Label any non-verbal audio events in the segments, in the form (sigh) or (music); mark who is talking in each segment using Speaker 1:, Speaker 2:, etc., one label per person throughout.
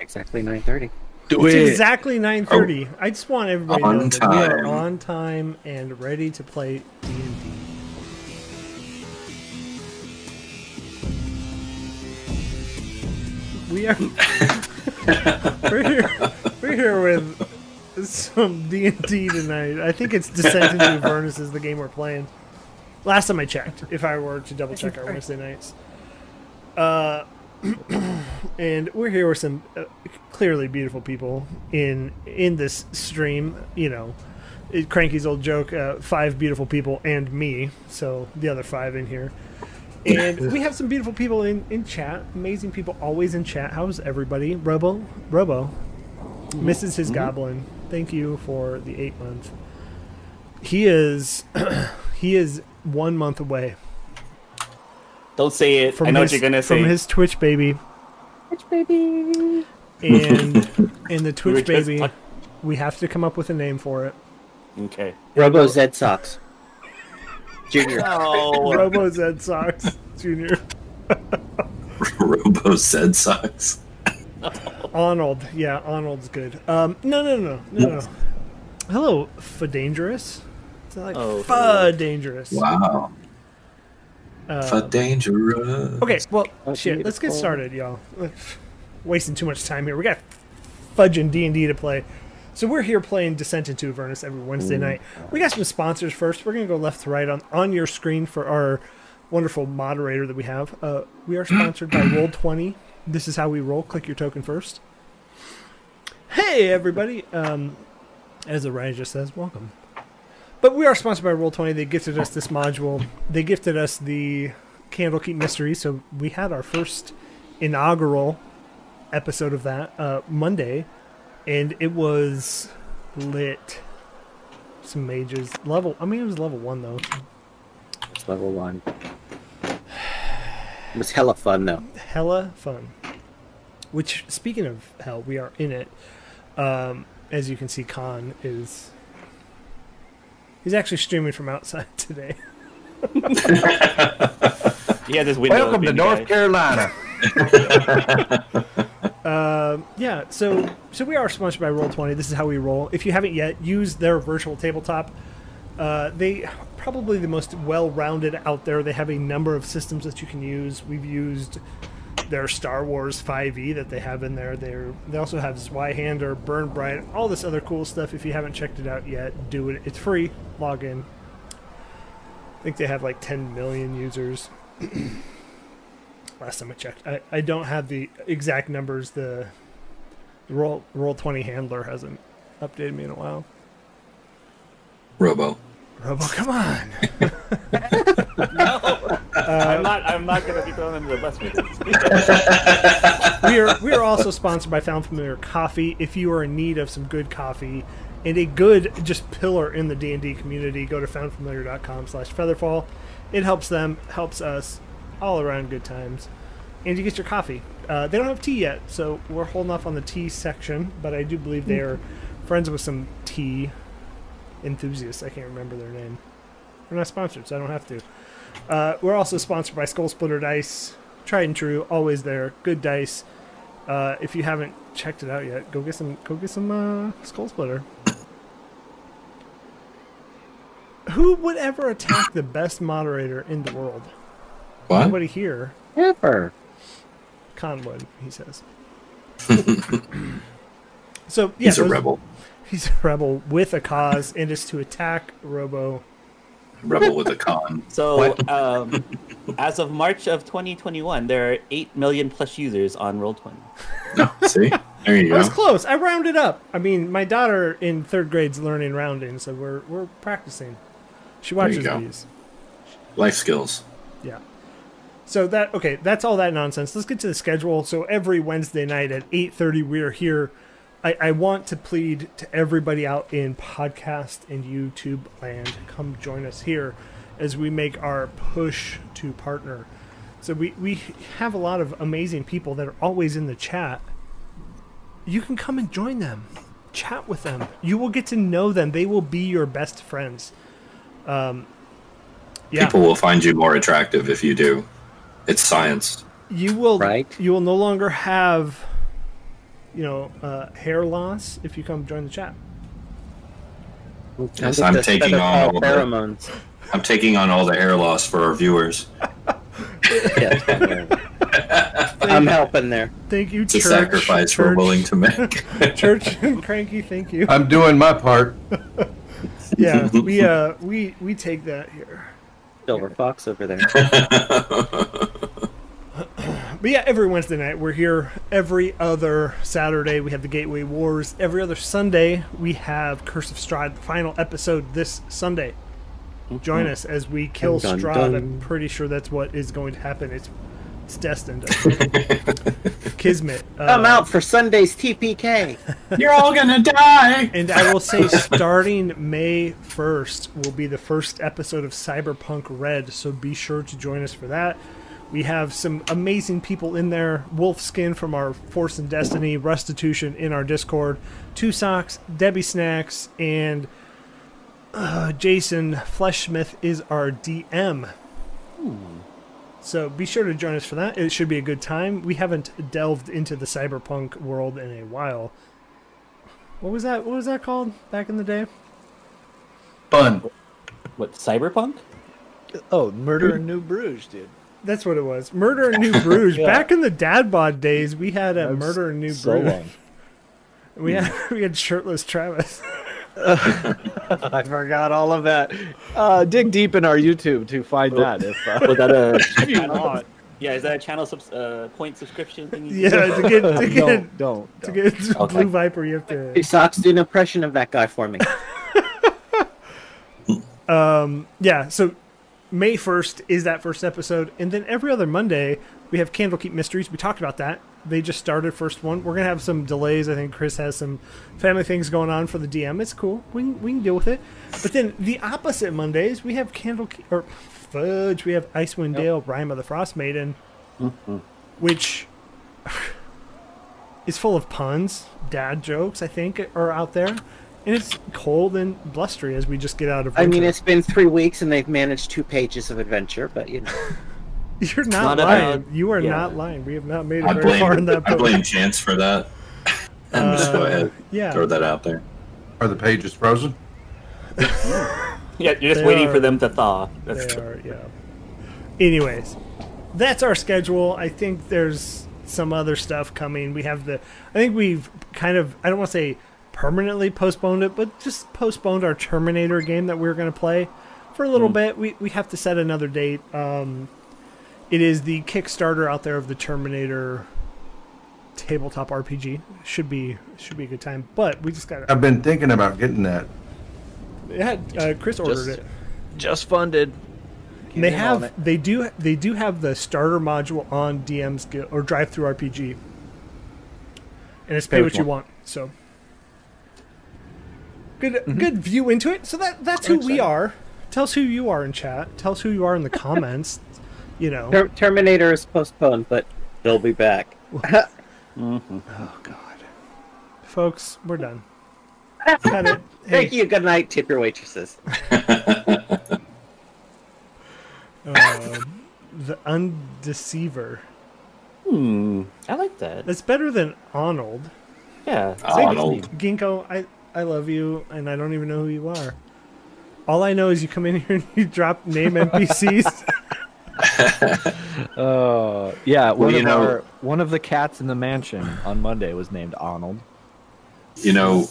Speaker 1: exactly nine thirty.
Speaker 2: Do
Speaker 3: It's
Speaker 2: it.
Speaker 3: exactly 9:30. I just want everybody to know
Speaker 2: Oh. On
Speaker 3: that we are
Speaker 2: time.
Speaker 3: on time and ready to play D&D. We are (laughs) we're, here, we're here with some D&D tonight. I think it's Descent into Avernus is the game we're playing. Last time I checked, if I were to double check our Wednesday nights. Uh and we're here with some uh, clearly beautiful people in in this stream. You know, it, Cranky's old joke: uh, five beautiful people and me. So the other five in here, and we have some beautiful people in in chat. Amazing people always in chat. How's everybody? Robo, Robo, misses his goblin. Thank you for the eight month. He is (clears throat) he is one month away
Speaker 4: Don't say it.
Speaker 3: from
Speaker 4: I know
Speaker 3: his,
Speaker 4: what you're gonna say.
Speaker 3: from his Twitch baby.
Speaker 1: Which baby?
Speaker 3: and
Speaker 4: (laughs)
Speaker 3: and the Twitch
Speaker 4: were just
Speaker 3: baby,
Speaker 4: talk-
Speaker 3: we have to come up with a name for
Speaker 4: (laughs)
Speaker 3: it.
Speaker 4: okay.
Speaker 1: Robo Zed socks. Junior.
Speaker 4: Oh,
Speaker 3: Robo Zed Sox
Speaker 4: (laughs)
Speaker 3: Junior.
Speaker 2: Robo said socks.
Speaker 3: (laughs) Arnold, yeah, Arnold's good. Um, no, no, no, no, no. Hello, for dangerous. It's like
Speaker 4: Oh,
Speaker 3: for dangerous.
Speaker 2: Wow.
Speaker 3: Uh,
Speaker 2: But dangerous.
Speaker 3: okay, well,
Speaker 1: Oh,
Speaker 3: shit. Let's get
Speaker 1: beautiful.
Speaker 3: started, y'all. Wasting too much time here. We got fudge and D and D to play. So we're here playing Descent into Avernus every Wednesday night. We got some sponsors first. We're gonna go left to right on on your screen for our wonderful moderator that we have. Uh, we are sponsored by Roll Twenty. This is how we roll. Click your token first. Hey everybody! Um, as the writer just says, welcome. But we are sponsored by Roll Twenty. They gifted us this module. They gifted us the Candlekeep Mystery. So we had our first inaugural episode of that uh, Monday, and it was lit. Some mages level. I mean, it was level one though.
Speaker 1: It's level one. It was hella fun though.
Speaker 3: hella fun. Which, speaking of hell, we are in it. Um, as you can see, Khan is. He's actually streaming from outside (laughs) today.
Speaker 4: he had this window.
Speaker 5: Welcome to
Speaker 4: open,
Speaker 5: North
Speaker 4: guys.
Speaker 5: Carolina.
Speaker 3: Um, yeah, so so we are sponsored by Roll Twenty. This is how we roll. If you haven't yet, use their virtual tabletop. Uh, they probably the most well-rounded out there. They have a number of systems that you can use. We've used their Star Wars 5e that they have in there. They they also have Zweihander, Burn Bright, all this other cool stuff. If you haven't checked it out yet, do it. It's free. Log in. I think they have like 10 million users. (clears throat) Last time I checked, I, I don't have the exact numbers. The roll roll 20 handler hasn't updated me in a while.
Speaker 2: Robo.
Speaker 3: Robo, come on.
Speaker 4: I'm not. I'm not gonna be thrown under the bus (laughs) with this.
Speaker 3: we are we are also sponsored by Found Familiar Coffee. If you are in need of some good coffee and a good just pillar in the D and D community, go to foundfamiliar.com/featherfall. It helps them, helps us, all around good times. And you get your coffee. Uh, they don't have tea yet, so we're holding off on the tea section. But I do believe they are friends with some tea enthusiasts. I can't remember their name. We're not sponsored, so I don't have to. Uh, we're also sponsored by Skull Splitter Dice. Tried and true, always there. Good dice. Uh, if you haven't checked it out yet, go get some. Go get some uh, Skull Splitter. Who would ever attack the best moderator in the world?
Speaker 2: What?
Speaker 3: Nobody here.
Speaker 1: Ever.
Speaker 3: Conwood, he says. so yeah,
Speaker 2: He's a
Speaker 3: those-
Speaker 2: rebel.
Speaker 3: He's a rebel with a cause, and is to attack Robo. (laughs)
Speaker 2: Rebel with a con.
Speaker 4: So, um, as of March of 2021, there are eight million plus users on Roll20.
Speaker 2: No, see? There you
Speaker 3: I was
Speaker 2: go.
Speaker 3: close. I rounded up. I mean, my daughter in third grade's learning rounding, so we're we're practicing. She
Speaker 2: There you
Speaker 3: watches
Speaker 2: go.
Speaker 3: these.
Speaker 2: Life skills.
Speaker 3: Yeah. So that okay, that's all that nonsense. Let's get to the schedule. So every Wednesday night at eight thirty, we are here. I, I want to plead to everybody out in podcast and YouTube land, come join us here as we make our push to partner. So we, we have a lot of amazing people that are always in the chat. You can come and join them. Chat with them. You will get to know them. They will be your best friends. Um, yeah.
Speaker 2: People will find you more attractive if you do. It's science.
Speaker 3: you will
Speaker 1: Right?
Speaker 3: you will no longer have you know, uh, hair loss if you come join the chat.
Speaker 2: Yes,
Speaker 1: Get
Speaker 2: I'm
Speaker 1: the
Speaker 2: taking
Speaker 1: feather
Speaker 2: on
Speaker 1: paw
Speaker 2: all the-
Speaker 1: pheromones.
Speaker 2: I'm taking on all the hair loss for our viewers.
Speaker 1: Yes. (laughs) I'm helping there.
Speaker 3: Thank you,
Speaker 2: It's a
Speaker 3: church.
Speaker 2: sacrifice we're
Speaker 3: Church-
Speaker 2: willing
Speaker 3: (laughs)
Speaker 2: to make.
Speaker 3: Church and cranky, thank
Speaker 2: (laughs)
Speaker 3: you.
Speaker 5: I'm doing my part.
Speaker 3: Yeah, we uh, we we take that here.
Speaker 1: Silver fox over (laughs) there.
Speaker 3: But yeah, every Wednesday night we're here. Every other Saturday we have the Gateway Wars. Every other Sunday we have Curse of Strahd, the final episode this Sunday. Join us as we kill
Speaker 1: Hmm. Dun, dun,
Speaker 3: Strahd.
Speaker 1: dun.
Speaker 3: I'm pretty sure that's what is going to happen. It's it's destined. (laughs) Kismet. Uh,
Speaker 1: I'm out for Sunday's TPK.
Speaker 2: You're all gonna die.
Speaker 3: And I will say, starting May 1st will be the first episode of Cyberpunk Red, so be sure to join us for that. We have some amazing people in there Wolfskin from our Force and Destiny, Restitution in our Discord, Two Socks, Debbie Snacks, and uh, Jason Fleshsmith is our DM. So be sure to join us for that. It should be a good time. We haven't delved into the cyberpunk world in a while. What was that? What was that called back in the day?
Speaker 5: Fun.
Speaker 4: What cyberpunk?
Speaker 6: (laughs) Oh, Murder in New Bruges, dude.
Speaker 3: That's what it was. Murder in New
Speaker 6: (laughs)
Speaker 3: Bruges.
Speaker 6: Yeah.
Speaker 3: Back in the dad bod days, we had a
Speaker 6: That's
Speaker 3: murder in New
Speaker 6: so
Speaker 3: Bruges.
Speaker 6: long. Mm.
Speaker 3: We had we had shirtless Travis.
Speaker 6: I forgot all of that. Uh, dig deep in our YouTube to
Speaker 1: Oh.
Speaker 6: find that if, uh,
Speaker 4: Was that a
Speaker 6: if you want.
Speaker 4: yeah? Is that a channel subs- uh, point subscription thing?
Speaker 3: (laughs) yeah, to get
Speaker 6: (laughs)
Speaker 3: to get
Speaker 6: Don't, don't.
Speaker 3: to
Speaker 6: don't.
Speaker 3: get
Speaker 4: Okay.
Speaker 3: Blue Viper, you have to.
Speaker 1: Two socks do an impression of that guy for me.
Speaker 3: Yeah. So May first is that first episode, and then every other Monday we have Candlekeep Mysteries. We talked about that. They just started first one. We're gonna have some delays. I think Chris has some family things going on for the DM. It's cool. We can, we can deal with it. But then the opposite Mondays we have Candle or Fudge. We have Icewind Dale, Rhyme of the Frost Maiden,
Speaker 1: Mm-hmm.
Speaker 3: which is full of puns, dad jokes. I think are out there. And it's cold and blustery as we just get out of.
Speaker 1: I
Speaker 3: Winter.
Speaker 1: mean, it's been three weeks and they've managed two pages of adventure, but you know.
Speaker 3: (laughs) You're not,
Speaker 4: Not a
Speaker 3: lying.
Speaker 4: bad-
Speaker 3: You are
Speaker 4: yeah.
Speaker 3: not lying. We have not made it
Speaker 2: I
Speaker 3: very far in
Speaker 2: blame.
Speaker 3: that
Speaker 2: I
Speaker 3: book.
Speaker 2: blame Chance for that. (laughs) I'm just go ahead.
Speaker 3: yeah.
Speaker 2: Throw that out there.
Speaker 5: Are the pages frozen?
Speaker 4: yeah. You're just
Speaker 3: They
Speaker 4: waiting
Speaker 3: are-
Speaker 4: for them to thaw.
Speaker 3: They
Speaker 4: That's
Speaker 3: are, yeah. Anyways, that's our schedule. I think there's some other stuff coming. We have the. I think we've kind of. I don't want to say permanently postponed it, but just postponed our Terminator game that we were going to play for a little
Speaker 4: Hmm.
Speaker 3: bit. We we have to set another date. Um, it is the Kickstarter out there of the Terminator tabletop RPG. Should be should be a good time, but we just got to
Speaker 5: I've been thinking about getting that.
Speaker 3: Yeah, uh, Chris ordered
Speaker 6: Just-
Speaker 3: it.
Speaker 6: Just funded. Get
Speaker 3: They
Speaker 6: in on
Speaker 3: have,
Speaker 6: it.
Speaker 3: they do, they do have the starter module on DM's Guild or Drive Through RPG, and it's pay what you want. So good,
Speaker 6: Mm-hmm.
Speaker 3: good view into it. So that that's who we are. Tell us who you are in chat. Tell us who you are in the comments. (laughs) you know,
Speaker 1: Ter- Terminator is postponed, but they'll be back.
Speaker 3: folks, we're done. Cut it.
Speaker 1: Thank
Speaker 3: Hey,
Speaker 1: you. Good night. Tip your waitresses.
Speaker 3: um, The undeceiver.
Speaker 4: Hmm, I like that.
Speaker 3: That's better than Arnold.
Speaker 4: Yeah.
Speaker 2: Arnold.
Speaker 3: Ginkgo, I, I love you, and I don't even know who you are. All I know is you come in here and you drop name NPCs.
Speaker 6: Uh, yeah, one
Speaker 2: you
Speaker 6: of
Speaker 2: know-
Speaker 6: our, one of the cats in the mansion on Monday was named Arnold.
Speaker 2: You know,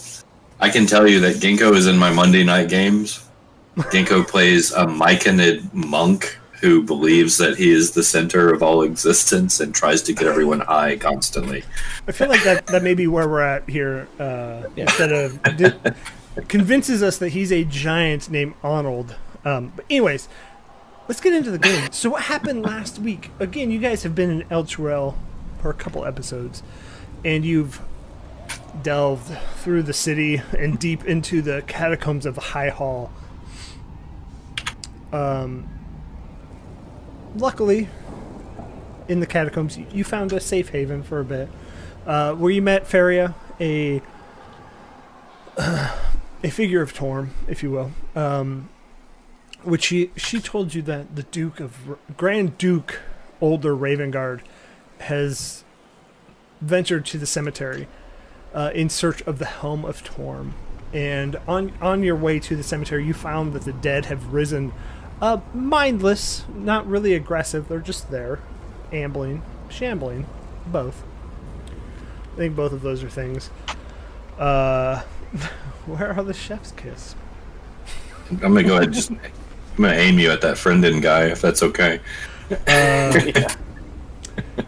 Speaker 2: I can tell you that Ginkgo is in my Monday night games. Ginkgo plays a myconid monk who believes that he is the center of all existence and tries to get everyone high constantly.
Speaker 3: I feel like that, that may be where we're at here. Uh, Instead of di- convinces us that he's a giant named Arnold. Um, but anyways, let's get into the game. So what happened last week? Again, you guys have been in El Churel for a couple episodes, and you've delved through the city and deep into the catacombs of the High Hall. Um, luckily, in the catacombs, you- you found a safe haven for a bit, uh, where you met Feria, a a figure of Torm, if you will, um, which she she told you that the Duke of R- Grand Duke Older Ravengard has ventured to the cemetery uh, in search of the Helm of Torm. And on on your way to the cemetery, you found that the dead have risen, uh, mindless, not really aggressive. They're just there, ambling, shambling, both. I think both of those are things. Uh, (laughs) where are the chef's kiss?
Speaker 2: I'm gonna go ahead. And just I'm gonna aim you at that friendin guy if that's okay.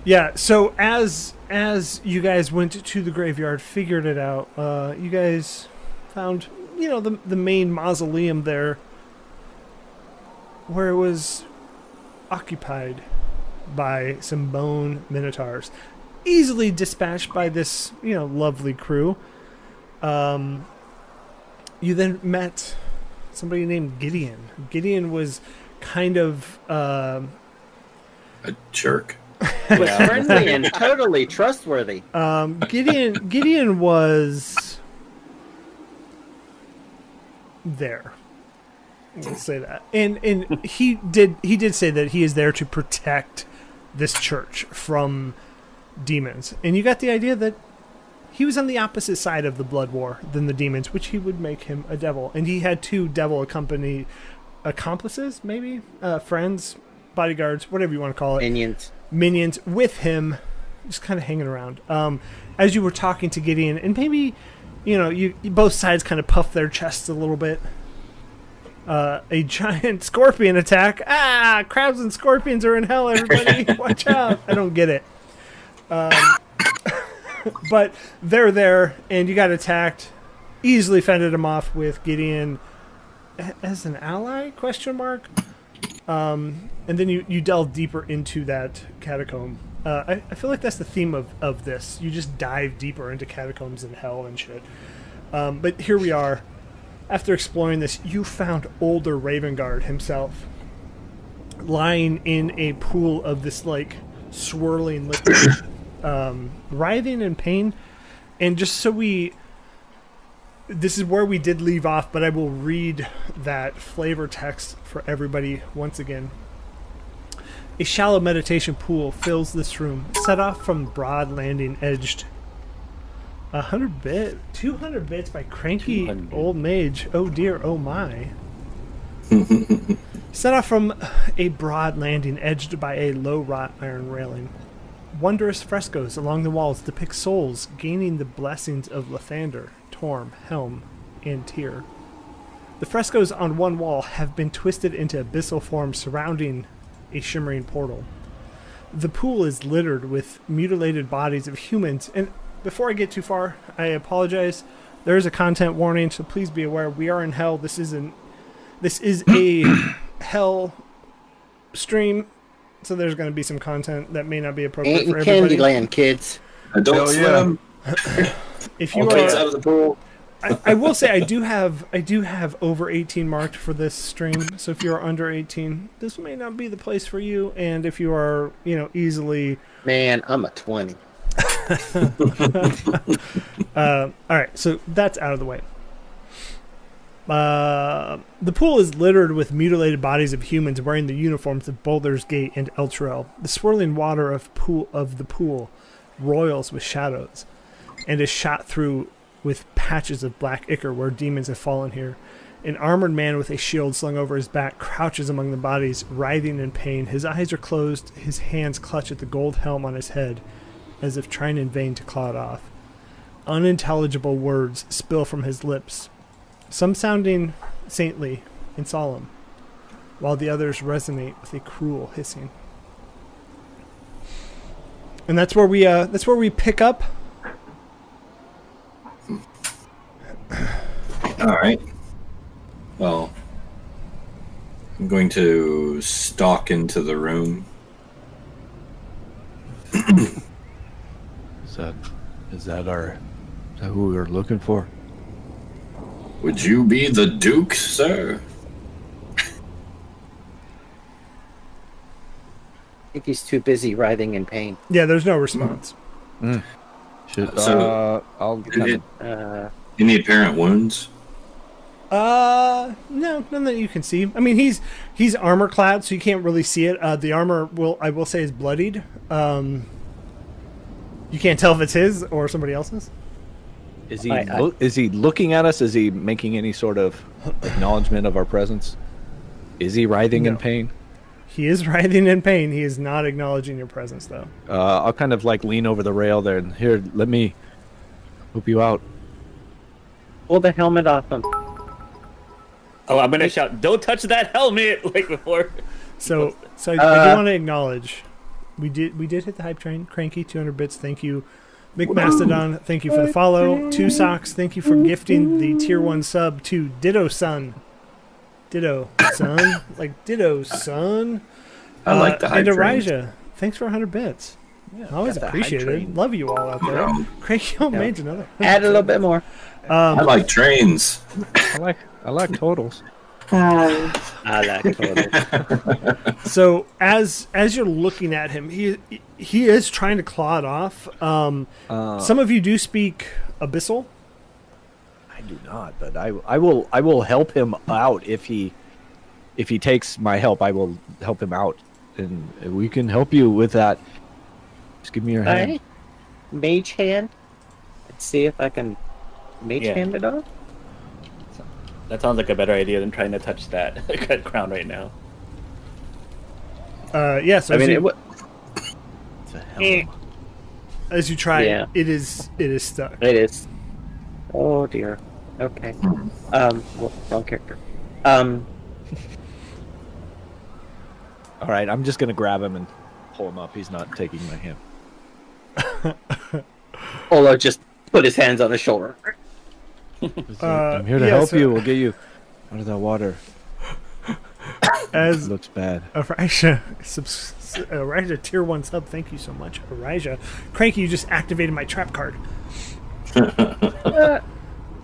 Speaker 3: Yeah. So as as you guys went to the graveyard, figured it out. Uh, you guys found you know the the main mausoleum there, where it was occupied by some bone minotaurs, easily dispatched by this you know lovely crew. Um, you then met somebody named Gideon. Gideon was kind of. um
Speaker 2: A jerk.
Speaker 1: was friendly and totally trustworthy.
Speaker 3: Um, Gideon Gideon was there. Let's say that, and and he did he did say that he is there to protect this church from demons, and you got the idea that he was on the opposite side of the blood war than the demons, which he would make him a devil, and he had two devil accompany accomplices, maybe uh, friends, bodyguards, whatever you want to call it
Speaker 1: Minions.
Speaker 3: minions with him, just kind of hanging around. Um, as you were talking to Gideon, and maybe, you know, you you- both sides kind of puff their chests a little bit. Uh, a giant (laughs) scorpion attack. Ah, crabs and scorpions are in hell, everybody. Watch out. I don't get it. Um, (laughs) but they're there, and you got attacked. Easily fended him off with Gideon a- as an ally? Question mark and then you, you delve deeper into that catacomb. Uh, I, I feel like that's the theme of, of this. You just dive deeper into catacombs and hell and shit. Um, but here we are. After exploring this, you found older Ravenguard himself lying in a pool of this, like, swirling liquid, (coughs) um, writhing in pain. And just so we this is where we did leave off, but I will read that flavor text for everybody once again. A shallow meditation pool fills this room, set off from broad landing edged. A hundred bit, two hundred bits by cranky
Speaker 4: 200.
Speaker 3: old mage. Oh dear, oh my. set off from a broad landing edged by a low wrought iron railing. Wondrous frescoes along the walls depict souls gaining the blessings of Lathander, Torm, Helm, and Tyr. The frescoes on one wall have been twisted into abyssal forms surrounding a shimmering portal. The pool is littered with mutilated bodies of humans, and before I get too far, I apologize. There is a content warning, so please be aware we are in hell. This isn't this is a hell stream, so there's going to be some content that may not be appropriate
Speaker 1: Ain't in
Speaker 3: for everybody.
Speaker 1: Candyland, kids.
Speaker 2: Adult
Speaker 5: Hell yeah.
Speaker 2: Swim.
Speaker 3: If you
Speaker 2: All
Speaker 3: are,
Speaker 2: kids out of the pool.
Speaker 3: I, I will say I do have I do have over 18 marked for this stream. So if you are under 18, this may not be the place for you. And if you are, you know, easily
Speaker 1: Man, I'm a 20.
Speaker 3: all right, so that's out of the way. Uh, the pool is littered with mutilated bodies of humans wearing the uniforms of Boulder's Gate and Elturel. The swirling water of pool of the pool roils with shadows, and is shot through with patches of black ichor where demons have fallen here. An armored man with a shield slung over his back crouches among the bodies, writhing in pain. His eyes are closed, his hands clutch at the gold helm on his head, as if trying in vain to claw it off unintelligible words spill from his lips, some sounding saintly and solemn, while the others resonate with a cruel hissing. And that's where we uh, that's where we pick up.
Speaker 2: All right. Well, I'm going to stalk into the room.
Speaker 7: Is that is that our is that who we were looking for?
Speaker 2: Would you be the Duke, sir?
Speaker 1: I think he's too busy writhing in pain.
Speaker 3: Yeah, there's no response.
Speaker 7: Should,
Speaker 2: So-
Speaker 7: uh, I'll kind of
Speaker 1: Uh,
Speaker 2: Any apparent wounds?
Speaker 3: Uh, no, none that you can see. I mean, he's he's armor clad, so you can't really see it. Uh, the armor will I will say is bloodied. Um, you can't tell if it's his or somebody else's.
Speaker 7: Is he
Speaker 1: I- I-
Speaker 7: loo- is he looking at us? Is he making any sort of acknowledgement of our presence? Is he writhing in
Speaker 3: No.
Speaker 7: pain?
Speaker 3: He is (laughs) writhing in pain. He is not acknowledging your presence, though.
Speaker 7: Uh, I'll kind of like lean over the rail there and here, let me help you out.
Speaker 1: Pull the helmet off him.
Speaker 4: Oh, I'm gonna shout, "Don't touch that helmet!" (laughs) Like before.
Speaker 3: So, so I, I do
Speaker 1: Uh,
Speaker 3: want to acknowledge we did we did hit the hype train. Cranky, 200 bits. Thank you, McMastodon. Thank you for the follow. Two socks. Thank you for gifting the tier one sub to Ditto Son. Ditto Son, like Ditto Son.
Speaker 2: I like the
Speaker 3: Uh,
Speaker 2: high
Speaker 3: And
Speaker 2: train.
Speaker 3: Elijah, thanks for 100 bits. Yeah, always
Speaker 7: got the hype
Speaker 3: appreciate
Speaker 7: train.
Speaker 3: it. Love you all out there.
Speaker 2: Yeah.
Speaker 3: Cranky, you made another.
Speaker 1: Add a little bit more.
Speaker 2: I like trains.
Speaker 7: I like I like totals.
Speaker 1: I like totals.
Speaker 3: So as as you're looking at him, he he is trying to claw it off. Um,
Speaker 2: Uh,
Speaker 3: some of you do speak abyssal.
Speaker 7: I do not, but I I will I will help him out if he if he takes my help. I will help him out, and we can help you with that. Just give me your hand.
Speaker 1: Alright. Mage hand. Let's see if I can mage
Speaker 4: Yeah.
Speaker 1: hand it off.
Speaker 4: That sounds like a better idea than trying to touch that (laughs) cut crown right now.
Speaker 3: Uh, yeah. So
Speaker 1: I
Speaker 3: as,
Speaker 1: mean,
Speaker 3: you,
Speaker 1: it would.
Speaker 7: It's a
Speaker 1: Eh.
Speaker 7: helm.
Speaker 3: as you try,
Speaker 1: Yeah.
Speaker 3: it is it is stuck.
Speaker 1: It is. Oh dear. Okay. Um, well, wrong character. Um,
Speaker 7: All right, I'm just gonna grab him and pull him up. He's not taking my hand.
Speaker 1: Olo just put his hands on his shoulder.
Speaker 3: Uh,
Speaker 7: (laughs) I'm here to
Speaker 3: yeah,
Speaker 7: help
Speaker 3: so-
Speaker 7: you. We'll get you out of that water. It
Speaker 3: As
Speaker 7: looks bad.
Speaker 3: Arisha, (laughs) subs- Arisha tier one sub. Thank you so much, Arisha. Cranky, you just activated my trap card. Uh,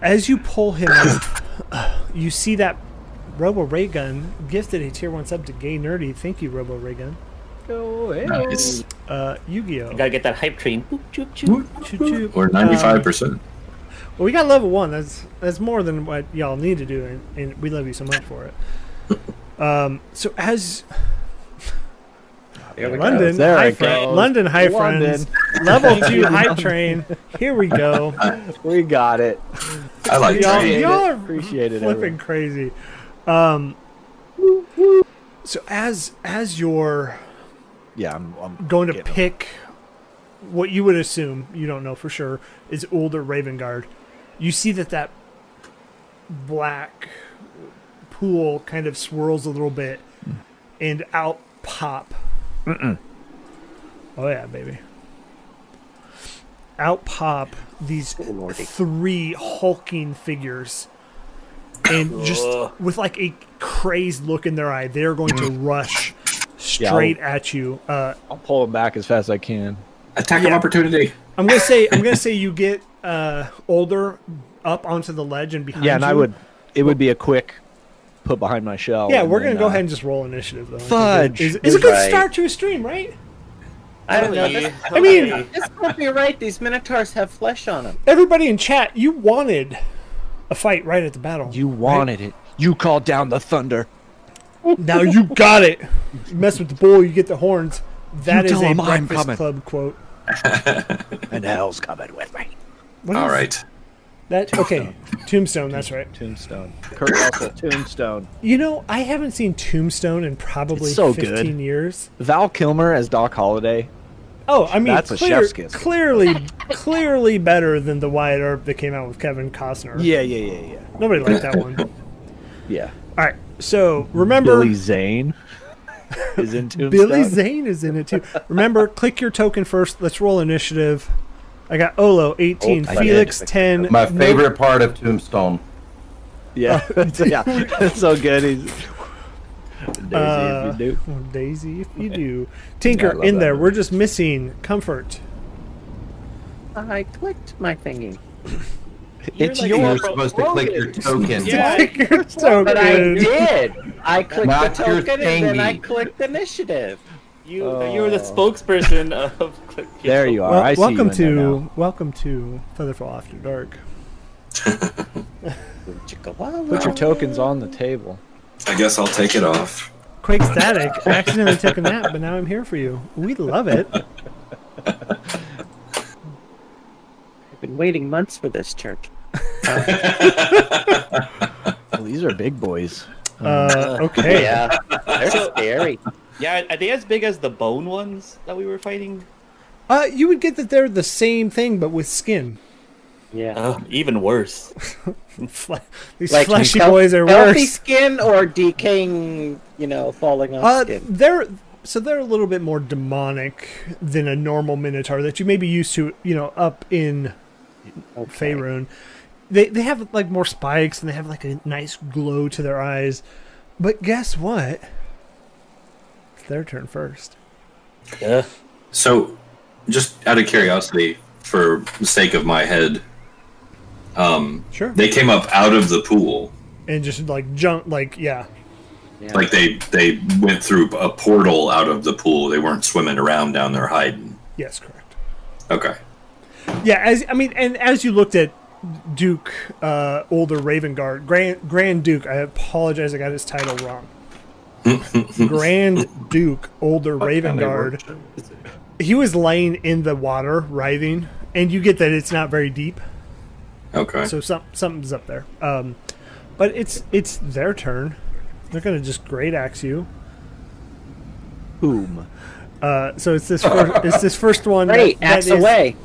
Speaker 3: as you pull him up, (coughs) you see that Robo Ray Gun gifted a tier one sub to Gay Nerdy. Thank you, Robo Ray Gun.
Speaker 2: Nice.
Speaker 3: uh, Yu-Gi-Oh.
Speaker 4: I gotta get that hype train. Boop, choop, choop.
Speaker 3: Choo choo.
Speaker 2: Or ninety-five percent.
Speaker 3: Well, we got level one. That's that's more than what y'all need to do, and, and we love you so much for it. Um, so as
Speaker 1: There we go.
Speaker 3: London,
Speaker 7: There
Speaker 3: high
Speaker 7: it
Speaker 3: friend-
Speaker 7: goes.
Speaker 3: London high
Speaker 7: London. (laughs)
Speaker 3: friends, level two hype train. Here we go.
Speaker 7: We got it.
Speaker 2: I like
Speaker 3: Y'all, (laughs)
Speaker 2: trains.
Speaker 3: y'all are
Speaker 7: Appreciate it,
Speaker 3: flipping
Speaker 7: everyone.
Speaker 3: crazy. Um, so as as you're
Speaker 7: Yeah, I'm, I'm
Speaker 3: going to
Speaker 7: getting him.
Speaker 3: pick what you would assume you don't know for sure is Uld or Raven Guard. You see that that black pool kind of swirls a little bit,
Speaker 7: Mm.
Speaker 3: and out pop. Oh yeah, baby. Out pop these three hulking figures, and just with like a crazed look in their eye, they're going to rush
Speaker 7: Mm. Yeah, I'll-
Speaker 3: straight at you. Uh,
Speaker 7: I'll pull him back as fast as I can.
Speaker 2: Attack of opportunity.
Speaker 3: I'm gonna say I'm gonna say you get uh, older up onto the ledge and behind.
Speaker 7: Yeah, and I
Speaker 3: you.
Speaker 7: would. It would be a quick put behind my shell.
Speaker 3: Yeah,
Speaker 7: and
Speaker 3: we're
Speaker 7: then,
Speaker 3: gonna go
Speaker 7: uh,
Speaker 3: ahead and just roll initiative though. I think
Speaker 7: Fudge.
Speaker 3: it Is, is a good
Speaker 1: Right.
Speaker 3: start to a stream, right?
Speaker 1: I don't know.
Speaker 4: Totally.
Speaker 1: This,
Speaker 3: I mean,
Speaker 1: this might be right. These minotaurs have flesh on them.
Speaker 3: everybody in chat, you wanted a fight right at the battle.
Speaker 7: You wanted it. You called down the thunder.
Speaker 3: now you got it. You mess with the bull, you get the horns. That is
Speaker 7: tell
Speaker 3: a
Speaker 7: 'em I'm
Speaker 3: Breakfast
Speaker 7: coming.
Speaker 3: Club quote.
Speaker 7: And hell's coming with me.
Speaker 3: What
Speaker 2: All
Speaker 3: is
Speaker 2: right.
Speaker 3: That okay? Tombstone. That's right.
Speaker 7: Tombstone. Kurt Russell. Tombstone.
Speaker 3: You know, I haven't seen Tombstone in probably
Speaker 7: It's so
Speaker 3: 15
Speaker 7: good.
Speaker 3: years.
Speaker 7: Val Kilmer as Doc Holliday.
Speaker 3: Oh, I mean,
Speaker 7: That's a
Speaker 3: clear,
Speaker 7: chef's kiss.
Speaker 3: clearly, clearly better than the Wyatt Earp that came out with Kevin Costner.
Speaker 7: Yeah, yeah, yeah, yeah.
Speaker 3: nobody liked that
Speaker 7: (laughs)
Speaker 3: one. All
Speaker 7: Yeah.
Speaker 3: right, so remember,
Speaker 7: Billy
Speaker 3: Billy,
Speaker 7: Zane is in Tombstone.
Speaker 3: Zane is in it too.
Speaker 7: (laughs)
Speaker 3: Remember, click your token first. Let's roll initiative. I got Olo eighteen,
Speaker 7: Old
Speaker 3: Felix
Speaker 7: Spider.
Speaker 3: ten.
Speaker 5: My
Speaker 3: Nick-
Speaker 5: favorite part of Tombstone.
Speaker 7: (laughs) Yeah, yeah. That's so good. He's Daisy,
Speaker 3: Uh,
Speaker 7: if you do.
Speaker 3: Daisy, if you do,
Speaker 7: I
Speaker 3: Tinker
Speaker 7: love
Speaker 3: in
Speaker 7: that
Speaker 3: there.
Speaker 7: movie.
Speaker 3: We're just missing
Speaker 7: (laughs)
Speaker 3: comfort. (laughs)
Speaker 1: I clicked my thingy.
Speaker 7: It's
Speaker 4: like-
Speaker 5: You
Speaker 7: your
Speaker 5: were supposed to click your token.
Speaker 4: Yeah.
Speaker 3: Click your token.
Speaker 1: But I did. I clicked
Speaker 5: Not
Speaker 1: the
Speaker 5: your
Speaker 1: token and then I
Speaker 5: thingy.
Speaker 1: clicked initiative.
Speaker 4: You, you were the spokesperson (laughs) of.
Speaker 7: There you are.
Speaker 3: Well,
Speaker 7: I see
Speaker 3: welcome
Speaker 7: you in there
Speaker 3: to
Speaker 7: now.
Speaker 3: welcome to Featherfall After Dark.
Speaker 7: Put your tokens on the table.
Speaker 2: I guess I'll take it off.
Speaker 3: Quake Static. I accidentally took a nap, but now
Speaker 7: (laughs)
Speaker 3: Uh, I'm here for you. We love it.
Speaker 1: been waiting months for this church.
Speaker 7: Well, these are big boys.
Speaker 3: Uh, okay.
Speaker 1: Yeah, they're scary.
Speaker 4: Yeah, are they as big as the bone ones that we were fighting?
Speaker 3: Uh, you would get that they're the same thing, but with skin. (laughs)
Speaker 1: Yeah,
Speaker 4: Oh, even (laughs) worse.
Speaker 3: Fle- These
Speaker 1: Uh, like
Speaker 3: fleshy
Speaker 1: health-
Speaker 3: boys are
Speaker 1: Healthy
Speaker 3: worse.
Speaker 1: skin or decaying, you know, falling off
Speaker 3: Uh,
Speaker 1: skin.
Speaker 3: they're so they're a little bit more demonic than a normal minotaur that you may be used to. You know, up in
Speaker 1: Okay.
Speaker 3: Faerun. They they have like more spikes and they have like a nice glow to their eyes. But guess what? It's their turn first.
Speaker 4: Yeah.
Speaker 2: So, just out of curiosity, for the sake of my head, um,
Speaker 3: Sure.
Speaker 2: they came up out of the pool.
Speaker 3: And just like jump, like yeah,
Speaker 1: Yeah.
Speaker 2: Like they they went through a portal out of the pool. They weren't swimming around down there hiding.
Speaker 3: yes, correct.
Speaker 2: Okay.
Speaker 3: Yeah, as I mean, and as you looked at Duke, uh, older Raven Guard, Grand Grand Duke. I apologize, I got his title wrong. Grand Duke, older Raven Guard. He was laying in the water, writhing, and you get that it's not very deep,
Speaker 2: Okay.
Speaker 3: so some, something's up there. Um, but it's it's their turn. They're gonna just great axe you.
Speaker 7: Boom.
Speaker 3: Uh, so it's this first, it's this first one. that-
Speaker 1: Great,
Speaker 3: that
Speaker 1: axe
Speaker 3: is-
Speaker 1: away.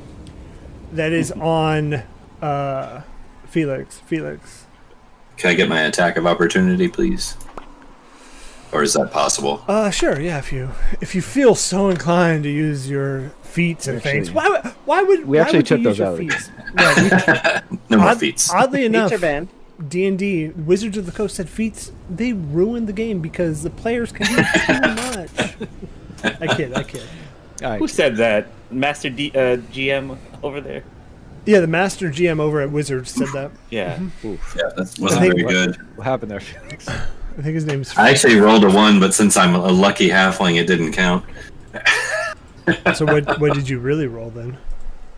Speaker 3: that is on uh, Felix. Felix.
Speaker 2: Can I get my attack of opportunity, please? Or is that possible?
Speaker 3: Uh, sure, yeah. If you if you feel so inclined to use your feet and things,
Speaker 7: Actually-
Speaker 3: why would- why would
Speaker 7: We
Speaker 3: why
Speaker 7: actually
Speaker 3: would you
Speaker 7: took
Speaker 3: use
Speaker 7: those
Speaker 3: your
Speaker 7: out. (laughs)
Speaker 3: feet? No,
Speaker 2: No more
Speaker 3: odd-
Speaker 2: feats.
Speaker 3: oddly enough,
Speaker 1: Feature band.
Speaker 3: D and D Wizards of the Coast said feats they ruined the game because the players can do too
Speaker 7: (laughs)
Speaker 3: much. I kid, I kid.
Speaker 4: Who said that? Master D, uh, GM over there.
Speaker 3: Yeah, the master GM over at Wizards said that.
Speaker 4: Yeah.
Speaker 2: Yeah, that wasn't
Speaker 3: think-
Speaker 2: very good.
Speaker 7: What happened there, Felix?
Speaker 3: I think his name's
Speaker 2: I actually rolled a one, but since I'm a lucky halfling, it didn't count.
Speaker 3: so. What what did you really roll then?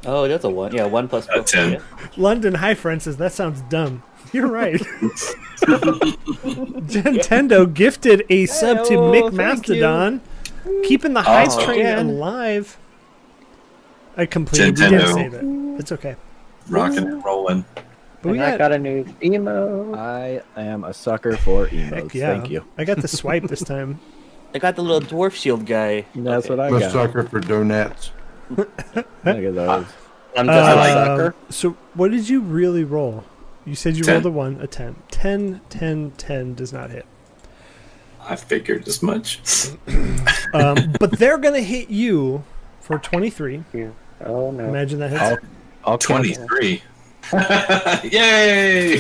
Speaker 4: Oh, that's a one. Yeah, one plus
Speaker 2: A
Speaker 4: four.
Speaker 2: ten.
Speaker 4: Yeah.
Speaker 3: London Hi Friend says that sounds dumb. (laughs) You're
Speaker 2: (laughs)
Speaker 3: right. Nintendo gifted a sub to
Speaker 6: Hey-oh,
Speaker 3: Mick
Speaker 6: thank
Speaker 3: Mastodon, keeping the heights
Speaker 2: Oh,
Speaker 3: train
Speaker 4: again.
Speaker 3: alive. I completely didn't
Speaker 2: Nintendo.
Speaker 3: save it. It's okay.
Speaker 2: Rocking and rolling.
Speaker 3: But we
Speaker 1: And I
Speaker 3: got,
Speaker 1: got a new emo.
Speaker 7: I am a sucker for emotes.
Speaker 3: heck yeah.
Speaker 7: Thank you.
Speaker 3: I got the swipe this time.
Speaker 4: I got the little dwarf shield guy.
Speaker 7: That's what I
Speaker 5: I'm a
Speaker 7: got.
Speaker 5: sucker for donuts.
Speaker 7: Look at those.
Speaker 1: I'm just
Speaker 3: Uh,
Speaker 2: like-
Speaker 1: a sucker.
Speaker 3: so what did you really roll? You said you
Speaker 2: Ten.
Speaker 3: rolled a 1, a 10. 10, 10, 10 does not hit.
Speaker 2: I figured as much. (laughs)
Speaker 3: Um, but they're going to hit you for 23.
Speaker 1: Oh no.
Speaker 3: Imagine that hits.
Speaker 7: I'll- I'll count it.
Speaker 2: 23. (laughs) Yay!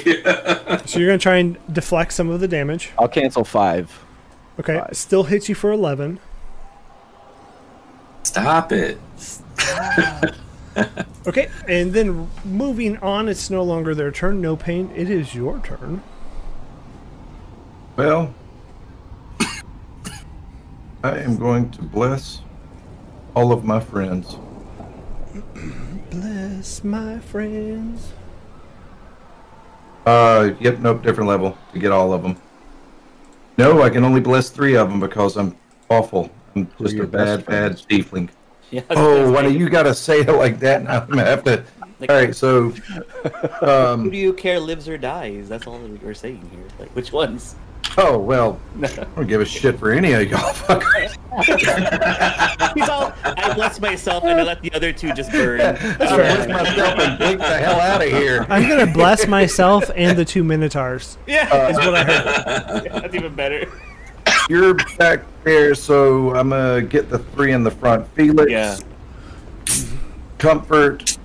Speaker 3: So you're going to try and deflect some of the damage.
Speaker 7: I'll cancel five.
Speaker 3: Okay, Uh, still hits you for 11.
Speaker 2: Stop it.
Speaker 3: Okay, and then moving on, it's no longer their turn. No pain. It is your turn.
Speaker 5: Well, I am going to bless all of my friends.
Speaker 3: Bless my friends.
Speaker 5: Uh, yep, nope, different level to get all of them. No, I can only bless three of them because I'm awful. I'm just
Speaker 7: your
Speaker 5: a bad,
Speaker 7: best
Speaker 5: bad
Speaker 7: friends.
Speaker 5: tiefling.
Speaker 4: Yeah,
Speaker 5: (laughs) Oh, why do you gotta say it like that? (laughs) Now I'm gonna have to.
Speaker 4: Like,
Speaker 5: All right, so,
Speaker 4: Who
Speaker 5: um,
Speaker 4: do you care lives or dies? That's all we're saying here. Like, which ones?
Speaker 5: oh well, I don't give a shit for any of y'all. (laughs) fuckers.
Speaker 4: (laughs) He's all, I bless myself and I let the other two just burn.
Speaker 5: I bless myself and blink the hell out of here.
Speaker 3: I'm gonna bless myself and the two minotaurs.
Speaker 4: (laughs) (laughs) Yeah,
Speaker 5: Uh,
Speaker 4: is what I heard. (laughs) Yeah, that's even better.
Speaker 5: You're back there, so I'm gonna get the three in the front: Felix,
Speaker 4: Yeah.
Speaker 5: Comfort,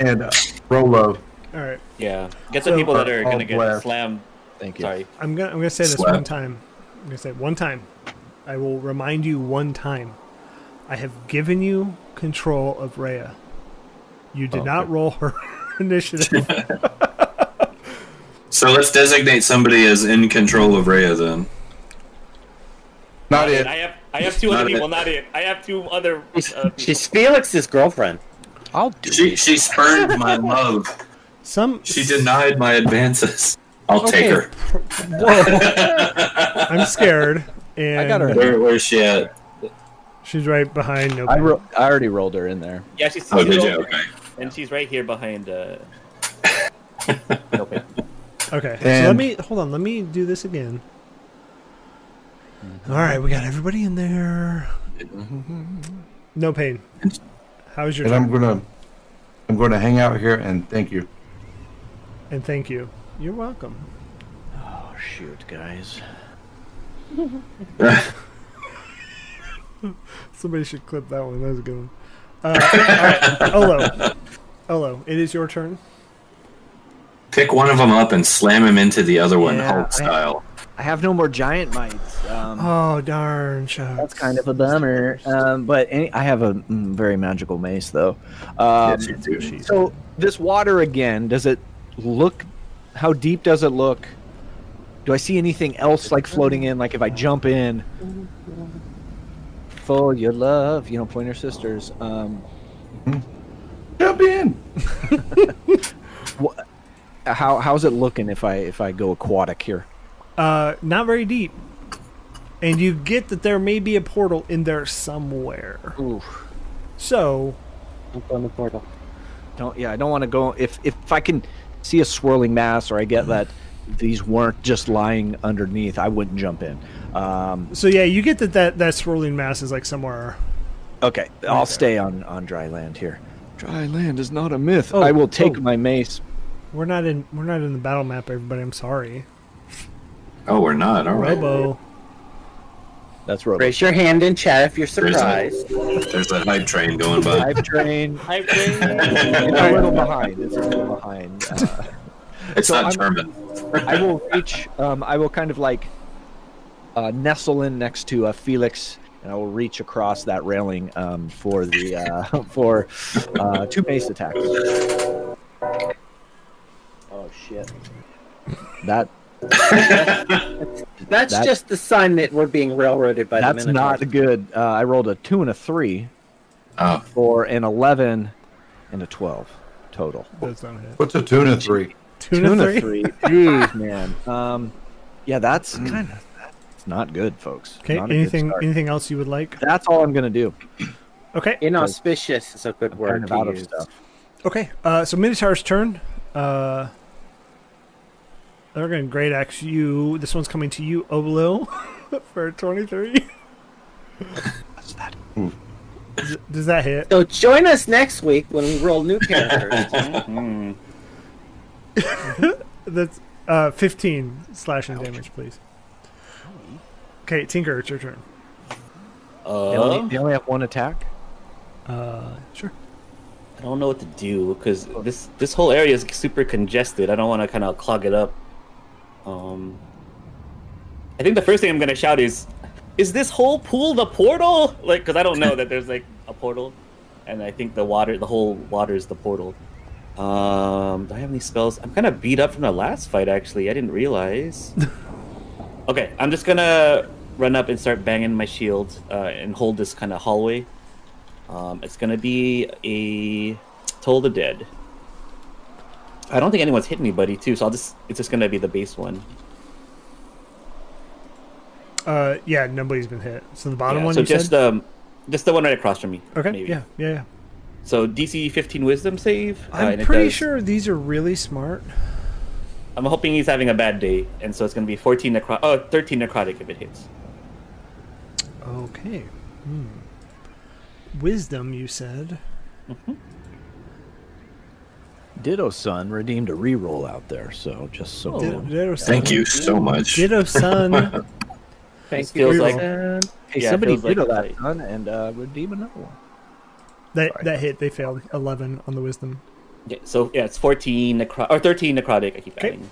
Speaker 5: and uh, Rolo.
Speaker 3: All right,
Speaker 4: Yeah. Get the
Speaker 3: So-
Speaker 4: people that are
Speaker 5: I'll
Speaker 4: gonna get
Speaker 5: bless.
Speaker 4: slammed.
Speaker 7: Thank you.
Speaker 4: Sorry.
Speaker 3: I'm gonna I'm gonna say this
Speaker 2: Slap.
Speaker 3: one time. I'm gonna say it one time. I will remind you one time. I have given you control of Rhea. You
Speaker 7: Oh,
Speaker 3: did not roll her (laughs) initiative.
Speaker 2: So let's designate somebody as in control of Rhea then.
Speaker 5: Not it.
Speaker 4: I have I have two
Speaker 2: Not
Speaker 4: other
Speaker 2: it.
Speaker 4: people, not it. I have two other
Speaker 1: She's,
Speaker 4: uh, people.
Speaker 1: she's Felix's girlfriend.
Speaker 7: I'll do
Speaker 2: She she spurned my love.
Speaker 7: (laughs)
Speaker 3: Some
Speaker 2: She denied my advances. I'll take her.
Speaker 3: I'm scared, and
Speaker 7: (laughs) I got her.
Speaker 2: Where where's she at?
Speaker 3: she's right behind. No,
Speaker 7: I,
Speaker 3: pain.
Speaker 7: ro- I already rolled her in there.
Speaker 4: Yeah, she's
Speaker 2: Oh, did you? Okay.
Speaker 4: and she's right here behind. Uh... okay.
Speaker 3: Okay. so let
Speaker 5: And-
Speaker 3: me hold on. Let me do this again.
Speaker 7: Mm-hmm.
Speaker 3: All right, we got everybody in there. Mm-hmm. No pain. How's your
Speaker 5: And I'm
Speaker 3: time?
Speaker 5: gonna, I'm gonna hang out here and thank you.
Speaker 3: And thank you. You're welcome.
Speaker 7: Oh shoot, guys.
Speaker 3: Somebody should clip that one. That was a good one. (laughs) Uh, all right. Olo, Olo, it is your turn.
Speaker 2: (laughs) Pick one of them up and slam him into the other one,
Speaker 7: Yeah,
Speaker 2: Hulk
Speaker 7: I-
Speaker 2: style.
Speaker 7: (laughs) I have no more giant mites. Um,
Speaker 3: Oh darn! Shucks.
Speaker 7: That's kind of a bummer.
Speaker 3: Oh.
Speaker 7: Um, but any, I have a mm, very magical mace, though. Um,
Speaker 2: Yes, you do.
Speaker 7: so this water again, does it look? How deep does it look? Do I see anything else like floating in? Like if I jump in, full your love, you know, Pointer Sisters. Um,
Speaker 5: Jump in.
Speaker 7: how how's it looking if I if I go aquatic here?
Speaker 3: uh, not very deep. And you get that there may be a portal in there somewhere.
Speaker 7: Ooh,
Speaker 3: So
Speaker 1: Jump on the portal.
Speaker 7: don't yeah, I don't want to go. If if I can see a swirling mass or I get that these weren't just lying underneath, I wouldn't jump in. Um,
Speaker 3: So yeah, you get that that, that swirling mass is like somewhere.
Speaker 7: Okay, I'll stay on on dry land here. Dry land is not a myth.
Speaker 3: Oh,
Speaker 7: I will take
Speaker 3: oh.
Speaker 7: my mace.
Speaker 3: We're not in we're not in the battle map, everybody. I'm sorry,
Speaker 2: Oh, we're not. All right.
Speaker 3: Robo.
Speaker 7: That's rope.
Speaker 1: Raise your hand in chat if you're
Speaker 2: There's that,
Speaker 1: surprised.
Speaker 2: there's that hype train going by.
Speaker 7: I've trained. (laughs)
Speaker 4: Hi, Brain.
Speaker 7: It's a little behind. It's a little behind. Uh,
Speaker 2: (laughs) It's
Speaker 7: So
Speaker 2: not
Speaker 7: I'm-
Speaker 2: German.
Speaker 7: I will reach. Um, I will kind of like uh, nestle in next to uh, Felix, and I will reach across that railing um, for the uh, (laughs) for uh, two mace attacks. Oh shit! That
Speaker 1: That's
Speaker 7: That-
Speaker 1: just the sign that we're being railroaded by
Speaker 7: that's
Speaker 1: the Minotaur.
Speaker 7: not good. Uh, I rolled a two and a three.
Speaker 2: Oh,
Speaker 7: for an 11 and a 12 total.
Speaker 3: That's not it.
Speaker 5: What's a tuna three?
Speaker 3: Tuna, three. (laughs) Mm.
Speaker 7: Jeez, man. Um, yeah, that's kind of that's not good, folks.
Speaker 3: Okay.
Speaker 7: Not a good
Speaker 3: Anything
Speaker 7: start.
Speaker 3: anything else you would like?
Speaker 7: That's all I'm gonna do.
Speaker 3: Okay.
Speaker 1: Inauspicious is a good
Speaker 7: Kind
Speaker 1: word
Speaker 7: of
Speaker 1: to
Speaker 7: out of
Speaker 1: use.
Speaker 7: stuff.
Speaker 3: Okay. Uh, so Minotaur's turn. Uh, they're going to great axe you. This one's coming to you, Oblo, (laughs) for twenty three.
Speaker 7: What's that?
Speaker 3: Does that hit?
Speaker 1: So join us next week when we roll new characters.
Speaker 3: That's uh, fifteen slashing damage, please. Okay, Tinker, it's your turn.
Speaker 7: They,
Speaker 4: Uh,
Speaker 7: only, they only have one attack.
Speaker 3: Uh, sure.
Speaker 4: I don't know what to do because this this whole area is super congested. I don't want to kind of clog it up. Um, I think the first thing I'm gonna shout is, "Is this whole pool the portal?" Like, because I don't know that there's like a portal, and I think the water, the whole water is the portal. Um, do I have any spells? I'm kind of beat up from the last fight. Actually, I didn't realize. okay, I'm just gonna run up and start banging my shield uh, and hold this kind of hallway. Um, it's gonna be a Toll the Dead. I don't think anyone's hit anybody too, so I'll just it's just gonna be the base one.
Speaker 3: Uh, yeah, nobody's been hit. So the bottom
Speaker 4: Yeah,
Speaker 3: one.
Speaker 4: so
Speaker 3: you
Speaker 4: just
Speaker 3: said?
Speaker 4: um just the one right across from me.
Speaker 3: okay.
Speaker 4: maybe.
Speaker 3: Yeah. Yeah. Yeah.
Speaker 4: So DC fifteen wisdom save. uh,
Speaker 3: I'm
Speaker 4: and it
Speaker 3: pretty
Speaker 4: does-
Speaker 3: sure these are really smart.
Speaker 4: I'm hoping he's having a bad day, and so it's gonna be fourteen necro oh 13 necrotic if it hits.
Speaker 3: Okay. Hmm. Wisdom, you said.
Speaker 7: Ditto Sun redeemed a reroll out there, so just so.
Speaker 4: Oh.
Speaker 3: Ditto- Ditto son.
Speaker 2: thank you so much.
Speaker 3: Ditto son.
Speaker 1: Thank
Speaker 4: Feels
Speaker 1: you.
Speaker 4: like-
Speaker 1: Jason.
Speaker 7: Hey,
Speaker 4: Yeah,
Speaker 7: somebody
Speaker 4: feels like
Speaker 7: ditto
Speaker 4: a
Speaker 7: that
Speaker 4: fight.
Speaker 7: sun and uh, redeem another one.
Speaker 3: that that hit. They failed. Eleven on the wisdom.
Speaker 4: Yeah, so yeah, it's fourteen necro or thirteen necrotic, I keep
Speaker 3: Okay.
Speaker 4: adding.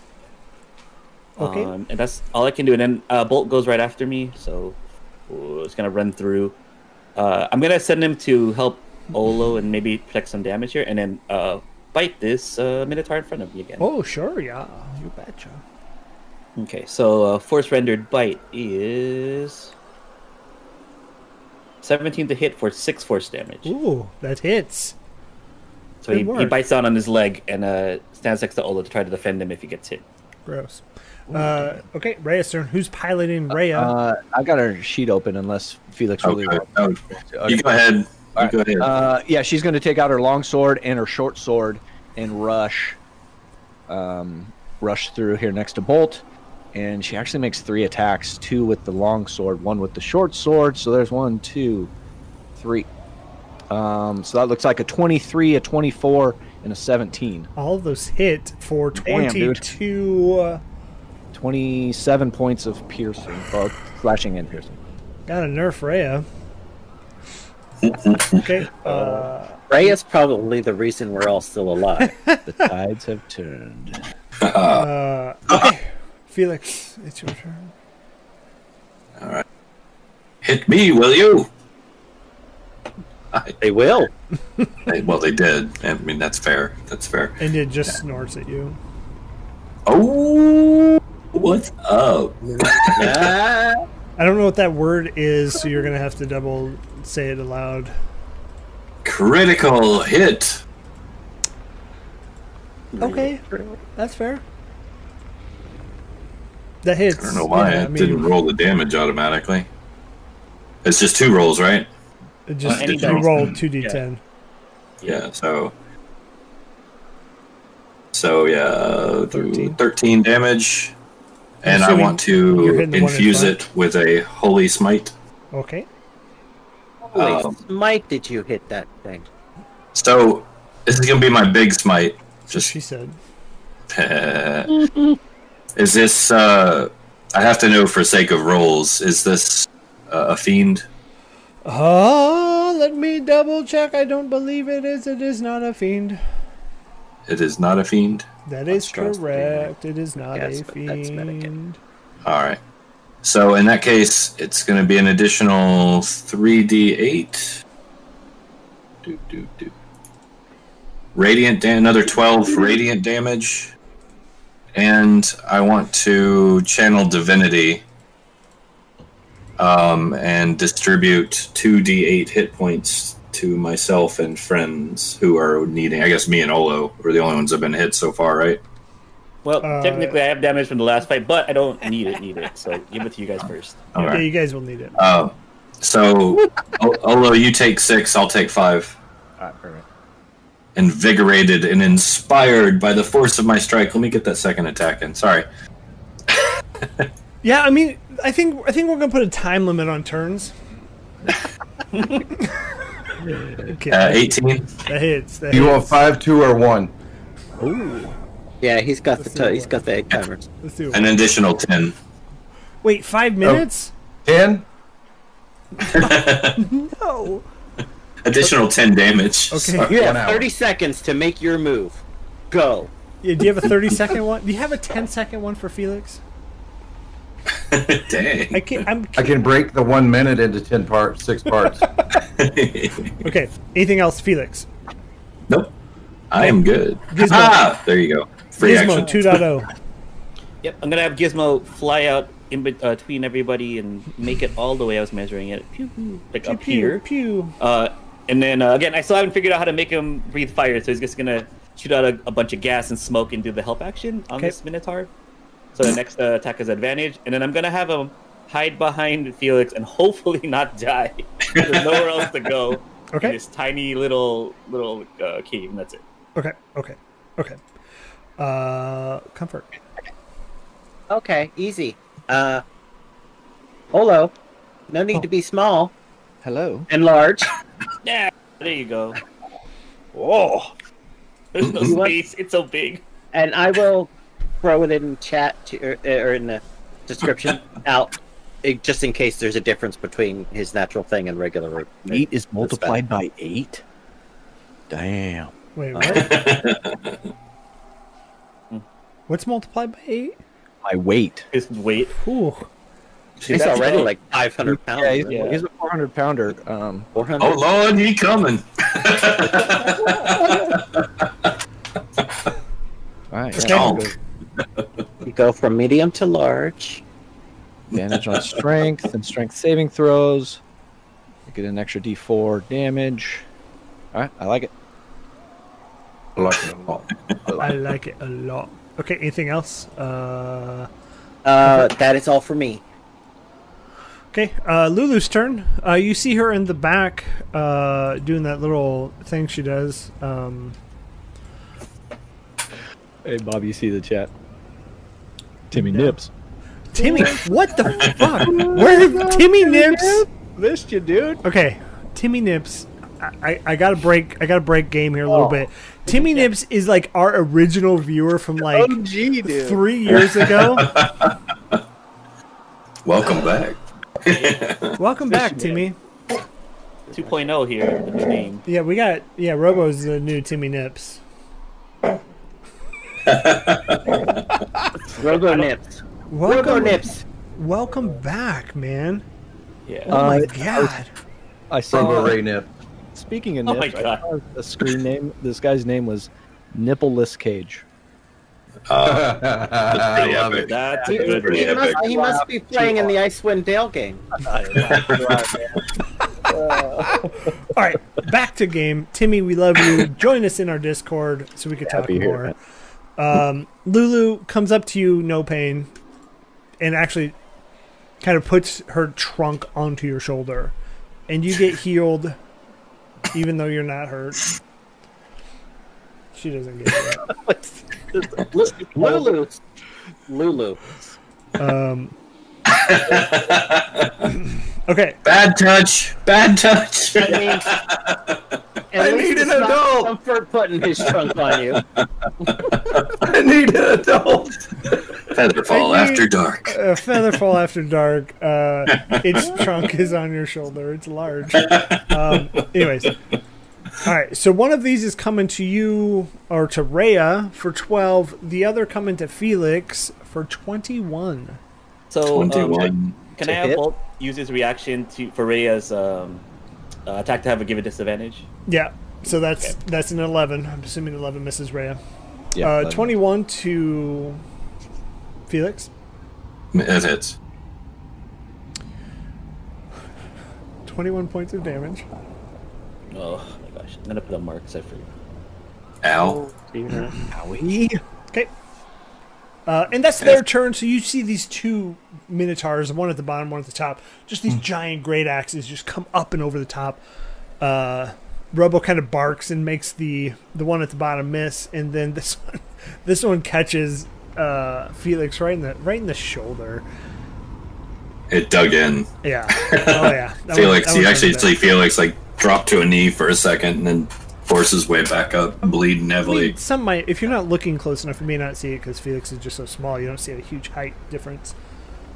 Speaker 3: Okay.
Speaker 4: Um, and that's all I can do. And then uh, Bolt goes right after me, so ooh, it's gonna run through. Uh, I'm gonna send him to help Olo and maybe protect some damage here, and then uh, bite this uh, Minotaur in front of me again.
Speaker 3: Oh sure, yeah. You betcha.
Speaker 4: Okay, so uh, force rendered bite is 17 to hit for six force damage.
Speaker 3: Ooh, that hits.
Speaker 4: so he,
Speaker 3: good
Speaker 4: he
Speaker 3: work.
Speaker 4: bites down on his leg and uh, stands next to Olo to try to defend him if he gets hit.
Speaker 3: Gross. Uh, okay, Rhea's turn. Who's piloting Rhea?
Speaker 7: Uh, I got her sheet open, unless Felix really
Speaker 2: Okay.
Speaker 7: wants.
Speaker 2: Oh,
Speaker 7: to.
Speaker 2: you go ahead. You go ahead.
Speaker 7: Uh, yeah, she's going to take out her long sword and her short sword and rush, um, rush through here next to Bolt. And she actually makes three attacks: two with the long sword, one with the short sword. So there's one, two, three. Um, so that looks like a 23, a 24, and a 17.
Speaker 3: All of those hit for
Speaker 7: Damn, dude.
Speaker 3: 22. uh,
Speaker 7: 27 points of piercing, both slashing and piercing.
Speaker 3: Got a nerf Rhea. okay. Uh,
Speaker 1: Ray is probably the reason we're all still alive.
Speaker 7: The tides have turned.
Speaker 3: uh, okay. Felix, it's your turn.
Speaker 2: Hit me, will you?
Speaker 1: they will.
Speaker 2: They- well, they did. I mean, that's fair. That's fair.
Speaker 3: And it just snorts at you.
Speaker 2: Oh, what's up?
Speaker 3: I don't know what that word is, so you're going to have to double say it aloud.
Speaker 2: Critical hit.
Speaker 3: Okay. That's fair. That hits.
Speaker 2: I don't know why
Speaker 3: Yeah,
Speaker 2: it
Speaker 3: I mean,
Speaker 2: didn't roll the damage automatically. It's just two rolls, right?
Speaker 3: It just
Speaker 2: Uh, any
Speaker 3: you
Speaker 2: dice.
Speaker 3: rolled 2d10.
Speaker 2: Yeah. So. So yeah, uh,
Speaker 3: 13.
Speaker 2: thirteen, damage, and I
Speaker 3: assuming
Speaker 2: want
Speaker 3: you're
Speaker 2: to
Speaker 3: hitting the one in
Speaker 2: infuse
Speaker 3: front.
Speaker 2: it with a holy smite.
Speaker 3: Okay.
Speaker 1: Holy
Speaker 2: Um,
Speaker 1: smite, did you hit that thing?
Speaker 2: So this is gonna be my big smite. Just
Speaker 3: She said.
Speaker 2: (laughs) is this? uh I have to know for sake of rolls. Is this uh, a fiend?
Speaker 3: Oh, let me double check. I don't believe it is. It is not a fiend.
Speaker 2: It is not a fiend.
Speaker 3: That is
Speaker 1: Monstrosity,
Speaker 3: correct. It is not
Speaker 1: guess,
Speaker 3: a
Speaker 1: but that's medic.
Speaker 3: fiend.
Speaker 2: All right. So in that case, it's going to be an additional three d eight. Do do do. Radiant, da- another twelve radiant damage, and I want to channel divinity. Um, and distribute two d eight hit points to myself and friends who are needing. I guess me and Olo are the only ones that've been hit so far, right?
Speaker 4: Well,
Speaker 3: Uh,
Speaker 4: technically, I have damage from the last fight, but I don't need it either. So give it to you guys first.
Speaker 2: All
Speaker 3: Yeah,
Speaker 2: right.
Speaker 3: you guys will need it.
Speaker 2: Uh,
Speaker 3: (laughs)
Speaker 2: so, O- Olo, you take six, I'll take five. Invigorated and inspired by the force of my strike. Let me get that second attack in. Sorry.
Speaker 3: Yeah, I mean, I think I think we're gonna put a time limit on turns. okay,
Speaker 2: Uh, 18.
Speaker 3: that hits. That
Speaker 5: You
Speaker 3: hits.
Speaker 5: want five, two, or one?
Speaker 1: Yeah, he's got the
Speaker 3: Let's see
Speaker 1: t- he's
Speaker 3: what-
Speaker 1: got the egg timers.
Speaker 3: Let's do it.
Speaker 2: An additional 10.
Speaker 3: Wait, five minutes?
Speaker 5: Ten?
Speaker 3: No.
Speaker 2: Additional 10 damage.
Speaker 3: Okay.
Speaker 2: Sorry.
Speaker 1: You have
Speaker 5: One hour.
Speaker 1: 30 seconds to make your move. Go.
Speaker 3: Yeah, do you have a thirty second one? Do you have a 10 second one for Felix? (laughs)
Speaker 2: (laughs) Dang.
Speaker 3: I can't. I'm.
Speaker 5: I can break the one minute into ten parts, six parts.
Speaker 3: Okay. Anything else, Felix?
Speaker 2: nope. I am good.
Speaker 3: Gizmo.
Speaker 2: Ah, there you go. Free
Speaker 3: Gizmo oh.
Speaker 2: action.
Speaker 3: 2.0.
Speaker 4: Yep, I'm gonna have Gizmo fly out in bet- uh, between everybody and make it all the way I was measuring it, pew, pew, like up
Speaker 3: Pew
Speaker 4: here.
Speaker 3: pew.
Speaker 4: Uh, and then uh, again, I still haven't figured out how to make him breathe fire, so he's just gonna shoot out a, a bunch of gas and smoke and do the help action on
Speaker 3: Okay.
Speaker 4: this Minotaur. So the next uh, attack is advantage, and then I'm gonna have him hide behind Felix and (laughs) hopefully not die. There's nowhere else to go.
Speaker 3: Okay.
Speaker 4: In this tiny little little uh, cave, and that's it.
Speaker 3: Okay. Okay. Okay. Uh, comfort.
Speaker 1: Okay, easy. Uh, Olo, no need to be small
Speaker 7: Hello.
Speaker 1: and
Speaker 7: (laughs)
Speaker 1: large.
Speaker 4: Yeah, there you go.
Speaker 7: Oh,
Speaker 4: There's no
Speaker 1: You want-
Speaker 4: space. It's so big.
Speaker 1: and I will throw it in chat to, or, or in the
Speaker 7: (laughs)
Speaker 1: description out, it- just in case there's a difference between his natural thing and regular.
Speaker 7: eight is multiplied by eight. Damn.
Speaker 3: Wait, what? What's multiplied by eight?
Speaker 7: My weight.
Speaker 4: His weight.
Speaker 3: Ooh.
Speaker 1: He's
Speaker 4: That's
Speaker 1: already
Speaker 4: all.
Speaker 1: like 500 pounds.
Speaker 7: Yeah, he's,
Speaker 1: right?
Speaker 4: Yeah.
Speaker 7: he's a 400 pounder. Um,
Speaker 1: 400.
Speaker 2: Oh, Lord, he coming.
Speaker 7: all right.
Speaker 2: Chomp.
Speaker 1: You go from medium to large.
Speaker 7: Damage on strength and strength saving throws. I get an extra D4 damage. All right, I like it.
Speaker 5: I like it a (laughs) lot.
Speaker 3: I like it a lot. Okay, anything else? Uh,
Speaker 1: Uh, that is all for me.
Speaker 3: Okay, uh, Lulu's turn. Uh, you see her in the back uh, doing that little thing she does. Um,
Speaker 7: Hey, Bob, you see the chat? Timmy Nips. (laughs)
Speaker 3: Timmy, what the fuck? Where Timmy Nips?
Speaker 6: Missed you, dude.
Speaker 3: Okay, Timmy Nips. I, I, I gotta break. I gotta break game here a
Speaker 7: Oh.
Speaker 3: little bit. Timmy Nips is like our original viewer from like
Speaker 6: OG, dude.
Speaker 3: three years ago.
Speaker 7: (laughs)
Speaker 2: Welcome back.
Speaker 3: Welcome back, Timmy.
Speaker 4: 2.0 here, the new name.
Speaker 3: Yeah, we got yeah. Robo's the new Timmy Nips.
Speaker 1: Robo nips. Robo
Speaker 3: Welcome,
Speaker 1: nips.
Speaker 3: welcome back, man.
Speaker 4: Yeah.
Speaker 3: Oh my
Speaker 7: Uh,
Speaker 3: god.
Speaker 7: I
Speaker 5: Robo
Speaker 7: saw.
Speaker 5: Ray Nip. (laughs)
Speaker 7: Speaking of
Speaker 4: Oh my
Speaker 7: nips, I
Speaker 4: God.
Speaker 7: saw a screen name. This guy's name was Nippleless Cage.
Speaker 2: Uh,
Speaker 5: I
Speaker 2: pretty
Speaker 5: love
Speaker 2: epic.
Speaker 5: it.
Speaker 4: That's
Speaker 2: Dude,
Speaker 4: a good
Speaker 2: pretty
Speaker 4: one.
Speaker 1: He must, he must be playing in the Icewind Dale game.
Speaker 3: All right, back to game. Timmy, we love
Speaker 7: (laughs)
Speaker 3: you. Join us in our Discord so we could talk
Speaker 7: Happy
Speaker 3: more.
Speaker 7: here.
Speaker 3: um, Lulu comes up to you, no pain, and actually kind of puts her trunk onto your shoulder, and you get healed, even though you're not hurt. She doesn't get it.
Speaker 1: Lu- Lulu. Lulu.
Speaker 3: Um, (laughs) okay,
Speaker 2: Bad touch. Bad touch. (laughs)
Speaker 1: I
Speaker 5: (laughs)
Speaker 1: mean, I
Speaker 5: need an adult.
Speaker 1: Comfort putting his trunk on (laughs) you.
Speaker 5: I need an adult.
Speaker 2: Featherfall
Speaker 3: I mean-
Speaker 2: after dark.
Speaker 3: uh, Featherfall After Dark. Uh, its trunk is on your shoulder. It's large. Um, anyways, all right. So one of these is coming to you or to Rhea for twelve. The other coming to Felix for twenty-one.
Speaker 4: So, um,
Speaker 2: Twenty-one.
Speaker 4: can
Speaker 1: to
Speaker 4: I have
Speaker 1: hit?
Speaker 4: Bolt use his reaction to for Rhea's um, uh, attack to have a given disadvantage?
Speaker 3: Yeah. So that's that's an eleven. I'm assuming eleven misses Rhea.
Speaker 7: Yeah,
Speaker 3: uh,
Speaker 7: that-
Speaker 3: twenty-one to Felix.
Speaker 2: It hits.
Speaker 3: Twenty-one points of damage.
Speaker 4: Oh my gosh, I'm gonna put a mark because I forgot.
Speaker 2: Ow.
Speaker 3: Okay. Uh, and that's their turn. So you see these two minotaurs, one at the bottom, one at the top. Just
Speaker 2: Hmm.
Speaker 3: these giant great axes just come up and over the top. Uh, Robo kind of barks and makes the the one at the bottom miss, and then this (laughs) one, this one catches uh, Felix right in the right in the shoulder.
Speaker 2: It dug in.
Speaker 3: Yeah. Oh
Speaker 2: (laughs)
Speaker 3: yeah. That
Speaker 2: Felix,
Speaker 3: one- that
Speaker 2: you
Speaker 3: one
Speaker 2: actually
Speaker 3: hurt
Speaker 2: see Felix like drop to a knee for a second and then force his way back up, bleeding
Speaker 3: I mean,
Speaker 2: heavily.
Speaker 3: some might, if you're not looking close enough, you may not see it because Felix is just so small. You don't see a huge height difference.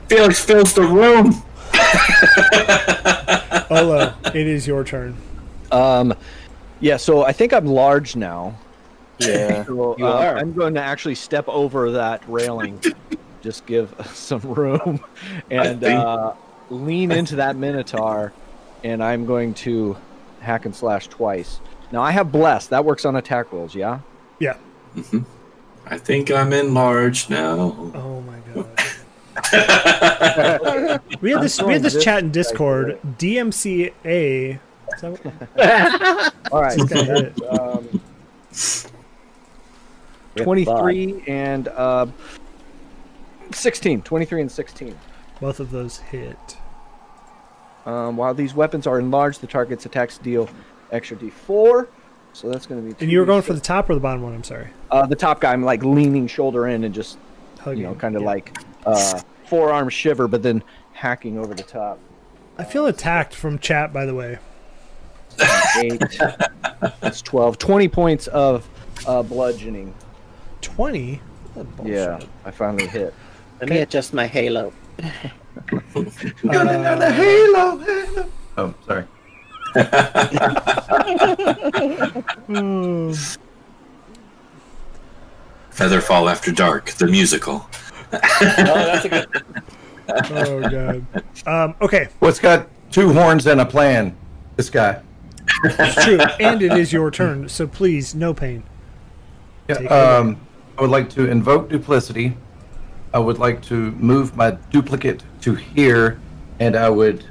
Speaker 2: Felix fills the room.
Speaker 3: Olo, it is your turn.
Speaker 7: Um, yeah, so I think I'm large now.
Speaker 4: Yeah.
Speaker 7: (laughs) So,
Speaker 1: You
Speaker 7: uh,
Speaker 1: are.
Speaker 7: I'm going to actually step over that railing, just give (laughs) some room, and
Speaker 2: think-
Speaker 7: uh, (laughs) lean into that minotaur, and I'm going to hack and slash twice. Now I have bless. That works on attack rolls, yeah.
Speaker 3: Yeah.
Speaker 2: I think I'm enlarged now.
Speaker 3: Oh my
Speaker 7: (laughs)
Speaker 3: god. we had this we had this chat in Discord. DMCA. Is that what-
Speaker 7: All right,
Speaker 3: that's gonna
Speaker 7: (laughs)
Speaker 3: hit.
Speaker 7: um, (laughs) twenty-three and uh, sixteen. Twenty-three and sixteen.
Speaker 3: Both of those hit.
Speaker 7: Um, while these weapons are enlarged, the target's attacks deal extra d4. So that's going to be.
Speaker 3: And you were going for the top or the bottom one? I'm sorry.
Speaker 7: uh, the top guy. I'm like leaning shoulder in and just
Speaker 3: Hugging.
Speaker 7: you know kind of
Speaker 3: Yeah.
Speaker 7: like uh, forearm shiver, but then hacking over the top.
Speaker 3: I feel attacked from chat. By the way,
Speaker 7: Eight. that's 12. 20 points of uh, bludgeoning.
Speaker 3: twenty.
Speaker 7: Yeah, I finally hit.
Speaker 1: Let me adjust my halo.
Speaker 5: Halo, Halo. Oh, sorry.
Speaker 3: Oh,
Speaker 2: Featherfall after dark, the musical.
Speaker 4: oh, that's a good.
Speaker 3: Oh god. Um, okay,
Speaker 5: What's got two horns and a plan? This guy.
Speaker 3: it's true. And it is your turn. So please, no pain.
Speaker 5: Yeah,
Speaker 3: Take it
Speaker 5: um, I would like to invoke duplicity. I would like to move my duplicate to here, and I would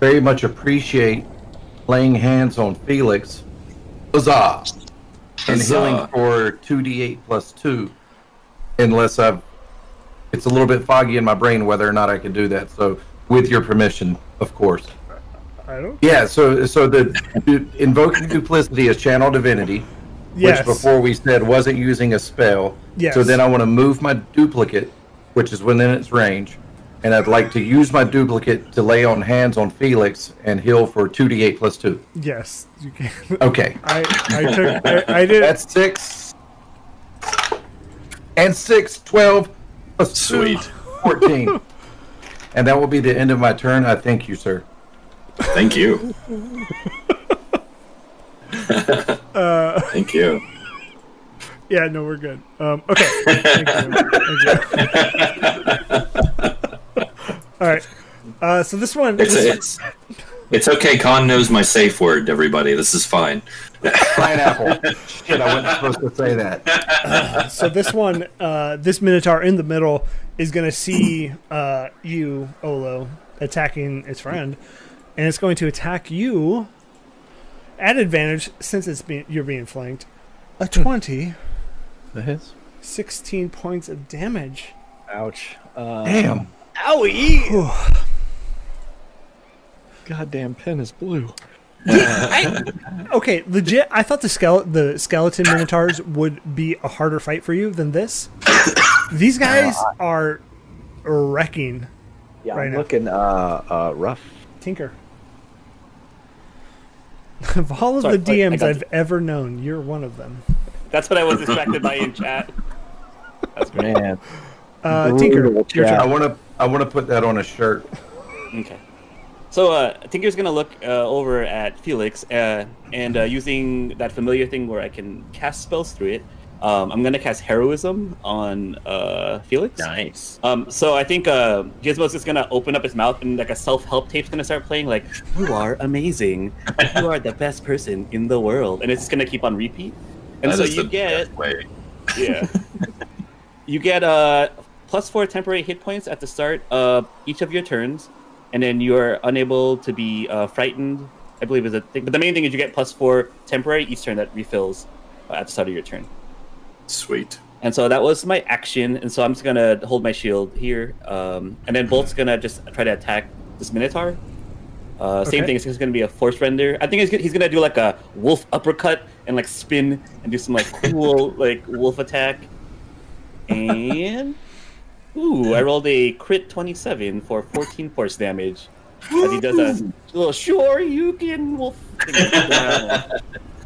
Speaker 5: very much appreciate laying hands on Felix. Huzzah! And healing
Speaker 2: Huzzah.
Speaker 5: for 2d8 plus 2. Unless I've. It's a little bit foggy in my brain whether or not I can do that, so with your permission, of course.
Speaker 3: I don't.
Speaker 5: Yeah. So so the du- invoking duplicity is channel divinity,
Speaker 3: Yes.
Speaker 5: which before we said wasn't using a spell.
Speaker 3: Yes.
Speaker 5: So then I want to move my duplicate, which is within its range, and I'd like to use my duplicate to lay on hands on Felix and heal for two d eight plus two.
Speaker 3: Yes, you can. (laughs)
Speaker 5: Okay.
Speaker 3: I I took I, I did.
Speaker 5: That's six. And six, 12, plus two,
Speaker 2: Sweet.
Speaker 5: 14. and that will be the end of my turn. I thank you, sir.
Speaker 3: (laughs)
Speaker 2: Thank you. (laughs) Thank you.
Speaker 3: Yeah, no, we're good. Um, okay. Thank you. Thank you. All right. Uh, so this one,
Speaker 2: It's
Speaker 3: this one-
Speaker 2: it's it's okay. Khan knows my safe word. Everybody, this is fine.
Speaker 5: Pineapple. (laughs) Shit, I wasn't supposed to say that.
Speaker 3: so this one, uh, this minotaur in the middle is going to see uh, you, Olo, attacking its friend, and it's going to attack you at advantage since it's being, you're being flanked. A twenty,
Speaker 7: That hits.
Speaker 3: 16 points of damage.
Speaker 7: Ouch. Uh,
Speaker 5: Damn.
Speaker 7: goddamn pen is blue.
Speaker 3: Okay, legit. I thought the skele- the skeleton minotaurs would be a harder fight for you than this. (coughs) These guys are wrecking
Speaker 7: Yeah,
Speaker 3: Right
Speaker 7: I'm
Speaker 3: now.
Speaker 7: looking uh, uh, rough.
Speaker 3: Tinker. (laughs) of all of
Speaker 4: Sorry,
Speaker 3: the
Speaker 4: wait, I
Speaker 3: DMs
Speaker 4: got
Speaker 3: I've ever known, you're one of them.
Speaker 4: That's what I was distracted by in chat.
Speaker 3: (laughs)
Speaker 7: Man.
Speaker 3: Uh, Tinker,
Speaker 7: Brutal
Speaker 3: your
Speaker 7: chat.
Speaker 5: I
Speaker 3: turn.
Speaker 5: want to I want to put that on a shirt.
Speaker 4: Okay. So uh, Tinker's gonna look uh, over at Felix, uh, and uh, using that familiar thing where I can cast spells through it, um, I'm gonna cast heroism on uh, Felix.
Speaker 1: Nice.
Speaker 4: Um, so I think uh, Gizmo's just gonna open up his mouth and like a self-help tape's gonna start playing. Like, you are amazing. you are the best person in the world, and it's just gonna keep on repeat. And
Speaker 2: That
Speaker 4: so
Speaker 2: is
Speaker 4: you
Speaker 2: the
Speaker 4: get
Speaker 2: best way.
Speaker 4: yeah. (laughs) you get uh plus four temporary hit points at the start of each of your turns, and then you are unable to be uh, frightened. I believe is a thing, but the main thing is you get plus four temporary each turn that refills uh, at the start of your turn.
Speaker 2: Sweet.
Speaker 4: And so that was my action, and so I'm just gonna hold my shield here, um, and then Bolt's gonna just try to attack this Minotaur. Uh, Same
Speaker 3: Okay.
Speaker 4: thing. It's just gonna be a force render. I think he's, gonna- he's gonna do like a wolf uppercut and like spin and do some like cool like wolf attack. And ooh, I rolled a crit 27 for 14 force damage as he does a little sure you can wolf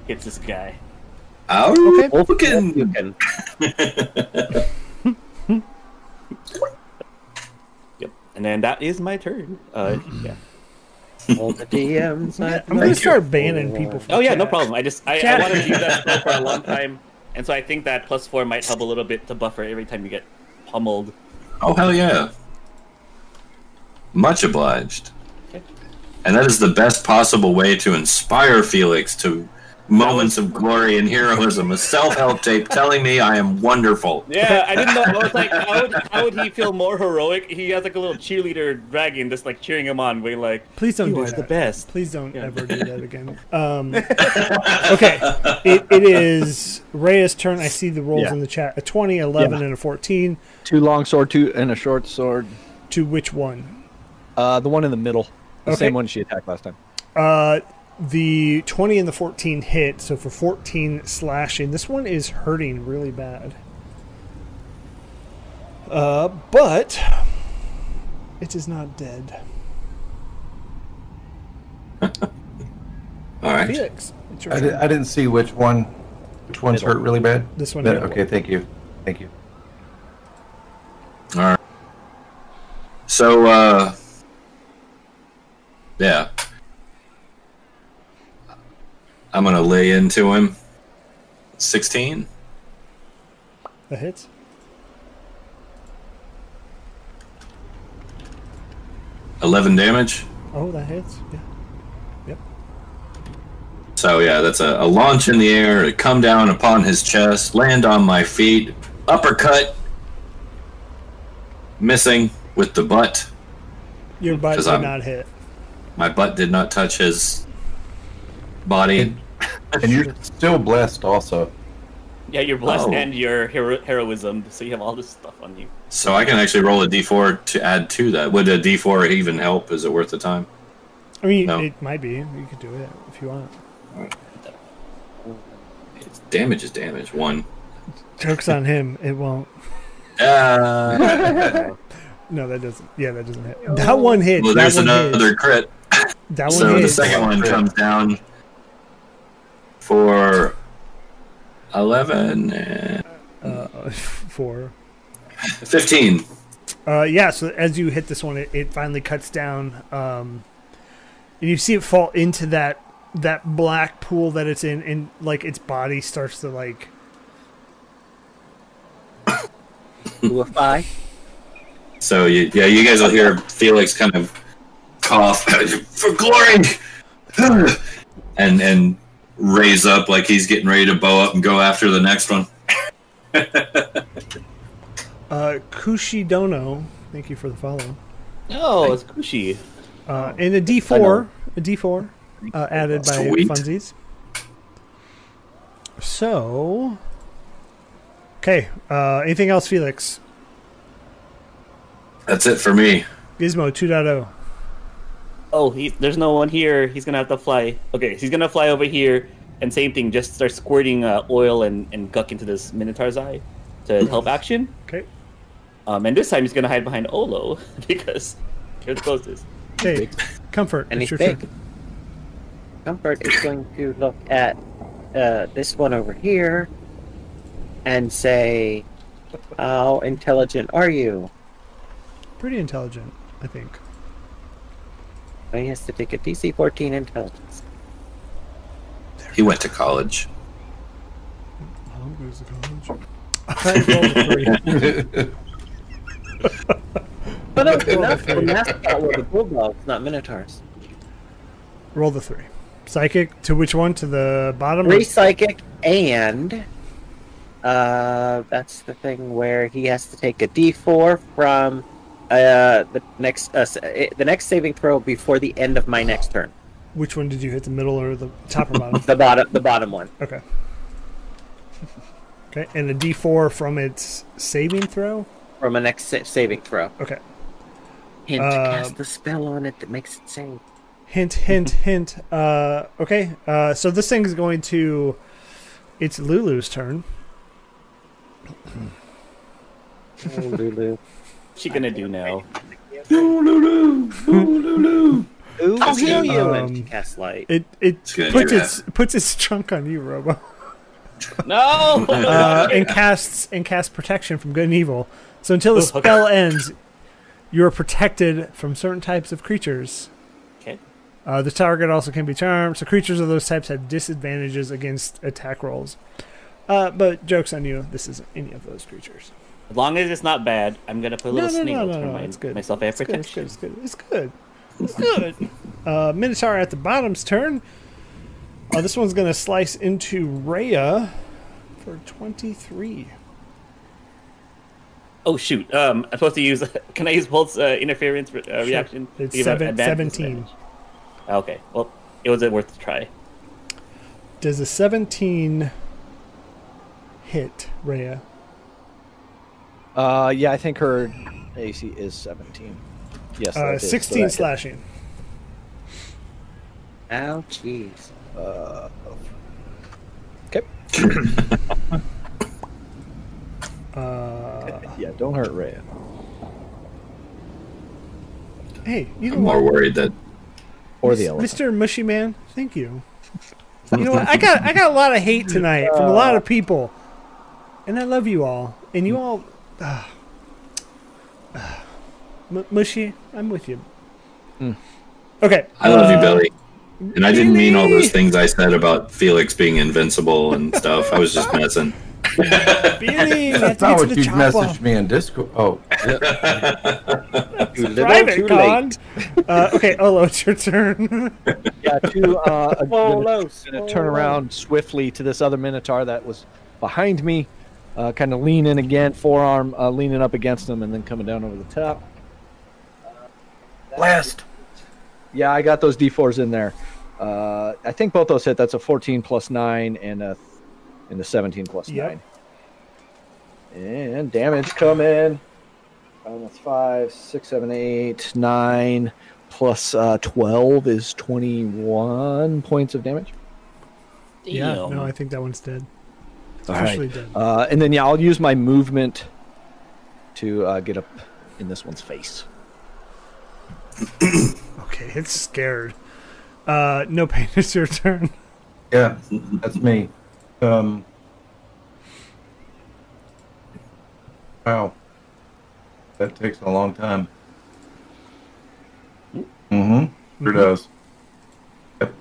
Speaker 4: hits this guy.
Speaker 2: Ow,
Speaker 3: Okay.
Speaker 2: fucking-
Speaker 1: And
Speaker 4: Yep. And then that is my turn. Uh, yeah.
Speaker 1: all
Speaker 5: (laughs)
Speaker 1: the DMs. I
Speaker 3: I'm gonna
Speaker 2: you.
Speaker 3: start banning people. From
Speaker 4: Oh yeah, no
Speaker 3: chat.
Speaker 4: problem. I just I, I
Speaker 3: Chat.
Speaker 4: wanted to use (laughs) that spell for a long time, and so I think that plus four might help a little bit to buffer every time you get pummeled.
Speaker 2: Oh hell yeah. Much obliged. And that is the best possible way to inspire Felix to moments of glory and heroism. A self-help tape telling me I am wonderful.
Speaker 4: Yeah, I didn't know. I was like, how would, how would he feel more heroic? He has like a little cheerleader dragon just like cheering him on, way like
Speaker 3: Please don't
Speaker 4: you
Speaker 3: do
Speaker 4: are
Speaker 3: that.
Speaker 4: the best.
Speaker 3: Please don't
Speaker 4: Yeah.
Speaker 3: ever do
Speaker 4: (laughs)
Speaker 3: that again. Um, okay, it, it is Reyes' turn. I see the rolls
Speaker 7: Yeah.
Speaker 3: in the chat: a 20, 11, and a 14.
Speaker 7: Two long sword, two and a short sword.
Speaker 3: To which one?
Speaker 7: Uh, the one in the middle. The
Speaker 3: Okay.
Speaker 7: same one she attacked last time.
Speaker 3: Uh, the 20 and the 14 hit. So for 14 slashing, this one is hurting really bad. Uh, but it is not dead.
Speaker 2: All right.
Speaker 3: Felix, it's your
Speaker 5: I,
Speaker 3: turn.
Speaker 5: di- I didn't see which one which one's
Speaker 7: Middle.
Speaker 5: hurt really bad.
Speaker 3: This one
Speaker 5: That-
Speaker 3: here.
Speaker 5: okay, thank you. Thank you.
Speaker 2: All right. So, uh, yeah, I'm gonna lay into him. Sixteen.
Speaker 3: That hits.
Speaker 2: Eleven damage.
Speaker 3: Oh, that hits. Yeah.
Speaker 2: So yeah, that's a, a launch in the air, a come down upon his chest, land on my feet, uppercut, missing with the butt.
Speaker 3: Your butt
Speaker 2: 'Cause
Speaker 3: did
Speaker 2: I'm-
Speaker 3: not hit.
Speaker 2: My butt did not touch his body.
Speaker 5: And you're still blessed also.
Speaker 4: Yeah, you're blessed
Speaker 2: Oh.
Speaker 4: and your hero- heroism, so you have all this stuff on you.
Speaker 2: So I can actually roll a d4 to add to that. Would a d4 even help? Is it worth the time?
Speaker 3: I mean,
Speaker 2: No.
Speaker 3: it might be. You could do it if you want.
Speaker 2: It's damage is damage. One.
Speaker 3: Joke's on him. It won't.
Speaker 2: Uh,
Speaker 3: No, that doesn't. Yeah, that doesn't hit. That one hit.
Speaker 2: well,
Speaker 3: that
Speaker 2: there's
Speaker 3: one hit.
Speaker 2: another crit.
Speaker 3: That one
Speaker 2: So the
Speaker 3: hit.
Speaker 2: second one comes down for 11 and
Speaker 3: uh, (laughs) four.
Speaker 2: 15.
Speaker 3: Uh, yeah, so as you hit this one, it, it finally cuts down, um, and you see it fall into that that black pool that it's in, and like its body starts to like
Speaker 1: Bye.
Speaker 2: So you, yeah, you guys will hear Felix kind of cough (laughs) for glory, (sighs) and and raise up like he's getting ready to bow up and go after the next one.
Speaker 3: uh, Kushidono. Thank you for the follow.
Speaker 4: No, Oh, it's Kushi.
Speaker 3: Uh, and a D four, a D four uh, added by
Speaker 2: Sweet.
Speaker 3: funsies. So, okay. Uh, anything else, Felix?
Speaker 2: That's it for me.
Speaker 3: Gizmo 2.0.
Speaker 4: Oh, he, there's no one here. He's gonna have to fly. Okay, he's gonna fly over here, and same thing. Just start squirting uh, oil and, and guck into this Minotaur's eye to (laughs) help action.
Speaker 3: Okay.
Speaker 4: Um, and this time he's gonna hide behind Olo (laughs) because you're the closest.
Speaker 3: Hey, comfort.
Speaker 1: And
Speaker 3: it's
Speaker 1: he's
Speaker 3: your
Speaker 1: big.
Speaker 3: turn.
Speaker 1: Comfort is going to look at uh, this one over here and say, How intelligent are you?
Speaker 3: Pretty intelligent, I think.
Speaker 1: And he has to take a DC 14 intelligence.
Speaker 2: He went to college.
Speaker 3: Mom goes to college. I rolled a three.
Speaker 1: But no, the mas- the mascot were the bulldogs, not minotaurs.
Speaker 3: Roll the three. Psychic to which one? To the bottom.
Speaker 1: Three psychic, and uh, that's the thing where he has to take a D4 from uh, the next uh, s- eh, the next saving throw before the end of my next turn.
Speaker 3: Which one did you hit? The middle or the top or bottom?
Speaker 1: The bottom, the bottom one.
Speaker 3: Okay. Okay, and a D4 from its saving throw.
Speaker 1: from a next sa- saving throw.
Speaker 3: Okay.
Speaker 1: Hint,
Speaker 3: Uh,
Speaker 1: cast the spell on it that makes it save.
Speaker 3: Hint, hint, hint. Uh, okay, uh, so this thing is going to. It's Lulu's turn.
Speaker 1: Lulu.
Speaker 4: What's she gonna do now?
Speaker 1: I'll heal you!
Speaker 3: Um,
Speaker 1: and she casts light.
Speaker 3: It it
Speaker 2: It's gonna
Speaker 3: puts
Speaker 2: do
Speaker 3: its puts its (laughs) trunk on you, Robo,
Speaker 4: No.
Speaker 3: (laughs)
Speaker 4: (laughs)
Speaker 3: uh, and casts and casts protection from good and evil. So until the
Speaker 4: Oh, okay.
Speaker 3: spell ends, you are protected from certain types of creatures.
Speaker 4: okay.
Speaker 3: Uh, the target also can be charmed, so creatures of those types have disadvantages against attack rolls. Uh, but jokes on you, this isn't any of those creatures.
Speaker 4: As long as it's not bad, I'm gonna put a
Speaker 3: No,
Speaker 4: little
Speaker 3: no,
Speaker 4: snail to
Speaker 3: no, no, no,
Speaker 4: remind
Speaker 3: it's good.
Speaker 4: myself I have
Speaker 3: It's good, it's
Speaker 4: protection.
Speaker 3: good. It's good. It's good.
Speaker 4: (laughs)
Speaker 3: It's good. uh, Minotaur at the bottom's turn. Uh, this one's gonna slice into Rhea for twenty-three.
Speaker 4: Oh shoot! Um, I'm supposed to use. (laughs) Can I use Bolt's uh, interference re- uh, reaction? to
Speaker 3: It's
Speaker 4: give an
Speaker 3: seven-
Speaker 4: advantage
Speaker 3: 17.
Speaker 4: disadvantage? Okay. Well, it wasn't worth a try.
Speaker 3: Does a 17 hit Rhea?
Speaker 7: Uh, yeah, I think her AC is 17. Yes,
Speaker 3: Uh,
Speaker 7: that is, so
Speaker 3: 16
Speaker 7: that hits.
Speaker 3: slashing.
Speaker 1: Oh, jeez.
Speaker 7: Okay.
Speaker 3: Uh,
Speaker 7: Yeah, don't hurt Rhea.
Speaker 3: hey, you know
Speaker 2: I'm more
Speaker 3: what?
Speaker 2: worried that
Speaker 7: Or the elephant.
Speaker 3: Mr. Mushy Man, thank
Speaker 5: (laughs)
Speaker 3: you. You know what? I got I got a lot of hate tonight from a
Speaker 5: Uh.
Speaker 3: lot of people, and I love you all. And you all, ah. Ah. M- Mushy, I'm with you.
Speaker 5: Mm.
Speaker 3: Okay,
Speaker 2: I love you,
Speaker 3: uh,
Speaker 2: Billy. And I didn't mean all
Speaker 3: Billy!
Speaker 2: those things I said about Felix being invincible and stuff. I was just messing.
Speaker 3: Billy, you have
Speaker 5: (laughs) That's
Speaker 3: to get
Speaker 5: not
Speaker 3: to
Speaker 5: what
Speaker 3: the
Speaker 5: you
Speaker 3: chopper.
Speaker 5: messaged me in Discord. Oh,
Speaker 1: Too little,
Speaker 3: Private
Speaker 1: too
Speaker 3: con. Uh, okay, Olo, it's your turn. (laughs)
Speaker 7: (laughs) Yeah, two. Uh, a,
Speaker 1: Whoa,
Speaker 7: gonna-
Speaker 1: low,
Speaker 7: gonna
Speaker 1: whoa,
Speaker 7: turn
Speaker 1: low.
Speaker 7: around swiftly to this other minotaur that was behind me. Uh, kind of lean in again, forearm uh, leaning up against him, and then coming down over the top.
Speaker 5: blast!
Speaker 7: Yeah, I got those d4s in there. Uh, I think both those hit. That's a 14 plus nine and a in the 17 plus
Speaker 3: Yep.
Speaker 7: 9. And damage coming. Um, that's 5, six, seven, eight, nine, plus, uh, 12 is 21 points of damage.
Speaker 3: Yeah,
Speaker 4: Damn.
Speaker 3: no, I think that one's dead.
Speaker 7: All
Speaker 3: Officially dead.
Speaker 7: Uh, and then, yeah, I'll use my movement to uh, get up in this one's face.
Speaker 3: Okay, it's scared. Uh, no pain. (laughs) It's your turn.
Speaker 5: Yeah, that's me. Um. Wow, that takes a long time. Mm-hmm. Sure does. Yep.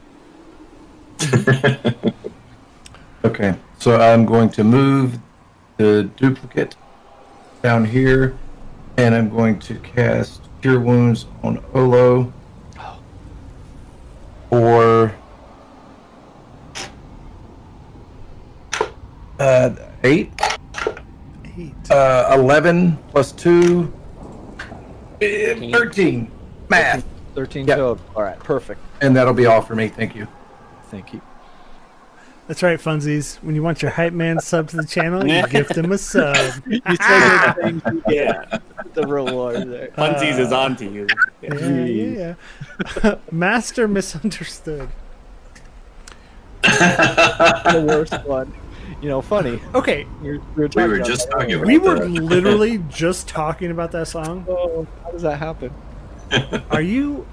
Speaker 5: (laughs) okay, so I'm going to move the duplicate down here, and I'm going to cast Cure Wounds on Olo. Or uh, eight,
Speaker 3: Eight.
Speaker 5: uh, 11 plus two, eh, 13. Math.
Speaker 7: 13
Speaker 5: Yep.
Speaker 7: total. All right, perfect.
Speaker 5: And that'll be all for me. Thank you.
Speaker 7: Thank you.
Speaker 3: That's right, funsies. When you want your hype man sub to the channel,
Speaker 7: (laughs)
Speaker 3: you gift him a sub.
Speaker 7: You said good things.
Speaker 4: (laughs) yeah.
Speaker 7: The reward there. (laughs)
Speaker 4: Funsies is on to you. Yeah.
Speaker 3: Yeah, (laughs) yeah, yeah. (laughs) Master misunderstood.
Speaker 7: the worst one. You know, (laughs) funny.
Speaker 3: Okay,
Speaker 7: You're, you
Speaker 2: We
Speaker 7: talking
Speaker 2: were
Speaker 7: about
Speaker 2: just
Speaker 7: that.
Speaker 2: talking about
Speaker 3: we were
Speaker 7: (laughs)
Speaker 2: that.
Speaker 3: literally just talking about that song.
Speaker 7: Oh, how does that happen?
Speaker 3: Are you,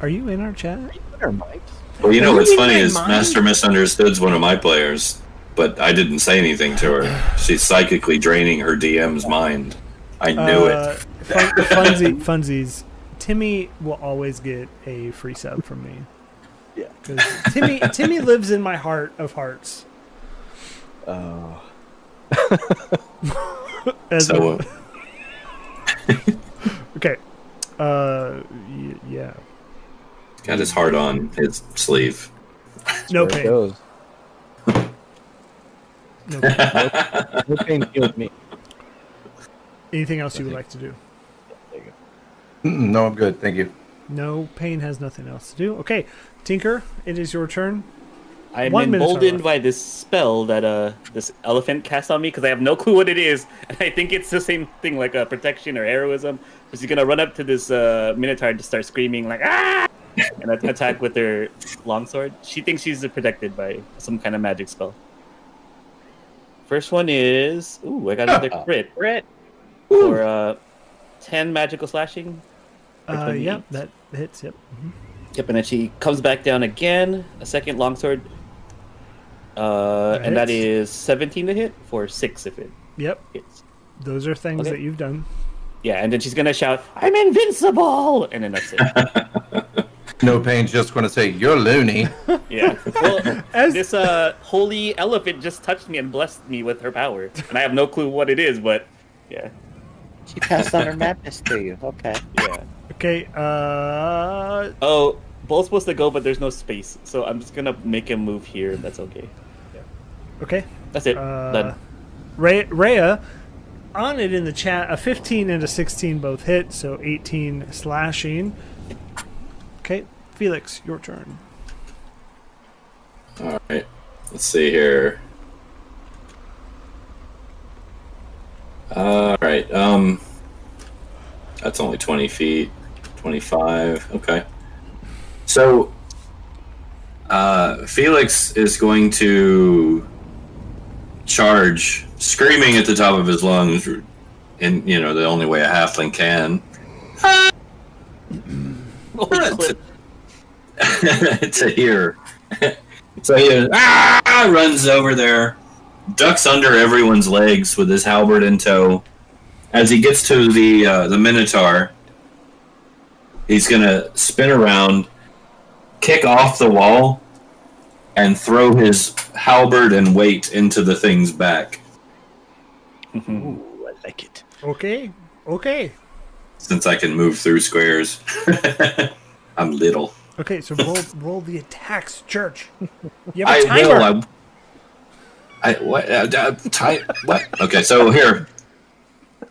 Speaker 3: are you in our chat?
Speaker 7: Never mind.
Speaker 2: Well, you know
Speaker 3: Were
Speaker 2: what's
Speaker 3: you in
Speaker 2: funny
Speaker 3: my
Speaker 2: is
Speaker 3: mind?
Speaker 2: Master Misunderstood's one of my players, but I didn't say anything to her. She's psychically draining her DM's mind. I knew
Speaker 3: Uh, fun, funsie, funsies. Timmy will always get a free sub from me.
Speaker 7: Yeah.
Speaker 3: 'Cause Timmy, Timmy lives in my heart of hearts.
Speaker 7: Oh,
Speaker 2: it.
Speaker 3: (laughs) As (laughs)
Speaker 2: So,
Speaker 3: a-
Speaker 2: uh,
Speaker 3: okay. Uh, y- yeah.
Speaker 2: got his heart on his sleeve.
Speaker 3: No
Speaker 7: there it
Speaker 3: pain.
Speaker 7: goes.
Speaker 3: No pain.
Speaker 7: No pain healed me.
Speaker 3: Anything else you would like to do?
Speaker 5: Mm-mm, no, I'm good. Thank you.
Speaker 3: No pain has nothing else to do. Okay, Tinker, it is your turn.
Speaker 4: I am
Speaker 3: One minute,
Speaker 4: emboldened
Speaker 3: Sarah.
Speaker 4: by this spell that uh this elephant cast on me because I have no (laughs) clue what it is, and I think it's the same thing like uh, protection or heroism. Because she's gonna run up to this uh, minotaur and just start screaming like ah, and
Speaker 3: (laughs)
Speaker 4: at- attack with her longsword. She thinks she's protected by some kind of magic spell. First one is ooh, I got another crit
Speaker 1: Crit.
Speaker 4: for uh, ten magical slashing. Or
Speaker 3: Uh,
Speaker 4: 28.
Speaker 3: yep, that hits. Yep.
Speaker 4: Yep, and then she comes back down again, a second longsword. Uh,
Speaker 3: That
Speaker 4: and that
Speaker 3: hits.
Speaker 4: is 17 to hit for 6 if it
Speaker 3: Yep.
Speaker 4: hits.
Speaker 3: Those are things
Speaker 4: Okay.
Speaker 3: that you've done.
Speaker 4: Yeah, and then she's gonna shout, I'm invincible! And then
Speaker 3: (laughs)
Speaker 4: that's it.
Speaker 5: No pain's just going to say, You're (laughs) loony.
Speaker 4: yeah. Well,
Speaker 3: As-
Speaker 4: this uh, holy elephant just touched me and blessed me with her power. And I have no clue what it is, but yeah.
Speaker 1: She passed on her madness to you. Okay.
Speaker 4: Yeah.
Speaker 3: Okay. Uh,
Speaker 4: Oh, Bull's supposed to go, but there's no space. So I'm just gonna make him move here, and that's okay.
Speaker 3: okay.
Speaker 4: That's it.
Speaker 3: Uh,
Speaker 4: Done.
Speaker 3: Rhea, Rhea, on it in the chat, a 15 and a 16 both hit, so 18 slashing. Okay, Felix, your turn.
Speaker 2: All right, let's see here. All right, um, that's only twenty feet, twenty-five. Okay, so uh, Felix is going to charge, screaming at the top of his lungs, in you know the only way a halfling can.
Speaker 4: Oh,
Speaker 2: (laughs) to, (laughs) to hear. so he ah, runs over there, ducks under everyone's legs with his halberd in tow. As he gets to the uh, the minotaur, he's gonna spin around, kick off the wall, and throw his halberd and weight into the thing's back.
Speaker 7: Ooh, I like it.
Speaker 3: Okay. Okay.
Speaker 2: Since I can move through squares, (laughs) I'm little.
Speaker 3: Okay, so roll roll the attacks, church. You
Speaker 2: I
Speaker 3: have a timer.
Speaker 2: will. I, I what? Uh, uh, ti- what? Okay, so here,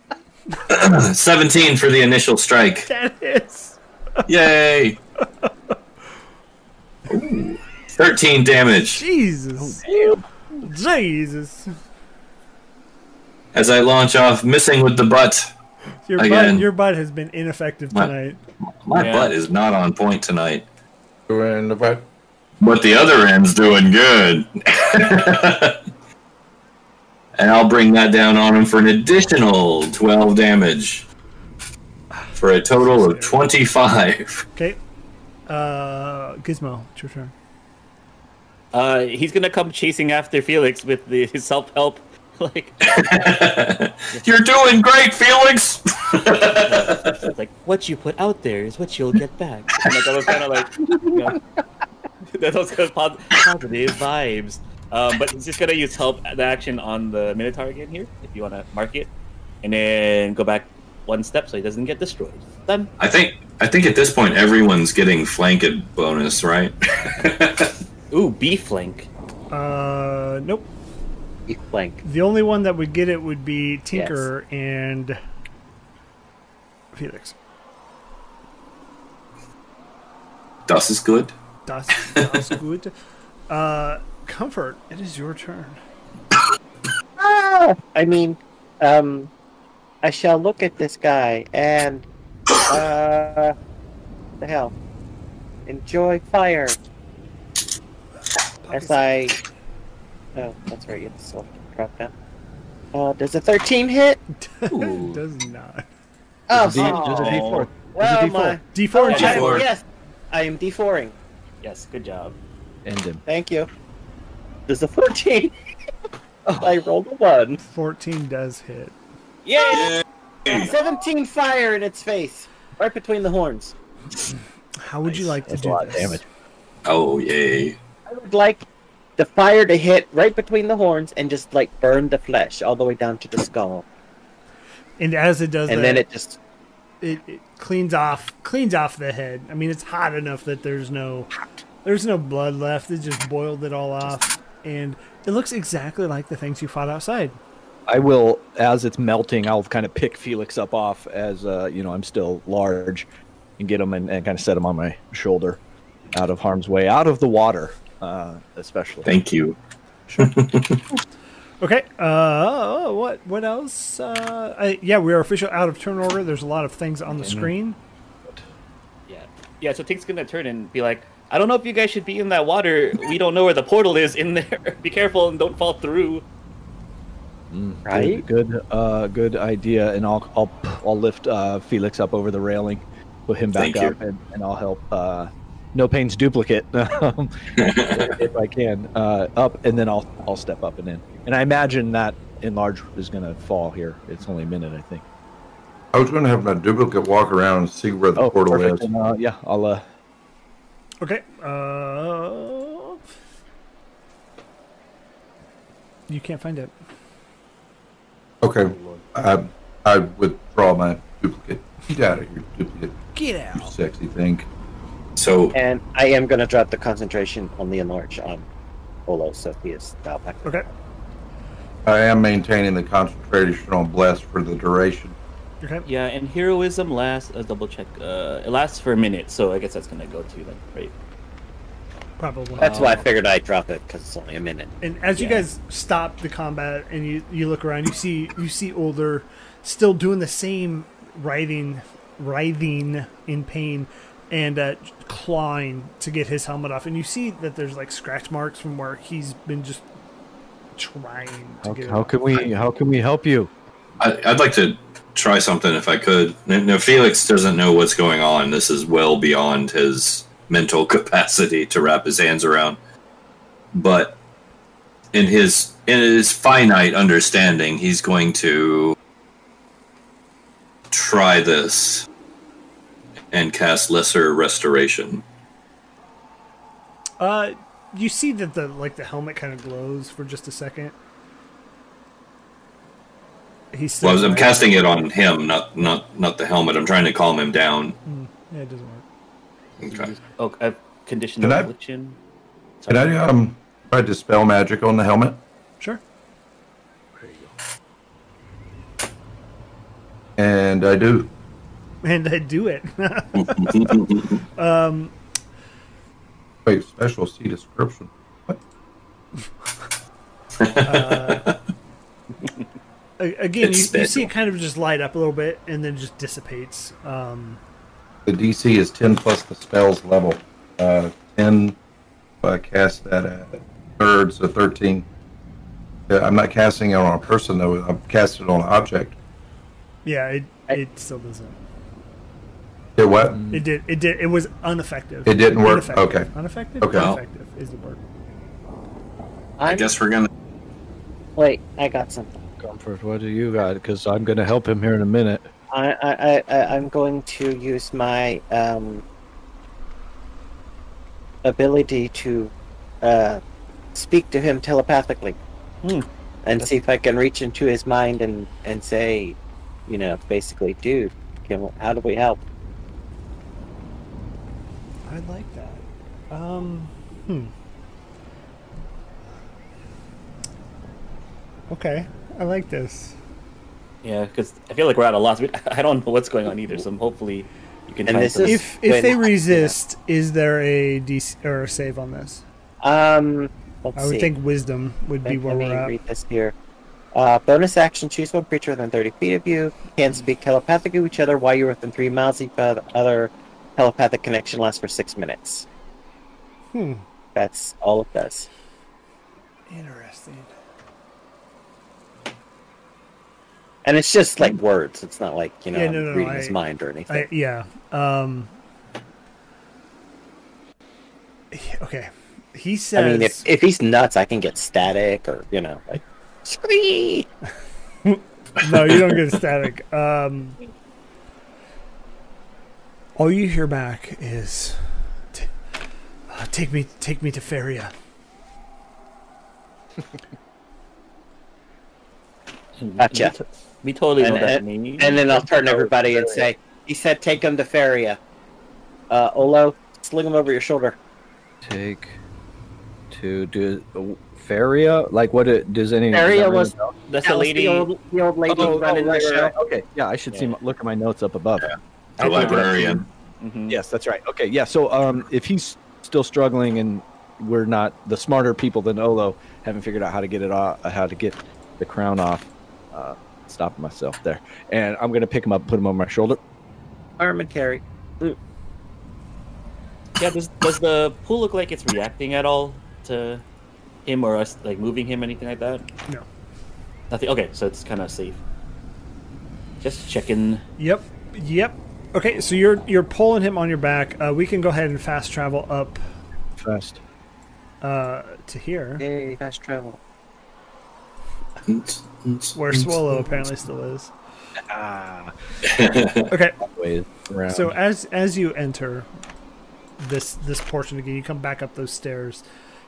Speaker 2: (clears throat) seventeen for the
Speaker 3: (laughs)
Speaker 2: initial
Speaker 3: (laughs)
Speaker 2: strike.
Speaker 3: That is.
Speaker 2: Yay! Ooh, Thirteen damage. Oh,
Speaker 3: Jesus. Jesus.
Speaker 2: As I launch off, missing with the butt.
Speaker 3: Your
Speaker 2: Again.
Speaker 3: butt, your butt has been ineffective
Speaker 2: What?
Speaker 3: tonight.
Speaker 2: My
Speaker 4: Yeah.
Speaker 2: butt is not on point tonight.
Speaker 5: Doing the right.
Speaker 2: But the other end's doing good. (laughs) and I'll bring that down on him for an additional 12 damage. For a total of 25.
Speaker 3: Okay. Uh, Gizmo, it's your turn.
Speaker 4: Uh, he's gonna come chasing after Felix with the, his self help. (laughs) Like,
Speaker 2: (laughs) You're doing great, Felix!
Speaker 4: it's like what you put out there is what you'll get back. And, like, I was kind of like, you know, (laughs) that was kind of pos- positive vibes. Um, but he's just gonna use help the action on the Minotaur again here, if you wanna mark it, and then go back one step so he doesn't get destroyed. Done.
Speaker 2: I think I think at this point everyone's getting flanked bonus, right? (laughs)
Speaker 4: Ooh, B flank.
Speaker 3: Uh, nope.
Speaker 1: You flank.
Speaker 3: The only one that would get it would be Tinker and Felix.
Speaker 2: Das is good.
Speaker 3: Das, das gut. Uh, Comfort, it is your turn.
Speaker 1: Ah, I mean, um, I shall look at this guy and, uh, the hell, enjoy fire as I. Oh, that's right. It's still drop down. Uh, does a thirteen hit?
Speaker 3: (laughs)
Speaker 2: Ooh.
Speaker 3: Does not.
Speaker 1: Oh,
Speaker 7: Just a D- just a
Speaker 1: oh,
Speaker 7: D4.
Speaker 1: well,
Speaker 7: Just a
Speaker 1: my.
Speaker 7: D4.
Speaker 1: Oh, I
Speaker 3: D4 check.
Speaker 1: am-
Speaker 2: D4.
Speaker 1: yes, I am D4ing.
Speaker 4: Yes, good job.
Speaker 7: End him.
Speaker 1: Thank you. Does a fourteen? (laughs) I rolled a one.
Speaker 3: 14 does hit.
Speaker 1: Yeah. Seventeen fire in its face, right between the horns.
Speaker 3: How would you like to
Speaker 7: That's a
Speaker 3: do
Speaker 7: lot of
Speaker 3: this?
Speaker 7: damage.
Speaker 2: Oh yay.
Speaker 1: I would like the fire to hit right between the horns and just like burn the flesh all the way down to the skull,
Speaker 3: And as it does
Speaker 1: and
Speaker 3: that,
Speaker 1: then it just
Speaker 3: it, it cleans off cleans off the head. I mean, it's hot enough that there's no there's no blood left. It just boiled it all off, and it looks exactly like the things you fought outside.
Speaker 7: I will, as it's melting, I'll kind of pick Felix up off as uh, you know I'm still large, and get him and, and kind of set him on my shoulder, out of harm's way, out of the water, uh, especially.
Speaker 2: Thank you.
Speaker 3: Okay. Uh, oh, what what else? Uh, I, yeah, we are official out of turn order. There's a lot of things on the screen.
Speaker 4: Yeah. Yeah, so Tink's gonna turn and be like, I don't know if you guys should be in that water. We don't know where the portal is in there. (laughs) be careful and don't fall through.
Speaker 1: right.
Speaker 7: Good, good, uh, good idea. And I'll, I'll, I'll lift uh, Felix up over the railing, put him back
Speaker 2: Thank you.
Speaker 7: up, and, and I'll help. Uh, no pain's duplicate, (laughs) um, if I can, uh, up, and then I'll, I'll step up and in. And I imagine that enlarge is going to fall here. It's only a minute, I think.
Speaker 5: I was going to have my duplicate walk around and see where the
Speaker 7: Oh,
Speaker 5: portal
Speaker 7: perfect.
Speaker 5: is.
Speaker 7: And, uh, yeah, I'll. Uh,
Speaker 3: Okay. Uh, you can't find it.
Speaker 5: Okay, I, I withdraw my duplicate. Get out of here, duplicate.
Speaker 3: Get
Speaker 5: You sexy thing.
Speaker 2: So
Speaker 1: And I am gonna drop the concentration on the enlarge on Olo, so he is now back.
Speaker 3: Okay.
Speaker 5: I am maintaining the concentration on blast for the duration.
Speaker 3: Okay.
Speaker 4: Yeah, and heroism lasts a double check. Uh, it lasts for a minute, so I guess that's gonna go to like right.
Speaker 3: Probably.
Speaker 1: That's why I figured I'd drop it because it's only a minute.
Speaker 3: And as you
Speaker 4: Yeah.
Speaker 3: guys stop the combat and you, you look around, you see you see older still doing the same writhing writhing in pain and uh, clawing to get his helmet off. And you see that there's like scratch marks from where he's been just trying to
Speaker 7: how,
Speaker 3: get it
Speaker 7: how
Speaker 3: off.
Speaker 7: can we? How can we help you?
Speaker 2: I, I'd like to try something if I could. No, no, Felix doesn't know what's going on. This is well beyond his mental (laughs) capacity to wrap his hands around. But in his in his finite understanding, he's going to try this and cast lesser restoration.
Speaker 3: Uh, you see that the like the helmet kind of glows for just a second. He's still
Speaker 2: Well, I'm
Speaker 3: writhing.
Speaker 2: casting it on him, not not not the helmet. I'm trying to calm him down.
Speaker 3: Yeah, it doesn't work.
Speaker 2: Okay.
Speaker 4: Oh, uh, condition
Speaker 5: Can I-
Speaker 4: affliction.
Speaker 5: Can I um try dispel magic on the helmet?
Speaker 3: Sure.
Speaker 5: And I do.
Speaker 3: And I do it. (laughs)
Speaker 5: Wait, special see description. What?
Speaker 3: A- Again,
Speaker 2: It's
Speaker 3: you, you
Speaker 2: spit.
Speaker 3: see it kind of just light up a little bit and then just dissipates. Um,
Speaker 5: The DC is 10 plus the spell's level. Uh, 10, if I cast that at third, so 13. Uh, I'm not casting it on a person, though. I'm casting it on an object.
Speaker 3: yeah, it, it still doesn't.
Speaker 5: Did what?
Speaker 3: It did. It did. It was ineffective.
Speaker 5: It didn't work?
Speaker 3: Ineffective.
Speaker 5: Okay.
Speaker 3: Ineffective.
Speaker 5: Okay.
Speaker 3: Ineffective is the word.
Speaker 2: I
Speaker 1: I'm-
Speaker 2: guess we're gonna.
Speaker 1: Wait, I got something.
Speaker 7: Comfort, what do you got? Because I'm going to help him here in a minute.
Speaker 1: I, I, I, I- I'm going to use my um, ability to uh, speak to him telepathically
Speaker 4: Hmm.
Speaker 1: and see if I can reach into his mind and, and say, you know, basically, dude, can, how do we help?
Speaker 3: I like that. Um, hmm. Okay, I like this.
Speaker 4: Yeah, because I feel like we're at a loss. We- (laughs) I don't know what's going on either. So hopefully you can
Speaker 1: And
Speaker 4: find
Speaker 1: this
Speaker 4: some.
Speaker 1: is-
Speaker 3: If if
Speaker 1: Wait,
Speaker 3: they
Speaker 1: no,
Speaker 3: resist, is there a DC or a save on this?
Speaker 1: Um, let's
Speaker 3: I would
Speaker 1: see.
Speaker 3: think wisdom would be
Speaker 1: Let-
Speaker 3: where
Speaker 1: let me
Speaker 3: we're at.
Speaker 1: read this here. Uh, bonus action: Choose one creature within 30 feet of you. Can speak telepathically to each other while you're within three miles. Each oth- other telepathic connection lasts for six minutes.
Speaker 3: Hmm.
Speaker 1: That's all it does.
Speaker 3: Interesting.
Speaker 1: And it's just like words. It's not like you know
Speaker 3: Yeah, no,
Speaker 1: I'm
Speaker 3: no,
Speaker 1: reading
Speaker 3: I-
Speaker 1: his mind or
Speaker 3: I,
Speaker 1: anything.
Speaker 3: yeah. Um, he- okay. He
Speaker 1: I,
Speaker 3: says.
Speaker 1: mean, if, if he's nuts, I can get static or you know like. Squee!
Speaker 3: no, you don't get
Speaker 1: (laughs)
Speaker 3: static. Um, all you hear back is, "T- uh, "Take me, take me to Feria."
Speaker 1: Gotcha.
Speaker 4: We totally know
Speaker 1: And,
Speaker 4: what that
Speaker 1: and-
Speaker 4: means.
Speaker 1: and then I'll turn to everybody and say, "He said, take him to Feria." Uh, Olo, sling him over your shoulder.
Speaker 7: Take to do Faria? Like, what it, does any.
Speaker 1: Feria
Speaker 7: does that
Speaker 1: was
Speaker 7: ring a
Speaker 4: that's
Speaker 1: That
Speaker 4: the
Speaker 1: was
Speaker 4: lady.
Speaker 1: the old, the old lady
Speaker 7: bell? Oh,
Speaker 1: running
Speaker 7: oh, right,
Speaker 1: the
Speaker 7: right,
Speaker 1: show.
Speaker 7: right. Okay, yeah, I should see.
Speaker 4: Yeah.
Speaker 7: My, look at my notes up above.
Speaker 2: The librarian.
Speaker 4: Mhm.
Speaker 7: Yes, that's right. Okay, yeah. So um, if he's still struggling and we're not the smarter people than Olo, haven't figured out how to get it off, how to get the crown off, uh, stop myself there, and I'm gonna pick him up, put him on my shoulder.
Speaker 1: Arm and carry.
Speaker 4: Yeah. Does, does the pool look like it's reacting at all to him or us, like moving him, anything like that?
Speaker 3: No.
Speaker 4: Nothing. Okay, so it's kind of safe. Just checking.
Speaker 3: Yep. Yep. Okay, so you're you're pulling him on your back. Uh, we can go ahead and fast travel up
Speaker 7: Fast.
Speaker 3: uh, to here,
Speaker 1: Yay, fast travel.
Speaker 3: where Swallow apparently still is.
Speaker 7: Ah, (laughs)
Speaker 3: Okay,
Speaker 7: wait. Around.
Speaker 3: So as as you enter this this portion again, you come back up those stairs.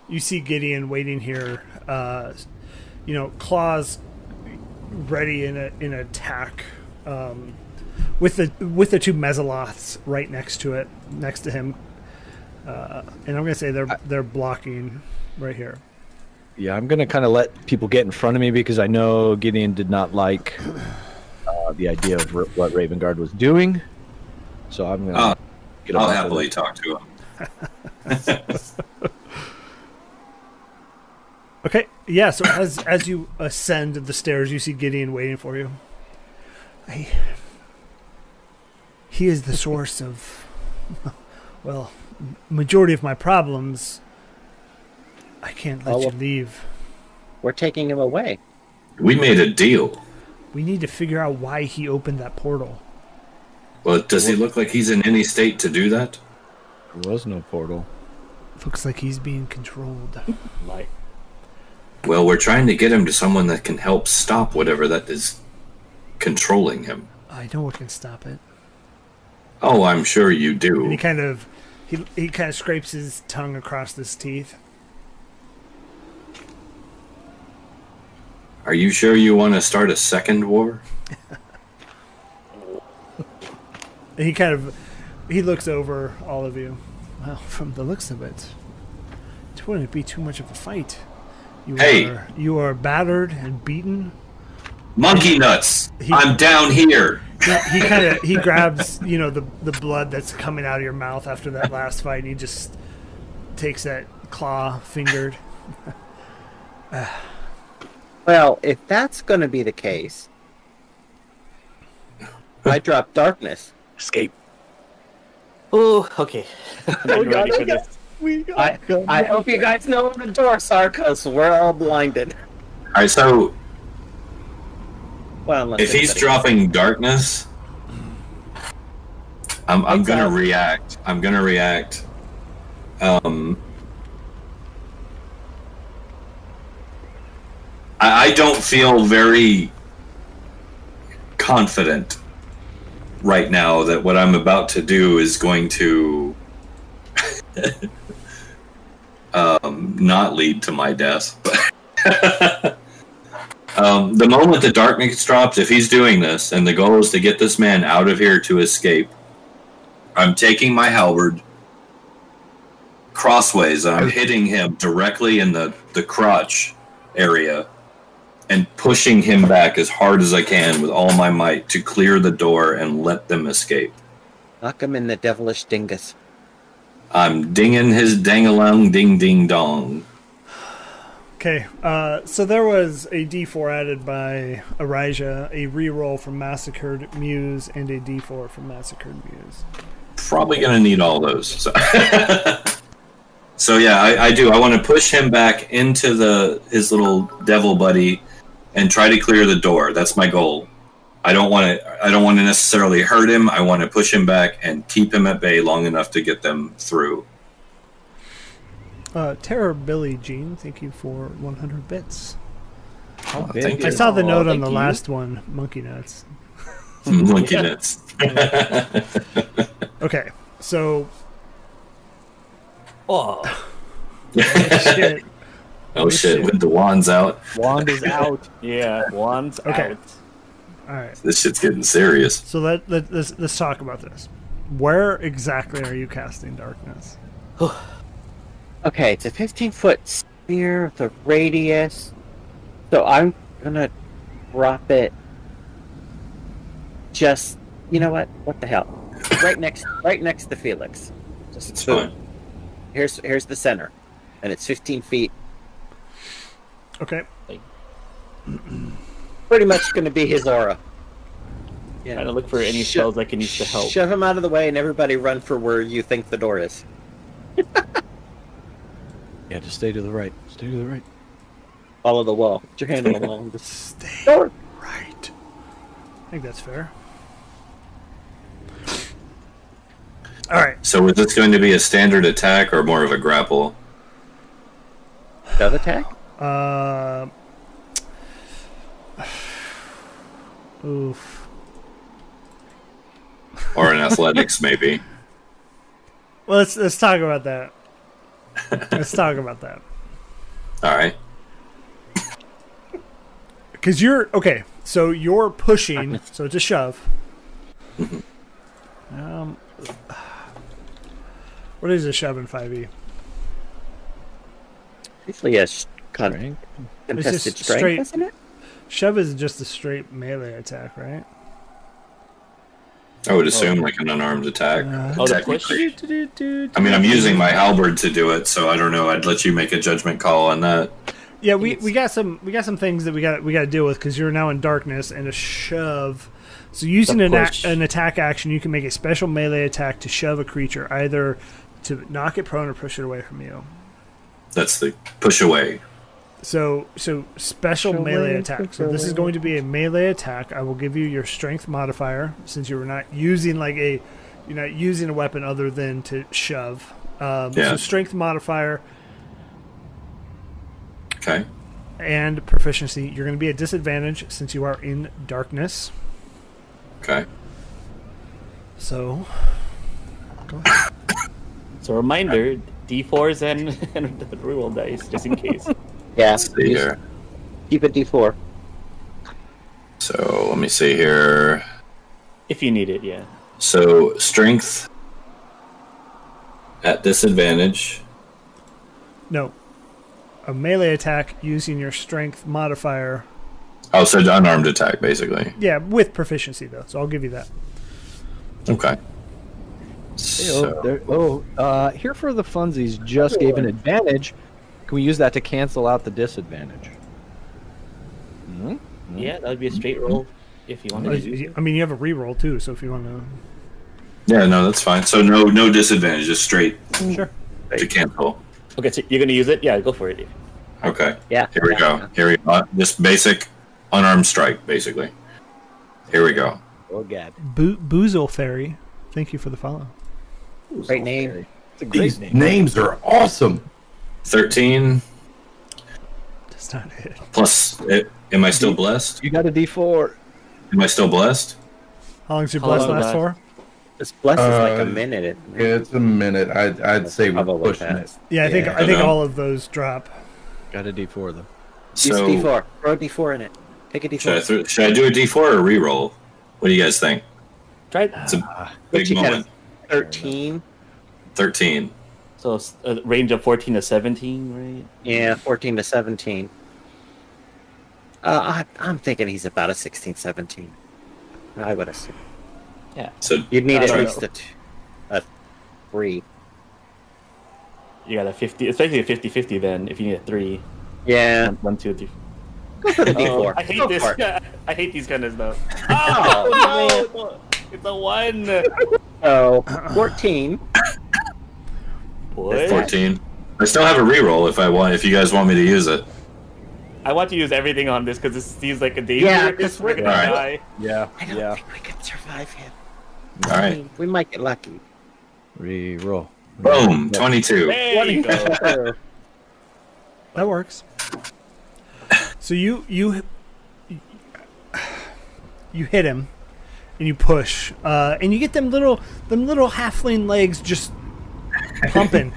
Speaker 3: You see Gideon waiting here. Uh, you know, claws ready in a in attack. Um, with the with the two mezoloths right next to it, next to him, uh, and I'm gonna say they're they're blocking right here.
Speaker 7: yeah, I'm gonna kind of let people get in front of me because I know Gideon did not like uh, the idea of r- what Raven Guard was doing. So I'm gonna
Speaker 2: Uh,
Speaker 7: get
Speaker 2: I'll
Speaker 7: off of
Speaker 2: happily
Speaker 7: it.
Speaker 2: talk to him.
Speaker 3: Okay, yeah. So as as you ascend the stairs, you see Gideon waiting for you. I, he is the source of, well, m- majority of my problems. I can't let
Speaker 1: Oh,
Speaker 3: you
Speaker 1: well-
Speaker 3: leave.
Speaker 1: We're taking him away.
Speaker 2: We made a deal.
Speaker 3: We need to figure out why he opened that portal.
Speaker 2: Well, does he look like he's in any state to do that?
Speaker 7: There was no portal.
Speaker 3: Looks like he's being controlled.
Speaker 4: Like,
Speaker 2: Well, we're trying to get him to someone that can help stop whatever that is controlling him.
Speaker 3: I know what can stop it.
Speaker 2: Oh, I'm sure you
Speaker 3: And he
Speaker 2: do.
Speaker 3: kind of, he he kind of scrapes his tongue across his teeth.
Speaker 2: Are you sure you want to start a second war?
Speaker 3: And he kind of he looks over all of you. Well, from the looks of it, it wouldn't be too much of a fight. You
Speaker 2: Hey.
Speaker 3: are you are battered and beaten.
Speaker 2: Monkey nuts!
Speaker 3: He-
Speaker 2: I'm down here!
Speaker 3: He kind of he grabs you know the the blood that's coming out of your mouth after that last fight, and he just takes that claw fingered. Ah,
Speaker 1: Well, if that's going to be the case, I drop darkness.
Speaker 6: Escape.
Speaker 4: Oh, okay. I'm not ready for this.
Speaker 6: We got
Speaker 1: I, I hope you guys know I'm the door, Sarkos. We're all blinded.
Speaker 2: All right, so
Speaker 1: Well, unless
Speaker 2: if he's
Speaker 1: anybody-
Speaker 2: dropping darkness, I'm, I'm gonna
Speaker 1: Exactly.
Speaker 2: react. I'm gonna react. Um, I, I don't feel very confident right now that what I'm about to do is going to (laughs) um, not lead to my death. But (laughs) um, the moment the darkness drops, if he's doing this, and the goal is to get this man out of here to escape, I'm taking my halberd crossways. and I'm hitting him directly in the, the crotch area and pushing him back as hard as I can with all my might to clear the door and let them escape.
Speaker 1: knock him in the devilish dingus.
Speaker 2: I'm dinging his dang along ding ding dong.
Speaker 3: Okay, uh, so there was a D4 added by Arijah, a reroll from Massacred Muse, and a D4 from Massacred Muse.
Speaker 2: probably going to need all those. So, (laughs) so yeah, I, I do. I want to push him back into the his little devil buddy and try to clear the door. That's my goal. I don't want to. I don't want to necessarily hurt him. I want to push him back and keep him at bay long enough to get them through.
Speaker 3: Uh, Terror Billy Jean, thank you for 100 bits.
Speaker 2: Oh,
Speaker 7: big
Speaker 2: thank
Speaker 7: is
Speaker 3: I
Speaker 2: you.
Speaker 3: saw the
Speaker 7: Aw,
Speaker 3: note on
Speaker 7: thank
Speaker 3: the
Speaker 7: you.
Speaker 3: last one, monkey nuts.
Speaker 2: (laughs) Monkey nuts.
Speaker 3: Okay, so
Speaker 4: Oh,
Speaker 3: (laughs) shit.
Speaker 2: oh shit! With the wands out,
Speaker 7: Wand
Speaker 2: (laughs)
Speaker 7: is out.
Speaker 4: yeah. Wands
Speaker 3: Okay.
Speaker 4: out.
Speaker 3: All right,
Speaker 2: this shit's getting serious.
Speaker 3: so let, let let's, let's talk about this. Where exactly are you casting darkness?
Speaker 1: Okay, it's a 15 foot sphere with a radius. So I'm gonna drop it. Just you know what? What the hell? Right next, right next to Felix. Just
Speaker 2: It's
Speaker 1: boom.
Speaker 2: fine.
Speaker 1: Here's here's the center, and it's 15 feet.
Speaker 3: Okay,
Speaker 1: Pretty much gonna be his aura. Yeah.
Speaker 4: Trying to look for any
Speaker 1: Sho-
Speaker 4: spells I can use to help.
Speaker 1: Shove him out of the way, and everybody run for where you think the door is.
Speaker 7: Yeah, just stay to the right. Stay to the right.
Speaker 1: Follow the wall. Put your hand on the wall. and just-
Speaker 3: stay
Speaker 7: Oh.
Speaker 1: Door.
Speaker 3: right. I think that's fair. All right.
Speaker 2: So is this going to be a standard attack or more of a grapple?
Speaker 1: Shove attack.
Speaker 3: Uh, oof.
Speaker 2: Or (laughs) an athletics maybe?
Speaker 3: Well, let's let's talk about that. let's talk about that
Speaker 2: All right.
Speaker 3: because you're okay. So you're pushing. So it's
Speaker 4: (laughs)
Speaker 3: a shove. Um, what is a shove in five e?
Speaker 1: Usually a sh- con-
Speaker 7: Frank.
Speaker 1: contested
Speaker 3: just
Speaker 1: strength,
Speaker 3: straight-
Speaker 1: isn't it?
Speaker 3: Shove is just a straight melee attack, right?
Speaker 2: I would assume like an unarmed attack.
Speaker 4: Oh, the push?
Speaker 2: technically. I mean, I'm using my halberd to do it, so I don't know. I'd let you make a judgment call on that.
Speaker 3: Yeah, we, we got some we got some things that we got we got to deal with because you're now in darkness and a shove. So using
Speaker 4: The
Speaker 3: an, ac
Speaker 4: push.
Speaker 3: an attack action, you can make a special melee attack to shove a creature either to knock it prone or push it away from you.
Speaker 2: That's the push away.
Speaker 3: So so special melee
Speaker 1: away,
Speaker 3: attack.
Speaker 1: push
Speaker 3: So this is
Speaker 1: away.
Speaker 3: going to be a melee attack. I will give you your strength modifier since you were not using like a you're not using a weapon other than to shove. Um,
Speaker 2: Yeah.
Speaker 3: So strength modifier
Speaker 2: Okay.
Speaker 3: and proficiency. You're going to be at disadvantage since you are in darkness.
Speaker 2: Okay.
Speaker 3: So
Speaker 4: So reminder, D4s and, (laughs) and the reroll dice, just in (laughs) case.
Speaker 1: Yeah.
Speaker 2: See here.
Speaker 1: Keep it D4.
Speaker 2: So let me see here.
Speaker 4: if you need it, yeah.
Speaker 2: So strength at disadvantage.
Speaker 3: No. A melee attack using your strength modifier.
Speaker 2: Oh, so unarmed attack basically.
Speaker 3: Yeah, with proficiency though, so I'll give you that.
Speaker 2: Okay.
Speaker 7: Oh,
Speaker 2: So,
Speaker 7: there, oh uh, here for the funsies just gave an advantage. Can we use that to cancel out the disadvantage?
Speaker 4: Yeah, that would be a straight roll if you wanted to do.
Speaker 3: Uh, I mean, you have a reroll too, so if you want to.
Speaker 2: Yeah, no, that's fine. So no, no disadvantage, just straight
Speaker 3: Sure.
Speaker 2: to cancel.
Speaker 4: Okay, so you're gonna use it. Yeah, go for it.
Speaker 2: Okay.
Speaker 1: Yeah.
Speaker 2: Here we go. Here we go. Just basic unarmed strike, basically. Here we go.
Speaker 7: Oh god.
Speaker 3: Bo- Boozle Fairy, thank you for the follow.
Speaker 1: Great name.
Speaker 7: It's a great
Speaker 5: These
Speaker 7: name.
Speaker 5: names are awesome.
Speaker 2: Thirteen
Speaker 3: That's not it.
Speaker 2: plus. eh, Am I still blessed?
Speaker 7: You got a D4.
Speaker 2: Am I still blessed?
Speaker 3: How long's your
Speaker 4: How
Speaker 3: bless
Speaker 4: long
Speaker 3: last
Speaker 4: last?
Speaker 3: for?
Speaker 1: This bless is like
Speaker 5: Uh,
Speaker 1: a minute. It,
Speaker 5: Yeah, it's a minute. I, I'd say we're
Speaker 1: Probably
Speaker 5: pushing
Speaker 1: passed.
Speaker 3: Yeah, I think
Speaker 1: Yeah.
Speaker 3: I think
Speaker 2: Okay.
Speaker 3: all of those drop.
Speaker 7: Got a D4 though.
Speaker 1: Use
Speaker 2: So
Speaker 1: D4. Throw a D4 in it. Take a D4.
Speaker 2: should I, throw should I do a D four or reroll? What do you guys think?
Speaker 4: Try it.
Speaker 2: It's a
Speaker 1: What
Speaker 2: big
Speaker 1: Uh, you got?
Speaker 2: moment.
Speaker 1: 13.
Speaker 2: Thirteen.
Speaker 4: So s- a range of 14 to 17, right?
Speaker 1: Yeah, 14 to 17. Uh, I, I'm thinking he's about a 16, 17. I would assume.
Speaker 2: So
Speaker 1: You'd need
Speaker 4: I
Speaker 1: at
Speaker 4: don't
Speaker 1: least
Speaker 4: know.
Speaker 1: a, t- a 3.
Speaker 4: You got a 50. It's basically a 50 50 then if you need a 3.
Speaker 1: Yeah,
Speaker 4: One, one, two, three.
Speaker 1: put a D4.
Speaker 4: I hate
Speaker 1: Go
Speaker 4: this.
Speaker 1: for it.
Speaker 4: I hate these kind of (laughs) stuff. Oh, no. It's a 1.
Speaker 1: So, 14.
Speaker 4: Boy.
Speaker 2: fourteen. I still have a reroll if I want. If you guys want me to use it.
Speaker 4: I want to use everything on this because this seems like a danger.
Speaker 1: Yeah, 'cause
Speaker 4: we're gonna
Speaker 2: we're-
Speaker 4: die.
Speaker 7: Yeah.
Speaker 1: I don't
Speaker 7: Yeah.
Speaker 1: think we can survive him.
Speaker 2: All
Speaker 1: I
Speaker 2: right.
Speaker 1: mean, we might get lucky.
Speaker 7: Reroll.
Speaker 2: Boom. Twenty-two.
Speaker 4: There you go.
Speaker 3: That works. So you you you hit him, and you push, uh, and you get them little them little halfling legs just
Speaker 4: (laughs)
Speaker 3: pumping,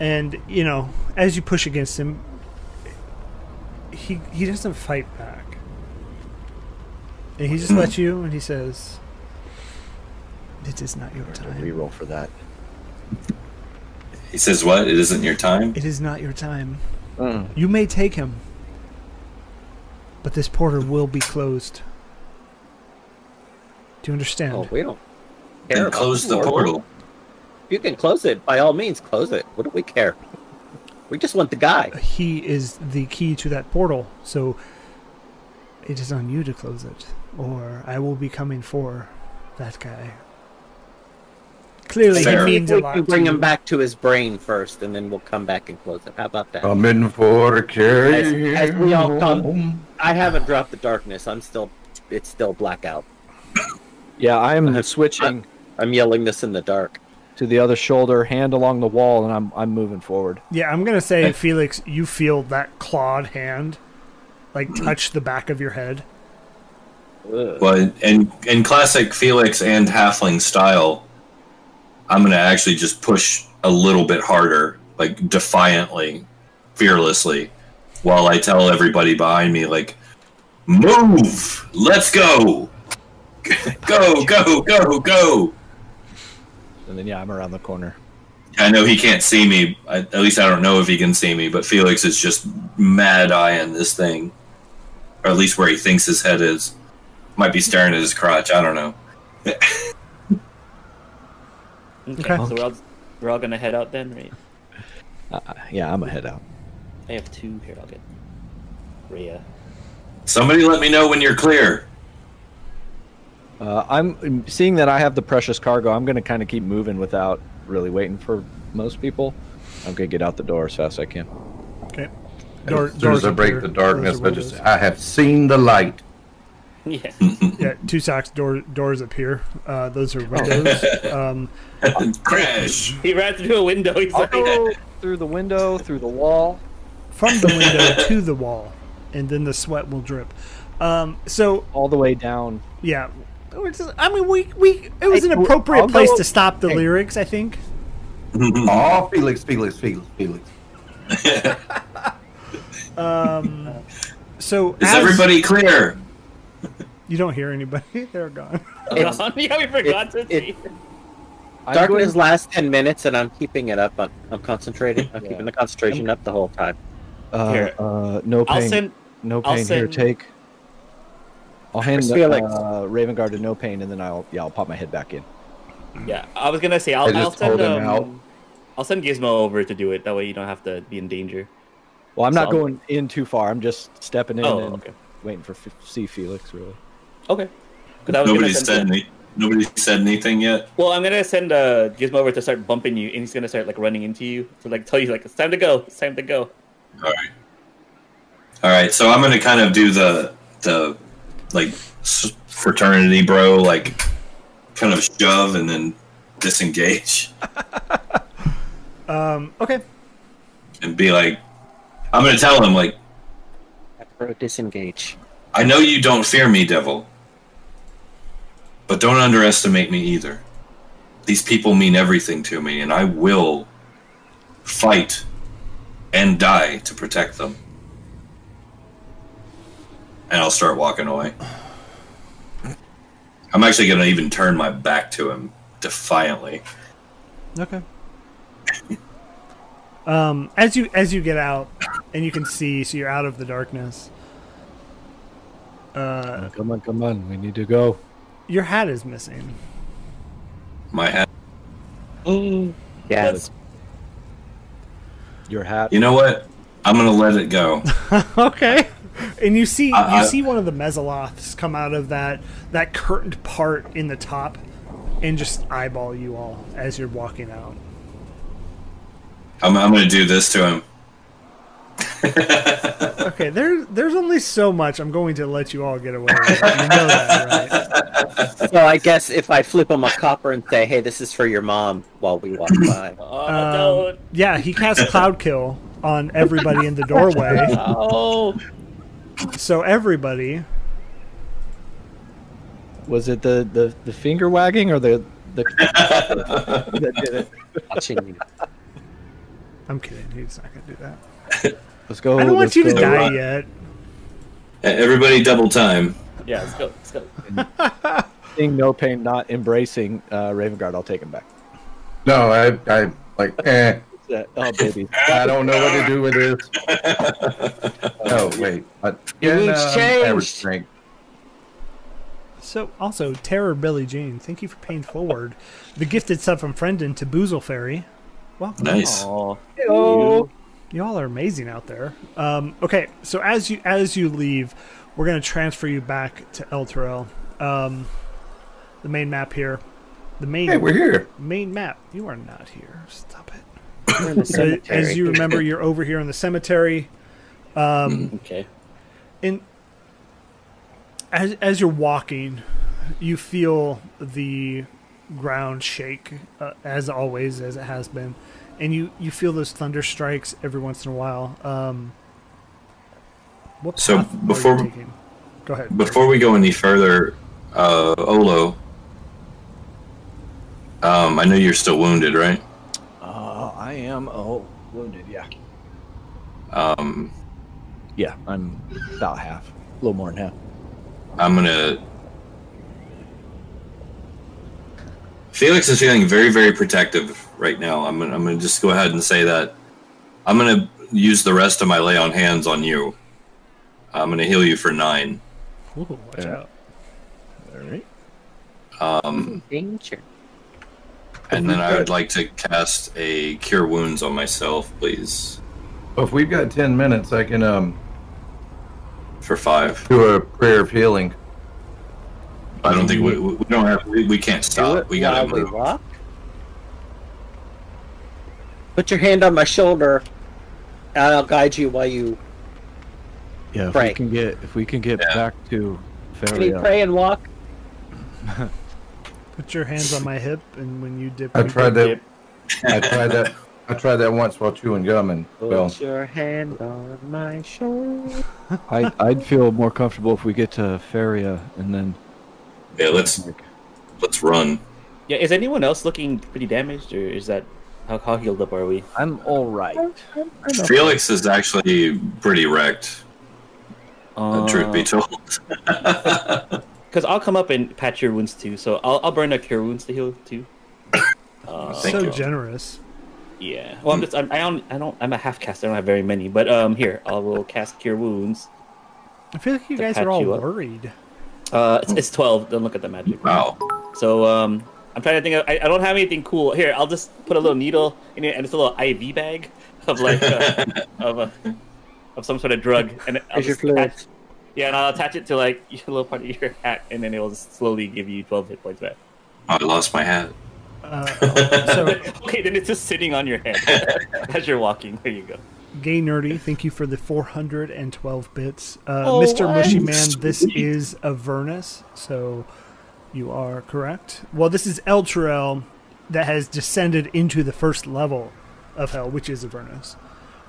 Speaker 3: and you know as you push against him, he he doesn't fight back, and he just lets you, and he says, "It is not your time.
Speaker 7: Reroll for that.
Speaker 2: He says, "What? It isn't your time."
Speaker 3: It is not your time.
Speaker 1: Mm.
Speaker 3: You may take him, but this portal will be closed. Do you understand?
Speaker 1: Oh, we don't care.
Speaker 2: And
Speaker 1: about
Speaker 2: close the portal.
Speaker 1: If You can close it. By all means, close it. What do we care? We just want the guy.
Speaker 3: he is the key to that portal, so it is on you to close it, or I will be coming for that guy. Clearly,
Speaker 2: Fair.
Speaker 3: he
Speaker 1: We
Speaker 3: means a lot.
Speaker 1: can bring
Speaker 3: to
Speaker 1: him
Speaker 3: you.
Speaker 1: back to his brain first, and then we'll come back and close it. How about
Speaker 2: Oh.
Speaker 1: that?
Speaker 5: I'm in for a carry.
Speaker 1: As- as we all come. I haven't dropped the darkness. I'm still, it's still blackout.
Speaker 7: Yeah, I'm switching
Speaker 1: I'm yelling this in the dark.
Speaker 7: to the other shoulder, hand along the wall, and I'm I'm moving forward.
Speaker 3: Yeah, I'm gonna say, Felix, you feel that clawed hand, like touch the back of your head.
Speaker 1: Ugh.
Speaker 2: Well, in in classic Felix and Halfling style, I'm gonna actually just push a little bit harder, like defiantly, fearlessly, while I tell everybody behind me, like, "Move! Let's go! go! Go! Go! Go!"
Speaker 7: And then yeah, I'm around the corner.
Speaker 2: I know he can't see me. I, at least I don't know if he can see me. But Felix is just mad eyeing this thing, or at least where he thinks his head is. Might be staring at his crotch. I don't know.
Speaker 4: (laughs) Okay, so we're all, we're all gonna head out then, right?
Speaker 7: Yeah, I'm a head out.
Speaker 4: I have two here. I'll get
Speaker 2: (laughs)
Speaker 4: Rhea. (laughs)
Speaker 2: Somebody let me know when you're clear. (laughs)
Speaker 7: Uh, I'm seeing that I have the precious cargo. I'm going to kind of keep moving without really waiting for most people. I'm going to get out the door as fast as I can.
Speaker 3: Okay.
Speaker 5: As soon as I break the darkness, I just I have seen the light.
Speaker 4: Yeah.
Speaker 3: yeah, two socks door, doors appear. Uh, those
Speaker 2: Oh.
Speaker 3: are windows.
Speaker 2: (laughs)
Speaker 3: um,
Speaker 2: Crash.
Speaker 4: He ran through a window. He's
Speaker 7: I'll
Speaker 4: like,
Speaker 7: go through the window, through the wall.
Speaker 3: from the window to the wall, and then the sweat will drip. Um, so
Speaker 7: all the way down.
Speaker 3: yeah, We're just- I mean, we we it was
Speaker 7: Hey,
Speaker 3: an appropriate
Speaker 7: I'll go-
Speaker 3: place to stop the
Speaker 7: hey.
Speaker 3: lyrics. I think.
Speaker 5: Oh, Felix, Felix, Felix, Felix.
Speaker 7: (laughs)
Speaker 3: Um, so
Speaker 2: Is
Speaker 3: as-
Speaker 2: everybody clear?
Speaker 3: You don't hear anybody. (laughs) They're gone.
Speaker 1: It's-
Speaker 4: "Gone." (laughs) yeah, we forgot
Speaker 1: it-
Speaker 4: to see.
Speaker 7: I'm
Speaker 1: darkness
Speaker 7: going-
Speaker 1: lasts ten minutes, and I'm keeping it up. I'm, I'm concentrating. I'm
Speaker 7: Yeah.
Speaker 1: keeping the concentration up the whole time.
Speaker 7: uh,
Speaker 4: Here.
Speaker 7: uh, no
Speaker 4: I'll
Speaker 7: pain.
Speaker 4: send.
Speaker 7: no
Speaker 4: I'll
Speaker 7: pain here.
Speaker 4: send-
Speaker 7: Take. I'll hand
Speaker 1: Where's
Speaker 7: the,
Speaker 1: Felix?
Speaker 7: uh, Raven Guard to no pain, and then I'll yeah I'll pop my head back in.
Speaker 4: Yeah, I was gonna say I'll,
Speaker 5: I just
Speaker 4: I'll send.
Speaker 5: told him out.
Speaker 4: Um, I'll send Gizmo over to do it. That way you don't have to be in danger.
Speaker 7: Well, I'm not
Speaker 4: So I'll-
Speaker 7: going in too far. I'm just stepping in
Speaker 4: Oh,
Speaker 7: and
Speaker 4: okay.
Speaker 7: waiting for F- see Felix really.
Speaker 4: Okay. 'Cause I was gonna
Speaker 2: Nobody
Speaker 4: send-
Speaker 2: said any. Nobody said anything yet.
Speaker 4: Well, I'm gonna send uh, Gizmo over to start bumping you, and he's gonna start like running into you to like tell you like it's time to go, it's time to go.
Speaker 2: All right. All right. So I'm gonna kind of do the the like s- fraternity bro, like kind of shove and then disengage (laughs)
Speaker 3: Um, okay.
Speaker 2: and be like, I'm gonna tell him like,
Speaker 1: Pro disengage.
Speaker 2: I know you don't fear me, devil, but don't underestimate me either. These people mean everything to me, and I will fight and die to protect them. And I'll start walking away. I'm actually going to even turn my back to him defiantly.
Speaker 3: Okay. Um, as you as you get out, and you can see, so you're out of the darkness. Uh,
Speaker 7: Come on, come on, we need to go.
Speaker 3: your hat is missing.
Speaker 2: My hat.
Speaker 1: Yeah.
Speaker 4: That's-
Speaker 7: Your hat.
Speaker 2: You know what? I'm going to let it go.
Speaker 3: okay. And you see
Speaker 2: I-
Speaker 3: you
Speaker 2: I-
Speaker 3: see one of the mezoloths come out of that that curtained part in the top and just eyeball you all as you're walking out.
Speaker 2: I'm, I'm going to do this to him.
Speaker 3: Okay, there there's only so much I'm going to let you all get away with. You know that, right?
Speaker 1: so I guess if I flip him a copper and say, "Hey, this is for your mom," while we walk by.
Speaker 4: Oh,
Speaker 3: Um, yeah, he casts Cloud Kill on everybody in the doorway.
Speaker 4: don't. Oh.
Speaker 3: So everybody,
Speaker 7: Was it the, the, the finger wagging or the
Speaker 4: (laughs)
Speaker 7: the that did it?
Speaker 1: Watching you.
Speaker 3: I'm kidding. He's not gonna do that.
Speaker 7: Let's go.
Speaker 3: I don't want
Speaker 7: Oh, let's
Speaker 3: you to
Speaker 7: go.
Speaker 3: die yet.
Speaker 2: E-, Everybody double time.
Speaker 4: Yeah, let's go. Let's go.
Speaker 7: Seeing no pain, not embracing uh, Raven Guard. I'll take him back.
Speaker 5: No, I, I like, eh,
Speaker 7: What's that? Oh baby,
Speaker 5: I don't know what to do with this. oh wait, um, I, yeah,
Speaker 1: You've
Speaker 5: no, I'm average
Speaker 1: changed.
Speaker 5: strength.
Speaker 3: So also, Terror Billy Jean, thank you for paying forward the gifted sub from Friendon to Boozle Fairy. Welcome.
Speaker 2: Nice.
Speaker 4: Oh.
Speaker 3: Y'all are amazing out there. Um, okay, so as you as you leave, we're gonna transfer you back to El Terrell. Um, the main map here. The main
Speaker 5: Hey, we're here.
Speaker 3: main map. You are not here. Stop it.
Speaker 1: We're in the
Speaker 3: So
Speaker 1: cemetery.
Speaker 3: as you remember, you're over here in the cemetery.
Speaker 4: Okay.
Speaker 3: And as as you're walking, you feel the ground shake uh, as always as it has been, and you you feel those thunder strikes every once in a while. Um, what
Speaker 2: So
Speaker 3: path are you
Speaker 2: before-
Speaker 3: taking? go ahead.
Speaker 2: Before we go any further, uh, Olo, um, I know you're still wounded, right?
Speaker 7: Oh, I am. Oh, wounded. Yeah.
Speaker 2: Um,
Speaker 7: Yeah, I'm about half, a little more than half.
Speaker 2: I'm gonna. Felix is feeling very, very protective right now. I'm gonna, I'm gonna just go ahead and say that. I'm gonna use the rest of my lay on hands on you. I'm gonna heal you for nine.
Speaker 3: Ooh, watch
Speaker 7: Yeah.
Speaker 3: out.
Speaker 7: All right.
Speaker 2: Um,
Speaker 1: danger.
Speaker 2: and then I would like to cast a cure wounds on myself, please,
Speaker 5: Well, if we've got ten minutes, I can um
Speaker 2: for five.
Speaker 5: do a prayer of healing.
Speaker 2: I don't think we, we we don't have we, we can't
Speaker 1: Do
Speaker 2: stop.
Speaker 1: it
Speaker 2: We gotta
Speaker 1: while Uh, we
Speaker 2: move.
Speaker 1: walk. Put your hand on my shoulder, and I'll guide you while you
Speaker 7: Yeah, if
Speaker 1: Pray.
Speaker 7: we can get if we can get
Speaker 2: Yeah.
Speaker 7: back to
Speaker 1: can you
Speaker 7: Feria.
Speaker 1: pray and walk.
Speaker 3: Put your hands on my hip, and when you dip,
Speaker 5: I
Speaker 3: you
Speaker 5: tried
Speaker 3: dip.
Speaker 5: that. I tried that. I tried that once while chewing gum, and well,
Speaker 1: Put your hand on my shoulder.
Speaker 7: I I'd feel more comfortable if we get to Feria and then
Speaker 2: Yeah, let's
Speaker 7: like,
Speaker 2: let's run.
Speaker 4: Yeah, is anyone else looking pretty damaged, or is that how, how healed up are we?
Speaker 7: I'm all right.
Speaker 2: Felix is actually pretty wrecked.
Speaker 4: Uh,
Speaker 2: truth be told,
Speaker 4: Because I'll come up and patch your wounds too, so I'll, I'll burn up your wounds to heal too. (coughs) Uh,
Speaker 2: Thank
Speaker 3: so
Speaker 2: you.
Speaker 3: generous.
Speaker 4: yeah. Well, I'm just I'm, I don't I don't I'm a half cast. I don't have very many, but um here I will cast cure wounds.
Speaker 3: I feel like you
Speaker 4: To
Speaker 3: guys
Speaker 4: patch
Speaker 3: are all
Speaker 4: you up.
Speaker 3: worried.
Speaker 4: Uh, it's, it's twelve. Don't look at the magic.
Speaker 2: wow. Oh,
Speaker 4: So um, I'm trying to think. Of, I, I don't have anything cool here. I'll just put a little needle in it, and it's a little IV bag uh, of like uh, of a, of some sort of drug, and I'll
Speaker 1: Here's your
Speaker 4: just patch,
Speaker 1: fluids.
Speaker 4: Yeah, and I'll attach it to like (laughs) your little part of your hat, and then it'll just slowly give you 12 hit points back.
Speaker 2: I lost my hat.
Speaker 3: Uh, so,
Speaker 4: okay, then it's just sitting on your
Speaker 7: (laughs)
Speaker 4: head as you're walking. There you go.
Speaker 3: Gay Nerdy, thank you for the 412 bits. Uh,
Speaker 4: Oh,
Speaker 3: Mr.
Speaker 4: what? (laughs)
Speaker 3: Mushy Man, this is Avernus, so you are correct. Well, this is Elturel that has descended into the first level of Hell, which is Avernus.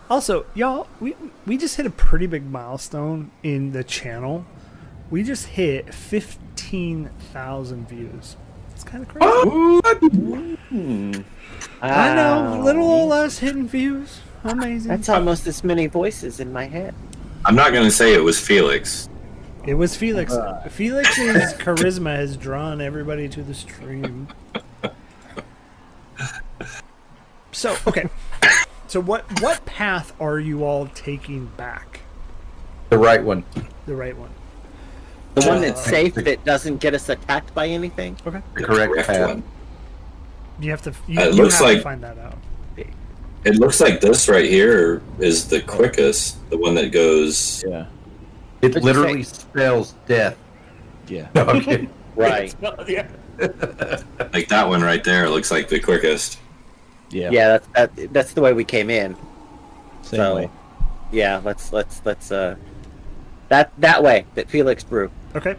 Speaker 3: Also, y'all, we we just hit a pretty big milestone in the channel. We just hit 15,000 views. It's kind of crazy. I know,
Speaker 1: Wow.
Speaker 3: little old us hitting views. Amazing.
Speaker 1: That's almost as many voices in my head.
Speaker 2: I'm not going to say it was Felix.
Speaker 3: It was Felix.
Speaker 2: Uh.
Speaker 3: Felix's charisma has drawn everybody to the stream. So okay, so what what path are you all taking back?
Speaker 5: The right one.
Speaker 3: The right one.
Speaker 1: The one that's safe that doesn't get us attacked by anything.
Speaker 5: The correct, path.
Speaker 2: one.
Speaker 3: You have to. You,
Speaker 2: Uh, it
Speaker 3: you
Speaker 2: looks
Speaker 3: have to
Speaker 2: like-
Speaker 3: find that out.
Speaker 2: It looks like this right here is the quickest, the one that goes.
Speaker 7: Yeah.
Speaker 5: It literally spells death.
Speaker 7: Yeah.
Speaker 5: (laughs) No, I'm kidding.
Speaker 1: Right.
Speaker 4: No, yeah.
Speaker 2: Like that one right there looks like the quickest.
Speaker 7: Yeah.
Speaker 1: Yeah, that's that, that's the way we came in.
Speaker 7: Same
Speaker 1: so,
Speaker 7: way.
Speaker 1: yeah, let's let's let's uh, that that way that Felix brew.
Speaker 3: Okay.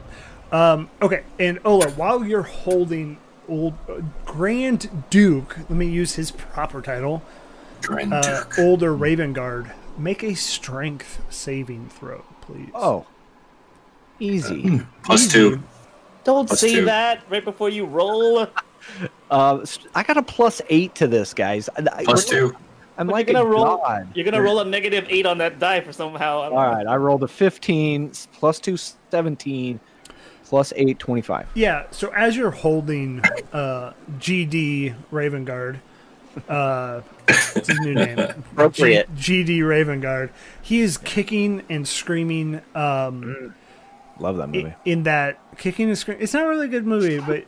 Speaker 3: Um, okay, and Ola, while you're holding old uh, Grand Duke, let me use his proper title,
Speaker 2: Grand
Speaker 3: uh,
Speaker 2: Duke.
Speaker 3: older Raven Guard, make a strength saving throw, please.
Speaker 7: Oh. Easy.
Speaker 2: Plus
Speaker 3: easy.
Speaker 2: two.
Speaker 4: Don't
Speaker 2: Plus
Speaker 4: say
Speaker 2: two.
Speaker 4: that right before you
Speaker 7: Oh
Speaker 4: roll.
Speaker 7: Uh, s- I got a plus eight to this, guys. I- I-
Speaker 2: Plus two.
Speaker 7: I'm
Speaker 4: But
Speaker 7: like
Speaker 4: you're gonna
Speaker 7: a
Speaker 4: roll.
Speaker 7: god.
Speaker 4: You're gonna roll a negative eight on that die for somehow. I don't
Speaker 7: All right. I rolled a 15, s- plus two, 17, plus eight, 25.
Speaker 3: Yeah, so as you're holding uh, GD Raven Guard, uh, it's his new name.
Speaker 1: Appropriate.
Speaker 3: G- GD Raven Guard. He is kicking and screaming um,
Speaker 7: Love that movie.
Speaker 3: i- in that kicking and screaming. It's not a really good movie, but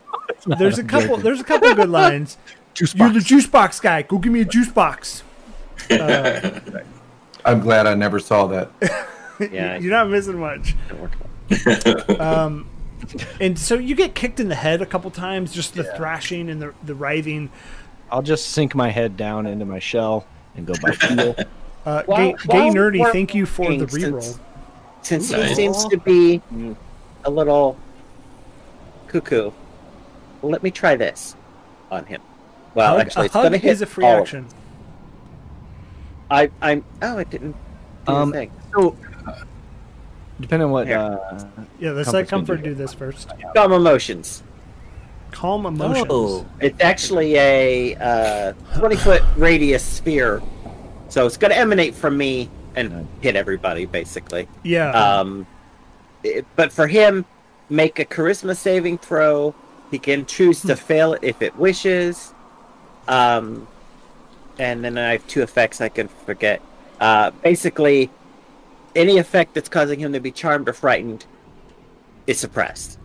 Speaker 3: there's a couple. There's a couple good lines.
Speaker 7: Juice
Speaker 3: You're the juice box guy. Go give me a juice box. (laughs)
Speaker 5: I'm glad I never saw that.
Speaker 1: Yeah,
Speaker 3: You're not missing much. Um,
Speaker 1: it worked.
Speaker 3: And so you get kicked in the head a couple times, just the thrashing and the the writhing.
Speaker 7: I'll just sink my head down into my shell and go
Speaker 2: (laughs)
Speaker 7: by feel.
Speaker 3: Uh,
Speaker 1: While-
Speaker 3: gay, gay
Speaker 1: while
Speaker 3: nerdy,
Speaker 1: we're
Speaker 3: thank you for the
Speaker 1: working, since-
Speaker 3: reroll.
Speaker 1: Since he
Speaker 2: Nice.
Speaker 1: seems to be a little cuckoo, let me try this on him. Well,
Speaker 3: Hug-
Speaker 1: actually, it's
Speaker 3: a
Speaker 1: gonna
Speaker 3: hug
Speaker 1: hit
Speaker 3: is a free
Speaker 1: all of
Speaker 3: action.
Speaker 1: them. I, I'm. Oh, it didn't. Do
Speaker 7: Um,
Speaker 1: the thing.
Speaker 7: So, depending on what.
Speaker 1: Here.
Speaker 7: Uh,
Speaker 3: Yeah, let's let
Speaker 7: Compass
Speaker 3: Comfort
Speaker 7: can do
Speaker 3: do this first.
Speaker 1: Dumb emotions. Oh.
Speaker 3: Calm emotions.
Speaker 4: know.
Speaker 1: It's actually a uh, 20 foot radius sphere, so it's going to emanate from me and hit everybody basically.
Speaker 3: Yeah.
Speaker 1: Um, it- but for him, make a charisma saving throw. He can choose to fail it if it wishes. Um, and then I have two effects I can forget. Uh, basically, any effect that's causing him to be charmed or frightened is suppressed.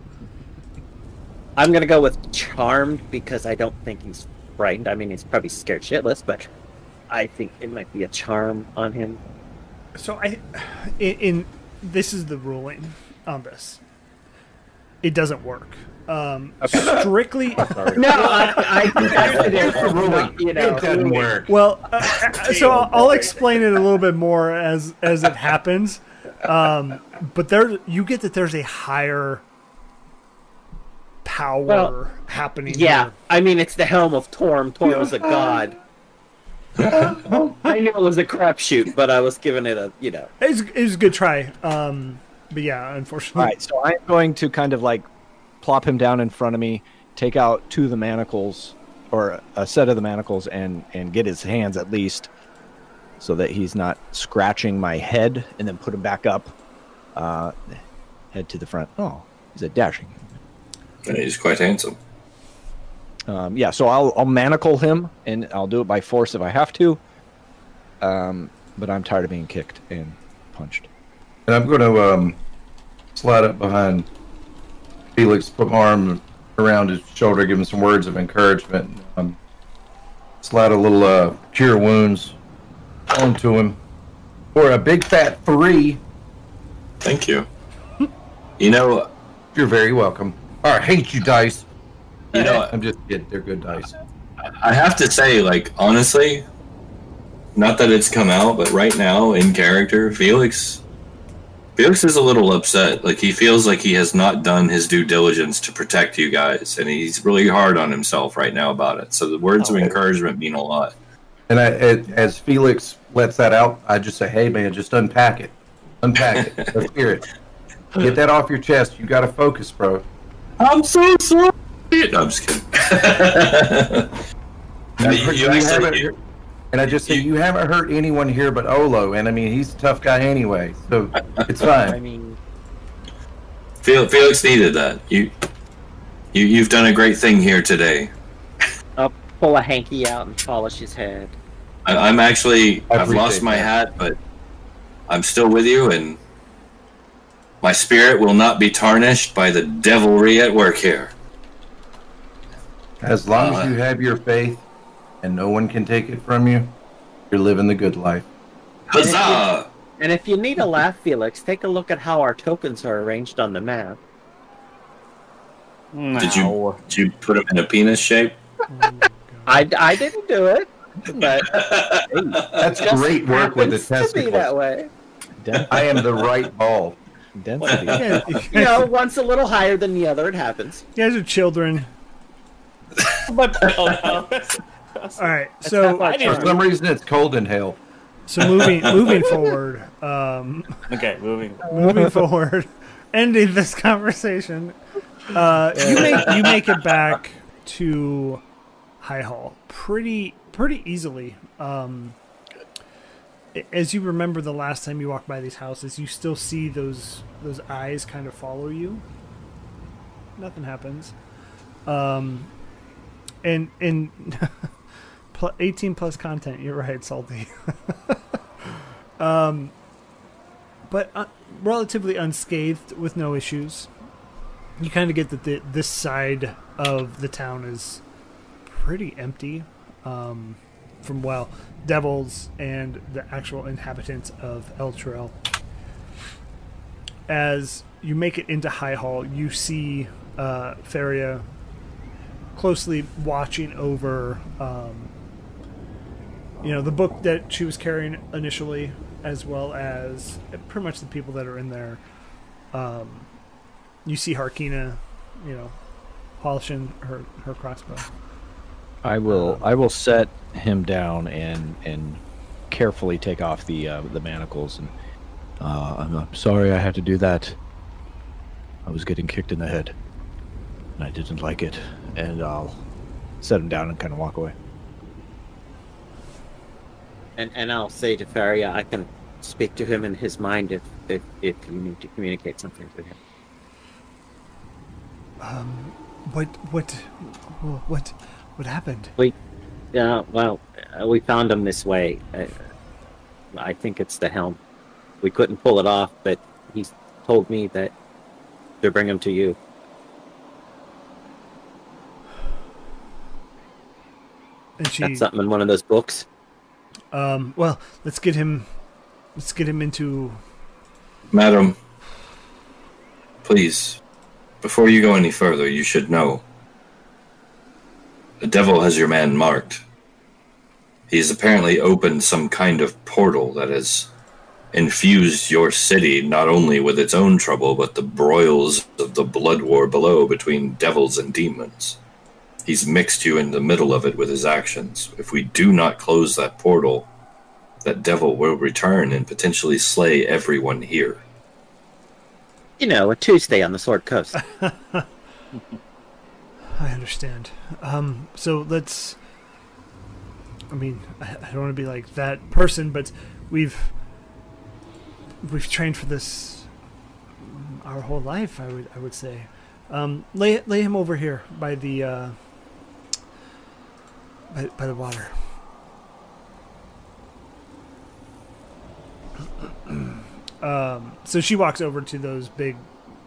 Speaker 1: I'm gonna go with charmed because I don't think he's frightened. I mean, he's probably scared shitless, but I think it might be a charm on him.
Speaker 3: so I, in, in this is the ruling on this. It doesn't work. Um, Strictly.
Speaker 1: No, I, I that's the ruling. You know,
Speaker 5: work.
Speaker 3: Well,
Speaker 1: (laughs)
Speaker 3: uh, uh, so I'll, I'll explain it a little bit more as as it happens. Um, but there, you get that there's a higher power
Speaker 1: Well,
Speaker 3: happening.
Speaker 1: Yeah,
Speaker 3: here.
Speaker 1: I mean it's the helm of Torm. Torm is a god.
Speaker 5: (laughs)
Speaker 1: I knew it was a crapshoot, but I was giving it a you know.
Speaker 3: it was, it was a good try. Um, but yeah, unfortunately,
Speaker 7: all right. So I'm going to kind of like plop him down in front of me, take out two of the manacles or a set of the manacles, and and get his hands at least, so that he's not scratching my head, and then put him back up, uh, head to the front. Oh, he's a dashing.
Speaker 2: And he's quite handsome.
Speaker 7: Um, yeah, so I'll I'll manacle him, and I'll do it by force if I have to. Um, but I'm tired of being kicked and punched.
Speaker 5: And I'm going to um, slide up behind Felix, put my arm around his shoulder, give him some words of encouragement. and, Um, slide a little uh, cure wounds onto him. Or a big fat three.
Speaker 2: Thank you. You know,
Speaker 5: You're very welcome. Or I hate you, dice.
Speaker 2: you know,
Speaker 5: I'm just kidding. They're good dice.
Speaker 2: I have to say, like honestly, not that it's come out, but right now in character, Felix, Felix is a little upset. Like he feels like he has not done his due diligence to protect you guys, and he's really hard on himself right now about it. So the words of encouragement mean a lot.
Speaker 5: And I, as, as Felix lets that out, I just say, "Hey, man, just unpack it. Unpack it. Let's hear it. Get that off your chest. You got to focus, bro.
Speaker 2: I'm so sorry. No, I'm (laughs) just kidding.
Speaker 5: And
Speaker 2: (laughs)
Speaker 5: I-
Speaker 2: You- you
Speaker 5: I
Speaker 2: actually-
Speaker 5: haven't- and I just say, you haven't hurt anyone here but Olo, and I mean, he's a tough guy anyway, so it's
Speaker 1: I
Speaker 5: fine.
Speaker 1: mean,
Speaker 2: Fel- Felix needed that. You, you, you've done a great thing here today.
Speaker 1: I'll pull a hanky out and polish his head.
Speaker 2: I, I'm actually,
Speaker 5: I
Speaker 2: I've lost
Speaker 5: appreciate
Speaker 2: my
Speaker 5: that.
Speaker 2: hat, but I'm still with you, and my spirit will not be tarnished by the devilry at work here.
Speaker 5: As long as you have your faith, and no one can take it from you, you're living the good life.
Speaker 2: Huzzah!
Speaker 1: And if you need a
Speaker 5: (laughs)
Speaker 1: laugh, Felix, take a look at how our tokens are arranged on the map.
Speaker 4: Hmm.
Speaker 2: Did you- Did you put him in a penis shape?
Speaker 1: I, I didn't do it, but
Speaker 5: That's
Speaker 1: just
Speaker 5: great work with the
Speaker 1: happens to be that
Speaker 5: testicles.
Speaker 1: way.
Speaker 7: Den-
Speaker 5: I am the right ball.
Speaker 7: density.
Speaker 3: Yeah, you
Speaker 1: (laughs)
Speaker 3: (laughs)
Speaker 1: You
Speaker 3: guys-
Speaker 1: know, one's a little higher than the other. It happens.
Speaker 3: you guys are children.
Speaker 4: But oh, no.
Speaker 3: All right,
Speaker 1: That's
Speaker 3: so
Speaker 7: (laughs)
Speaker 1: half our
Speaker 4: (laughs) I didn't-
Speaker 5: For
Speaker 1: charm.
Speaker 5: some reason, it's cold in hell.
Speaker 3: so moving moving forward, um,
Speaker 4: okay, moving.
Speaker 7: Oh,
Speaker 3: moving forward, (laughs) ending this conversation. Uh, you make you make it back to High Hall pretty pretty easily. Um, as you remember the last time you walked by these houses, you still see those those eyes kind of follow you. Nothing happens. Um, and and (laughs) pl- eighteen plus content. You're right, salty. but uh, relatively unscathed with no issues. You kind of get that the, this side of the town is pretty empty um, from, well, devils and the actual inhabitants of El Trail. As you make it into High Hall, you see uh, Feria closely watching over um, you know the book that she was carrying initially as well as pretty much the people that are in there um, you see harkina you know polishing her her crossbow
Speaker 7: I will. I will set him down and and carefully take off the uh, the manacles. And uh, I'm, I'm sorry I had to do that. I was getting kicked in the head, and I didn't like it. And I'll set him down and kind of walk away.
Speaker 1: And and I'll say to Faria, I can speak to him in his mind if if, if you need to communicate something to him.
Speaker 3: what what what what happened
Speaker 1: Yeah, well, uh, we found him this way. Uh, I think it's the helm. We couldn't pull it off, but he told me that to bring him to you.
Speaker 3: and she
Speaker 1: That's something in one of those books.
Speaker 3: um well let's get him let's get him into
Speaker 2: Madam, please, before you go any further, you should know. The devil has your man marked. He has apparently opened some kind of portal that has infused your city not only with its own trouble, but the broils of the blood war below between devils and demons. He's mixed you in the middle of it with his actions. If we do not close that portal, that devil will return and potentially slay everyone here.
Speaker 1: You know, a Tuesday on the Sword
Speaker 3: (laughs)
Speaker 1: Coast.
Speaker 3: I understand. Um, so let's. I mean, I, I don't want to be like that person, but we've we've trained for this our whole life. I would I would say. Um, lay lay him over here by the uh, by, by the water. (clears throat) um, so she walks over to those big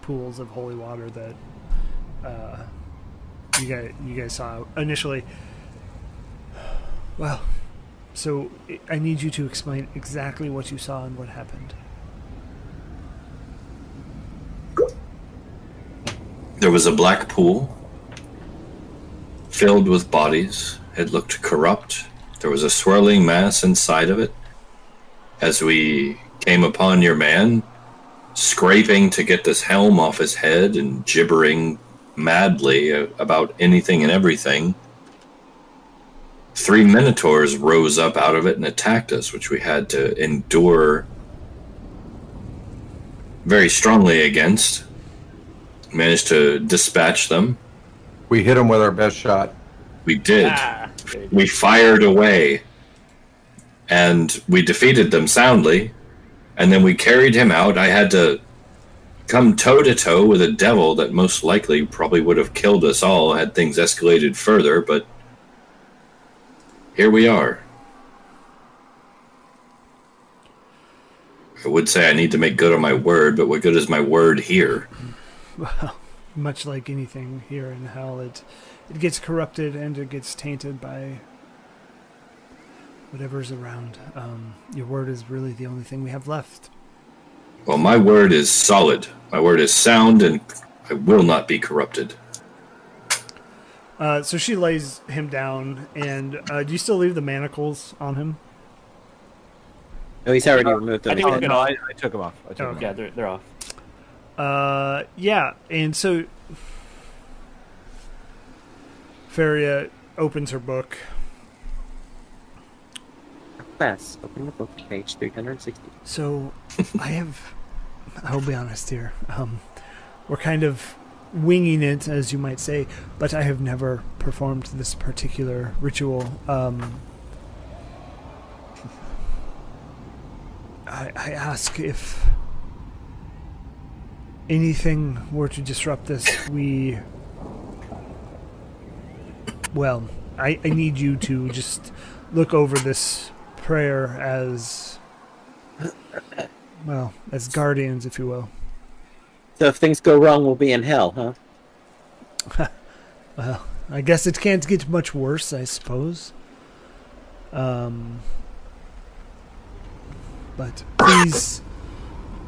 Speaker 3: pools of holy water that you guys you guys saw initially. Well, so I- I need you to explain exactly what you saw and what happened.
Speaker 2: There was a black pool filled with bodies. It looked corrupt. There was a swirling mass inside of it. As we came upon your man, scraping to get this helm off his head and gibbering madly uh, about anything and everything, three minotaurs rose up out of it and attacked us, which we had to endure very strongly against. Managed to dispatch them.
Speaker 5: We hit him with our best shot.
Speaker 2: We did.
Speaker 4: Ah, there you go.
Speaker 2: We fired away and we defeated them soundly. And then we carried him out. I had to come toe to toe with a devil that most likely probably would have killed us all had things escalated further, but here we are. I would say I need to make good on my word, but what good is my word here?
Speaker 3: Much like anything here in hell, it it gets corrupted and it gets tainted by whatever's around. Um, your word is really the only thing we have left.
Speaker 2: Well, my word is solid. My word is sound, and I will not be corrupted.
Speaker 3: Uh, so she lays him down, and uh, do you still leave the manacles on him?
Speaker 1: No, he's already removed
Speaker 4: I
Speaker 1: them.
Speaker 4: think
Speaker 7: Oh,
Speaker 4: we're
Speaker 7: no,
Speaker 4: gonna.
Speaker 7: I, I took him off. I took him off.
Speaker 4: Yeah, they're, they're off.
Speaker 3: Uh, yeah, and so Feria opens her book.
Speaker 1: Class, open the book to page 360.
Speaker 3: So I have, I'll be honest here. Um, we're kind of winging it, as you might say, but I have never performed this particular ritual. Um, I, I ask if anything were to disrupt this, we. Well, I, I need you to just look over this prayer as well, as guardians, if you will.
Speaker 1: So if things go wrong, we'll be in hell, huh?
Speaker 3: Well, I guess it can't get much worse, I suppose. Um, but please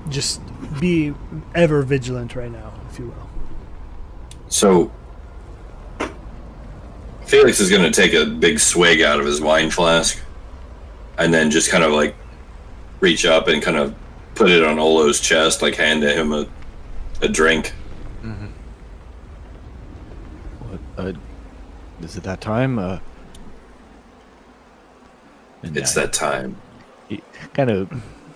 Speaker 3: just be ever vigilant right now, if you will.
Speaker 2: So, Felix is going to take a big swig out of his wine flask and then just kind of like reach up and kind of put it on Olo's chest, like hand him a, a drink.
Speaker 7: What, uh, is it that time? Uh, and
Speaker 2: It's
Speaker 7: I-
Speaker 2: that time.
Speaker 7: he- kind of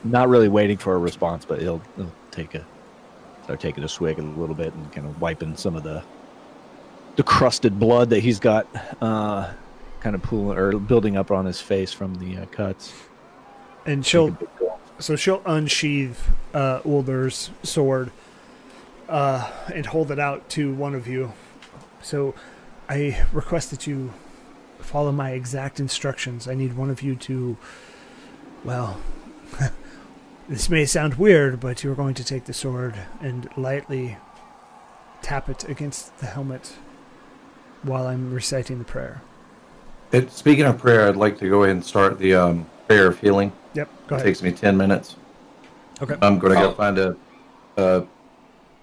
Speaker 7: not really waiting for a response, but he'll, he'll take a start taking a swig a little bit and kind of wiping some of the the crusted blood that he's got, uh, kind of pooling or building up on his face from the uh, cuts.
Speaker 3: And she'll so she'll unsheathe uh, Ulder's sword uh, and hold it out to one of you. So I request that you follow my exact instructions. I need one of you to, well, (laughs) this may sound weird, but you're going to take the sword and lightly tap it against the helmet while I'm reciting the prayer.
Speaker 5: It, speaking of prayer, I'd like to go ahead and start the um, prayer of healing.
Speaker 3: Yep, go
Speaker 5: It
Speaker 3: ahead.
Speaker 5: takes me 10 minutes.
Speaker 3: Okay.
Speaker 5: I'm going to
Speaker 2: Oh.
Speaker 5: go find a, a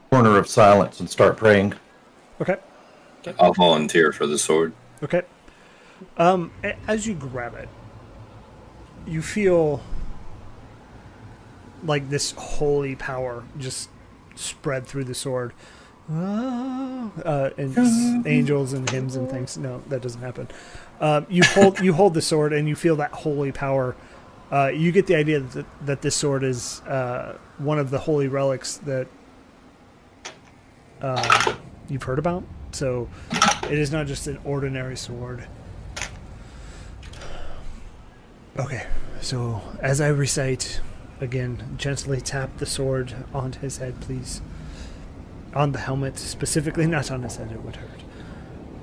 Speaker 5: corner of silence and start praying.
Speaker 3: Okay.
Speaker 2: I'll volunteer for the sword.
Speaker 3: Okay. Um, a- as you grab it, you feel like this holy power just spread through the sword. Ah, Uh, and s- angels and hymns and things. No, that doesn't happen. Um, you hold you hold the sword and you feel that holy power. Uh, you get the idea that, that this sword is uh, one of the holy relics that uh, you've heard about. So it is not just an ordinary sword. Okay, so as I recite again, gently tap the sword on his head, please. On the helmet, specifically, (laughs) not on his head, it would hurt.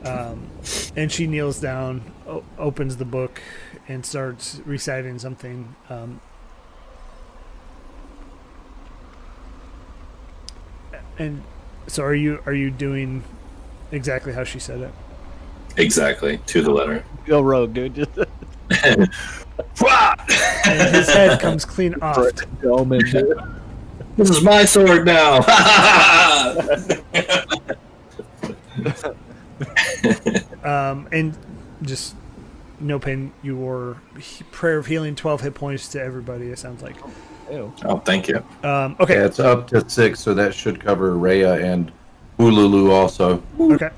Speaker 3: Um, and she kneels down, o- opens the book, and starts reciting something. Um, and so, are you are you doing exactly how she said it?
Speaker 2: Exactly, to the letter.
Speaker 7: Go rogue, dude! (laughs) Just
Speaker 3: and his head comes clean off.
Speaker 7: dome it, dude.
Speaker 2: This is my sword now.
Speaker 3: Um, and just no pain. Your he- prayer of healing, twelve hit points to everybody. It sounds like.
Speaker 2: Oh, thank you.
Speaker 3: Um, okay.
Speaker 5: Yeah, it's up to six, so that should cover Rhea and Ululu also.
Speaker 3: Okay.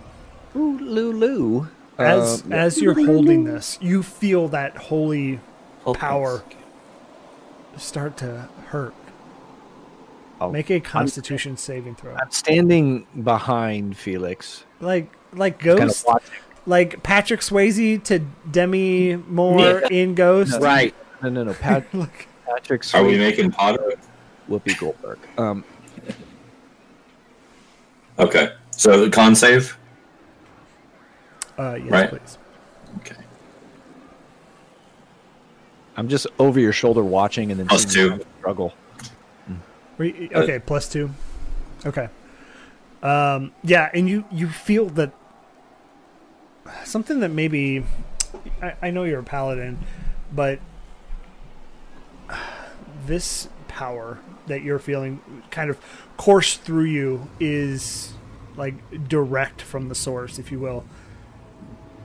Speaker 7: Ooh, Lulu.
Speaker 3: As
Speaker 7: Um,
Speaker 3: as you're holding this, you feel that holy
Speaker 4: Hope
Speaker 3: power start to hurt.
Speaker 7: I'll-
Speaker 3: Make a Constitution saving throw.
Speaker 7: I'm standing behind Felix.
Speaker 3: Like like
Speaker 7: Kind of
Speaker 3: Ghost,
Speaker 7: watching.
Speaker 3: like Patrick Swayze to Demi Moore
Speaker 1: Yeah.
Speaker 3: in Ghost. (laughs)
Speaker 1: Right.
Speaker 7: No, no, no. Pat,
Speaker 3: Like,
Speaker 7: Patrick
Speaker 2: Are we
Speaker 7: Swayze,
Speaker 2: making Potter?
Speaker 7: Whoopi Goldberg. Um,
Speaker 2: Okay. So con save.
Speaker 3: uh, yes,
Speaker 2: Right.
Speaker 3: please.
Speaker 2: Okay.
Speaker 7: I'm just over your shoulder watching and then
Speaker 2: Plus
Speaker 7: seeing
Speaker 2: two.
Speaker 7: you kind of struggle.
Speaker 3: Re-
Speaker 2: Uh,
Speaker 3: okay, plus two. Okay. Um, yeah, and you you feel that something that maybe I, I know you're a paladin, but this power that you're feeling kind of course through you is like direct from the source, if you will,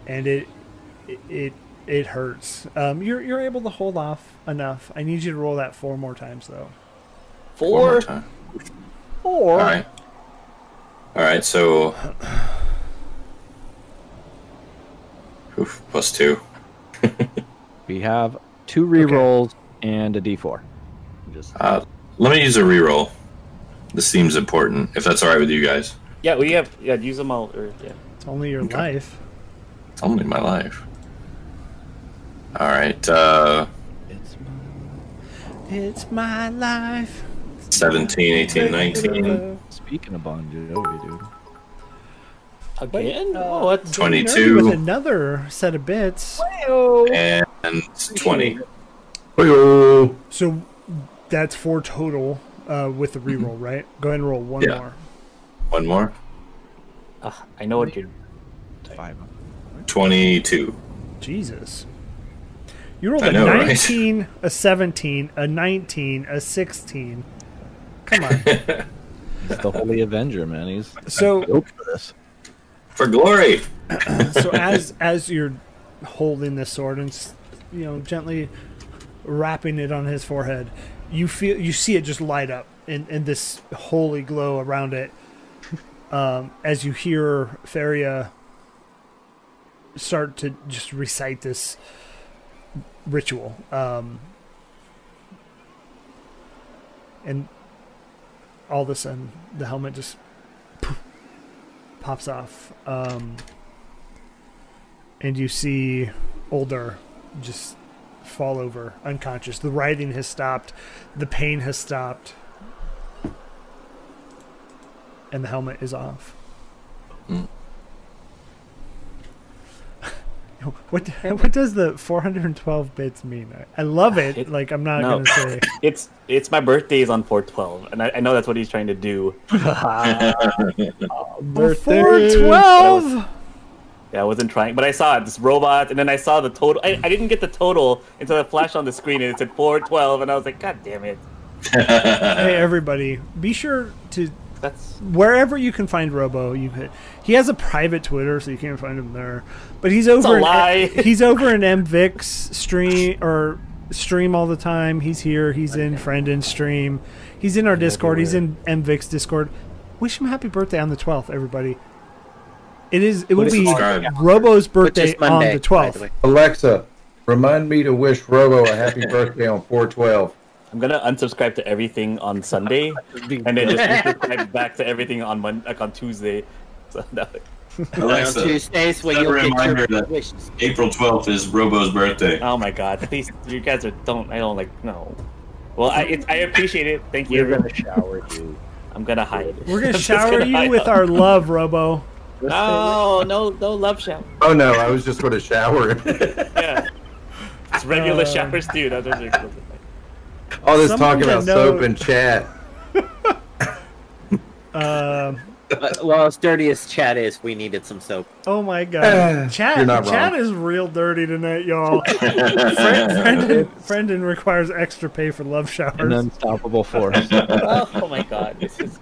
Speaker 3: and it it it, it hurts. Um, you're you're able to hold off enough. I need you to roll that four more times though.
Speaker 2: One
Speaker 4: Four.
Speaker 2: more time.
Speaker 7: Or
Speaker 2: All right. All right. So. Oof, plus two.
Speaker 7: we have two rerolls and a d4.
Speaker 2: Uh, let me use a reroll. This seems important. If that's all right with you guys,
Speaker 4: Yeah, we have. Yeah, use them all. Or, yeah.
Speaker 3: It's only your life.
Speaker 2: it's only my life. All right. Uh,
Speaker 3: It's my life.
Speaker 2: 17, 18, 19,
Speaker 7: Speaking of Bon Jovi, dude.
Speaker 4: Again? oh, what?
Speaker 3: With
Speaker 2: 22,
Speaker 3: another set of bits.
Speaker 2: and 20.
Speaker 5: Hey-oh.
Speaker 3: So that's four total uh, with the reroll, right? Go ahead and roll one
Speaker 2: Yeah.
Speaker 3: more.
Speaker 2: One more.
Speaker 4: Ah, I know what you're.
Speaker 7: Five.
Speaker 2: 22.
Speaker 3: Jesus. You rolled
Speaker 2: I
Speaker 3: a
Speaker 2: know, right?
Speaker 3: 19, a 17, a 19, a 16. Come on.
Speaker 2: (laughs)
Speaker 7: He's the Holy Avenger, man. He's
Speaker 3: so
Speaker 7: built for this.
Speaker 2: For glory!
Speaker 3: (laughs) so as as you're holding the sword and s- you know gently wrapping it on his forehead you feel you see it just light up and, and this holy glow around it um, as you hear Feria start to just recite this ritual um, and all of a sudden the helmet just poof, pops off um, and you see older just fall over unconscious the writhing has stopped the pain has stopped and the helmet is off (laughs)
Speaker 2: Mm.
Speaker 3: what what does the 412 bits mean i, I love it,
Speaker 4: It-
Speaker 3: like i'm not
Speaker 4: no.
Speaker 3: gonna say
Speaker 4: It's it's my birthday is on 412, and I, I know that's what he's trying to do.
Speaker 7: Birthday.
Speaker 3: 412
Speaker 4: Yeah, I wasn't trying, but I saw it, this robot, and then I saw the total. I, I didn't get the total until it flashed on the screen, and it said 412, and I was like, God damn it.
Speaker 3: hey everybody be sure to
Speaker 4: That's.
Speaker 3: wherever you can find Robo, you could. He has a private Twitter, so you can't find him there. But he's over.
Speaker 4: a
Speaker 3: in-
Speaker 4: lie. (laughs)
Speaker 3: he's over in MVix stream or stream all the time. He's here. He's in friend and stream. He's in our Discord. He's in MVix Discord. Wish him happy birthday on the twelfth, everybody. It is. It will
Speaker 2: is
Speaker 3: be
Speaker 2: subscribe.
Speaker 3: Robo's
Speaker 1: Which
Speaker 3: birthday
Speaker 1: is
Speaker 3: on
Speaker 1: Monday.
Speaker 3: the
Speaker 1: by the
Speaker 3: twelfth.
Speaker 1: way.
Speaker 5: Alexa, remind me to wish Robo a happy (laughs) birthday on 412.
Speaker 4: I'm gonna unsubscribe to everything on Sunday, and then just (laughs)
Speaker 3: (laughs)
Speaker 4: unsubscribe back to everything on Mon- like on Tuesday. So that,
Speaker 1: On
Speaker 2: Alexa,
Speaker 1: Tuesdays when
Speaker 2: set a
Speaker 1: you'll
Speaker 2: reminder
Speaker 1: get your
Speaker 2: that-
Speaker 1: wishes.
Speaker 2: uh, April 12th is Robo's birthday.
Speaker 4: oh my God, please, you guys are don't. I don't like no. Well, I it, I appreciate it. Thank you.
Speaker 7: We're
Speaker 4: everyone.
Speaker 7: gonna shower you.
Speaker 4: I'm gonna hide.
Speaker 1: (laughs)
Speaker 3: We're
Speaker 4: I'm
Speaker 3: gonna
Speaker 4: just
Speaker 3: shower
Speaker 4: gonna
Speaker 3: you
Speaker 4: hide.
Speaker 3: with our love, Robo.
Speaker 1: Uh,
Speaker 4: No, no, no love shower.
Speaker 5: Oh no, I was just going to shower him. (laughs)
Speaker 4: Yeah, it's regular
Speaker 3: Uh,
Speaker 4: showers too. That's what they're-
Speaker 5: All this
Speaker 3: Someone
Speaker 5: talking
Speaker 3: that
Speaker 5: about
Speaker 3: knows-
Speaker 5: soap and chat.
Speaker 3: Um,
Speaker 1: Uh, well, as dirty as chat is, we needed some soap.
Speaker 3: Oh my
Speaker 5: Eh,
Speaker 3: god. Chat,
Speaker 5: you're not
Speaker 3: chat
Speaker 5: wrong.
Speaker 3: is real dirty tonight, y'all. (laughs) Friend, Brendan, Brendan requires extra pay for love
Speaker 7: An
Speaker 3: showers.
Speaker 7: unstoppable force.
Speaker 2: (laughs)
Speaker 4: oh, my God, this is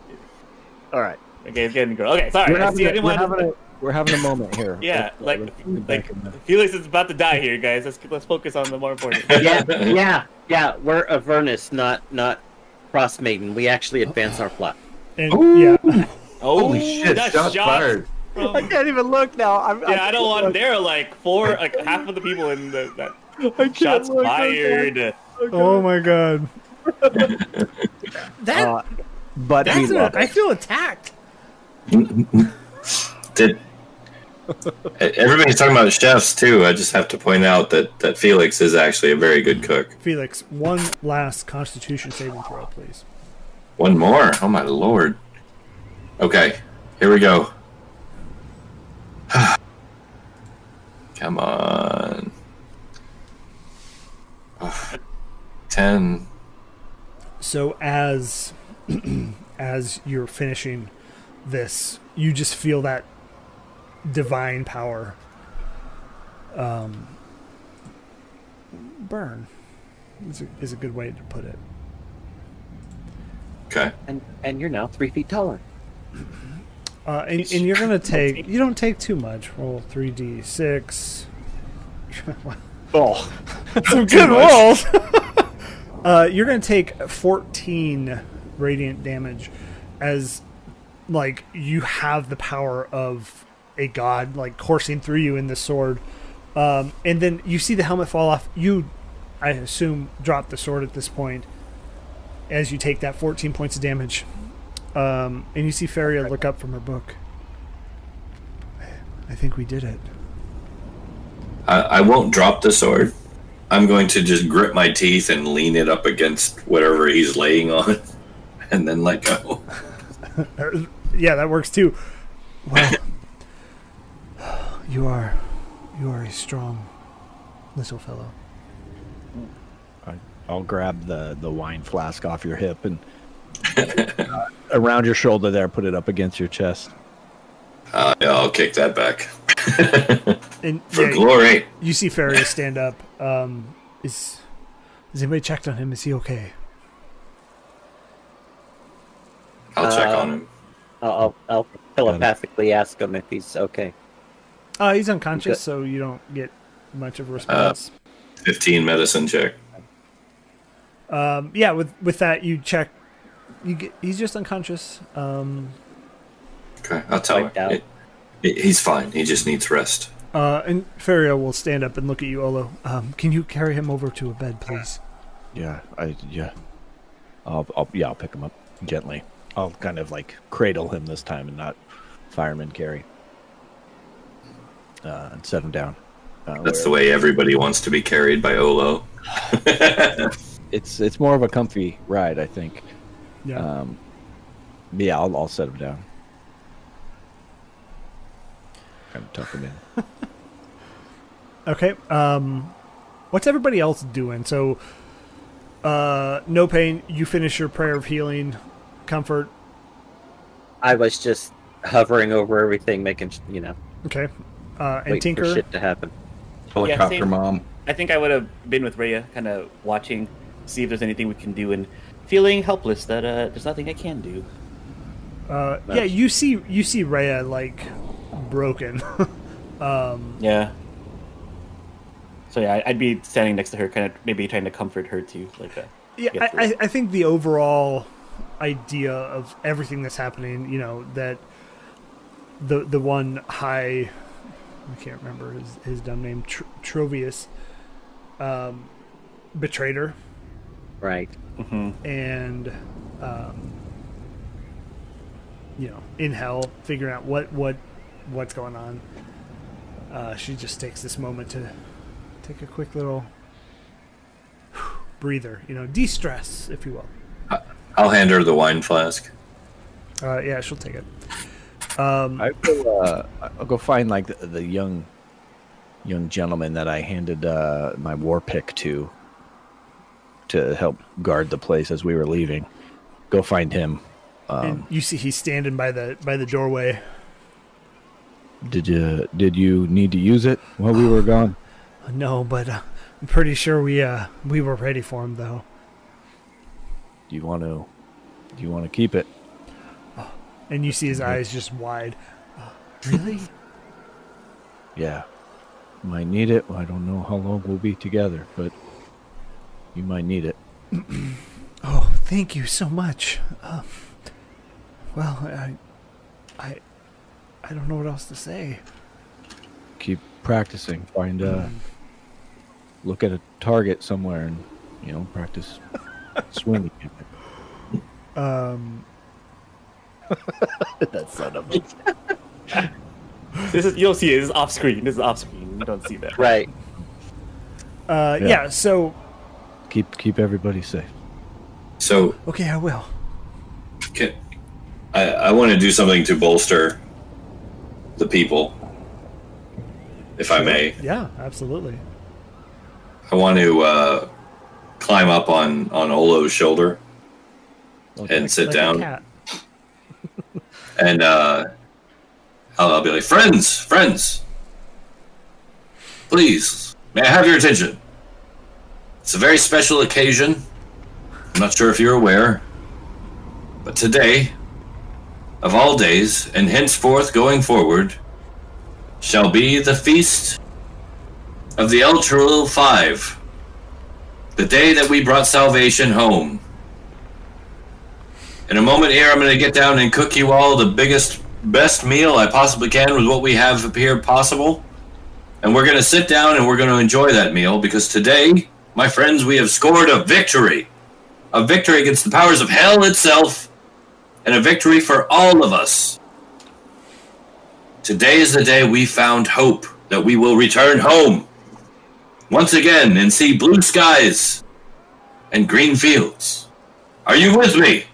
Speaker 7: All right.
Speaker 4: okay. It's getting gross. Okay, sorry. I see, I didn't
Speaker 7: we're
Speaker 4: want to.
Speaker 7: having a- We're having a moment here.
Speaker 4: (laughs) Yeah,
Speaker 7: Let's-
Speaker 4: like,
Speaker 7: let's get back
Speaker 4: like
Speaker 7: in the-
Speaker 4: Felix is about to die here, guys. Let's let's focus on the more important.
Speaker 1: (laughs) (laughs)
Speaker 7: (laughs)
Speaker 1: yeah, yeah, yeah. We're Avernus, not not Cross Maiden. We actually advance our plot.
Speaker 3: And yeah,
Speaker 4: Oh,
Speaker 5: Holy shit!
Speaker 4: that's
Speaker 5: Shots
Speaker 4: shots
Speaker 5: fired.
Speaker 4: from-
Speaker 6: I can't even look now. I'm,
Speaker 4: Yeah, I don't want. There are like four, like half of the people in the
Speaker 3: (laughs)
Speaker 4: that
Speaker 6: can't
Speaker 4: shots
Speaker 6: look, I
Speaker 4: fired.
Speaker 3: oh my god, that
Speaker 7: Uh, but we
Speaker 3: that's an,
Speaker 7: love it.
Speaker 3: I feel attacked.
Speaker 2: Did E-, everybody's talking about chefs too? I just have to point out that that Felix is actually a very good cook.
Speaker 3: Felix, one last Constitution saving throw, please.
Speaker 2: One more. Oh my lord. Okay, here we go. (sighs) Come on. (sighs) Ugh. Ten.
Speaker 3: So as (clears throat) as you're finishing this, you just feel that divine power um, burn. Is a, is a good way to put it.
Speaker 2: Okay.
Speaker 1: And and you're now three feet taller.
Speaker 3: Uh, and, and you're gonna take. You don't take too much. Roll three d six.
Speaker 6: Oh,
Speaker 3: (laughs) Some good rolls. (laughs) uh, you're gonna take fourteen radiant damage, as like you have the power of a god like coursing through you in the sword, um, and then you see the helmet fall off. You, I assume, drop the sword at this point, as you take that fourteen points of damage, um, and you see Feria look up from her book. I think we did it.
Speaker 2: I, I won't drop the sword. I'm going to just grit my teeth and lean it up against whatever he's laying on, (laughs) and then let go.
Speaker 3: yeah, that works too. Well, you are, you are a strong little fellow.
Speaker 7: I- I'll grab the, the wine flask off your hip and uh, around your shoulder there, put it up against your chest.
Speaker 2: Uh, yeah, I'll kick that back (laughs)
Speaker 3: And
Speaker 2: for
Speaker 3: yeah,
Speaker 2: glory.
Speaker 3: you see Farius stand up. Um, is has anybody checked on him? Is he okay?
Speaker 2: I'll check
Speaker 1: Uh,
Speaker 2: on him.
Speaker 1: I'll, I'll, I'll telepathically ask him if he's okay.
Speaker 3: Uh, he's unconscious,
Speaker 1: Good.
Speaker 3: so you don't get much
Speaker 2: Uh,
Speaker 3: of a response.
Speaker 2: 15 medicine check.
Speaker 3: um, yeah, with with that, you check. You get, he's just unconscious. Um,
Speaker 2: Okay, I'll tell him.
Speaker 1: Wiped out.
Speaker 2: It- it- he's fine. He just needs rest.
Speaker 3: uh, and Feria will stand up and look at you, Olo. Um, can you carry him over to a bed, please?
Speaker 7: Yeah, I yeah. I'll, I'll yeah, I'll pick him up gently. I'll kind of like cradle him this time and not fireman carry. Uh, and set him down. Uh,
Speaker 2: That's the
Speaker 7: where-
Speaker 2: way everybody wants to be carried by Olo.
Speaker 7: It's it's more of a comfy ride, I think.
Speaker 3: Yeah.
Speaker 7: Um, yeah, I'll, I'll set him down. Kind of tuck him in.
Speaker 3: Okay. Um, what's everybody else doing? So, uh, no pain. You finish your prayer of healing, comfort.
Speaker 1: I was just hovering over everything, making sh- you know,
Speaker 3: Okay. Uh, and
Speaker 1: wait for
Speaker 3: Tinker.
Speaker 1: shit to happen.
Speaker 5: Helicopter
Speaker 4: same.
Speaker 5: mom.
Speaker 4: I think I would have been with Rhea, kind of watching, see if there's anything we can do, and feeling helpless that uh, there's nothing I can do.
Speaker 3: Uh, yeah, you see, you see Rhea like broken. (laughs) um,
Speaker 4: Yeah. So yeah, I- I'd be standing next to her, kind of maybe trying to comfort her too, like that.
Speaker 3: yeah,
Speaker 4: Get
Speaker 3: I,
Speaker 4: through.
Speaker 3: I, I think the overall idea of everything that's happening, you know, that the the one high, I can't remember his, his dumb name, Tr- Trovius, um, betrayed her.
Speaker 1: Right.
Speaker 3: and um, you know in hell figuring out what what what's going on uh, she just takes this moment to take a quick little (sighs) breather you know de-stress if you will
Speaker 2: I'll hand her the wine flask.
Speaker 3: uh, yeah she'll take it um,
Speaker 7: I will, uh, I'll go find like the, the young young gentleman that I handed uh, my war pick to to help guard the place as we were leaving. Go find him.
Speaker 3: and you see he's standing by the by the doorway
Speaker 7: Did you did you need to use it while we were gone?
Speaker 3: no but uh, i'm pretty sure we uh we were ready for him though
Speaker 7: Do you want to do you want to keep it?
Speaker 3: and you see his eyes just wide Uh, really
Speaker 7: Yeah. Might need it. I don't know how long we'll be together, but you might need it.
Speaker 3: Oh, thank you so much. Um, well, I, I, I don't know what else to say.
Speaker 7: Keep practicing. Find uh look at a target somewhere and you know, practice swinging at it.
Speaker 3: Um,
Speaker 7: That son of a
Speaker 4: This is you'll see it. This is off screen. This is off screen. You don't see that.
Speaker 1: Right.
Speaker 3: uh,
Speaker 7: Yeah.
Speaker 3: yeah. So,
Speaker 7: keep keep everybody safe.
Speaker 2: So
Speaker 3: okay, I will.
Speaker 2: Can, I, I want to do something to bolster the people, if I may.
Speaker 3: Yeah, absolutely.
Speaker 2: I want to uh, climb up on on Olo's shoulder and sit
Speaker 3: Like a
Speaker 2: down,
Speaker 3: cat.
Speaker 2: (laughs) and uh, I'll, I'll be like, "Friends, friends, please, may I have your attention? It's a very special occasion. I'm not sure if you're aware, but today, of all days, and henceforth going forward, shall be the feast of the El Trul Five, the day that we brought salvation home. In a moment here, I'm going to get down and cook you all the biggest, best meal I possibly can with what we have here possible. And we're going to sit down and we're going to enjoy that meal because today, my friends, we have scored a victory. A victory against the powers of hell itself, and a victory for all of us. Today is the day we found hope that we will return home once again and see blue skies and green fields. Are you with me?
Speaker 7: (laughs)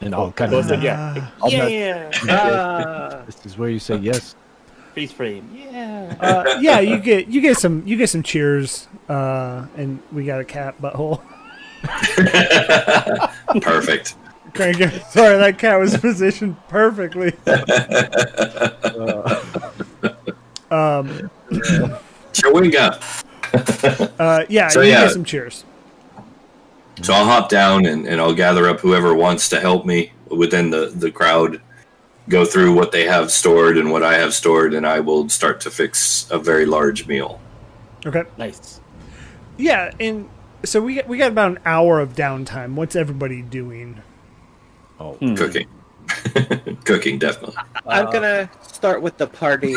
Speaker 7: And I'll kind
Speaker 4: So it's
Speaker 7: of
Speaker 3: (laughs)
Speaker 4: like, yeah. Ah.
Speaker 7: I'll not-
Speaker 4: yeah. (laughs)
Speaker 3: Uh,
Speaker 7: this is where you say yes.
Speaker 4: Freeze frame. Yeah.
Speaker 3: Uh, yeah, you get you get some you get some cheers, uh, and we got a cat butthole. (laughs)
Speaker 2: Perfect.
Speaker 3: Crank it. Sorry, that cat was (laughs) positioned
Speaker 2: (laughs)
Speaker 3: perfectly. um,
Speaker 2: Chewinga.
Speaker 3: uh, yeah,
Speaker 2: So,
Speaker 3: you
Speaker 2: yeah.
Speaker 3: get some cheers.
Speaker 2: So I'll hop down and, and I'll gather up whoever wants to help me within the, the crowd, go through what they have stored and what I have stored, and I will start to fix a very large meal.
Speaker 3: Okay.
Speaker 4: Nice.
Speaker 3: Yeah, and so we got, we got about an hour of downtime. What's everybody doing?
Speaker 7: Hmm.
Speaker 2: Cooking. (laughs) Cooking, definitely.
Speaker 1: I'm gonna start with the party,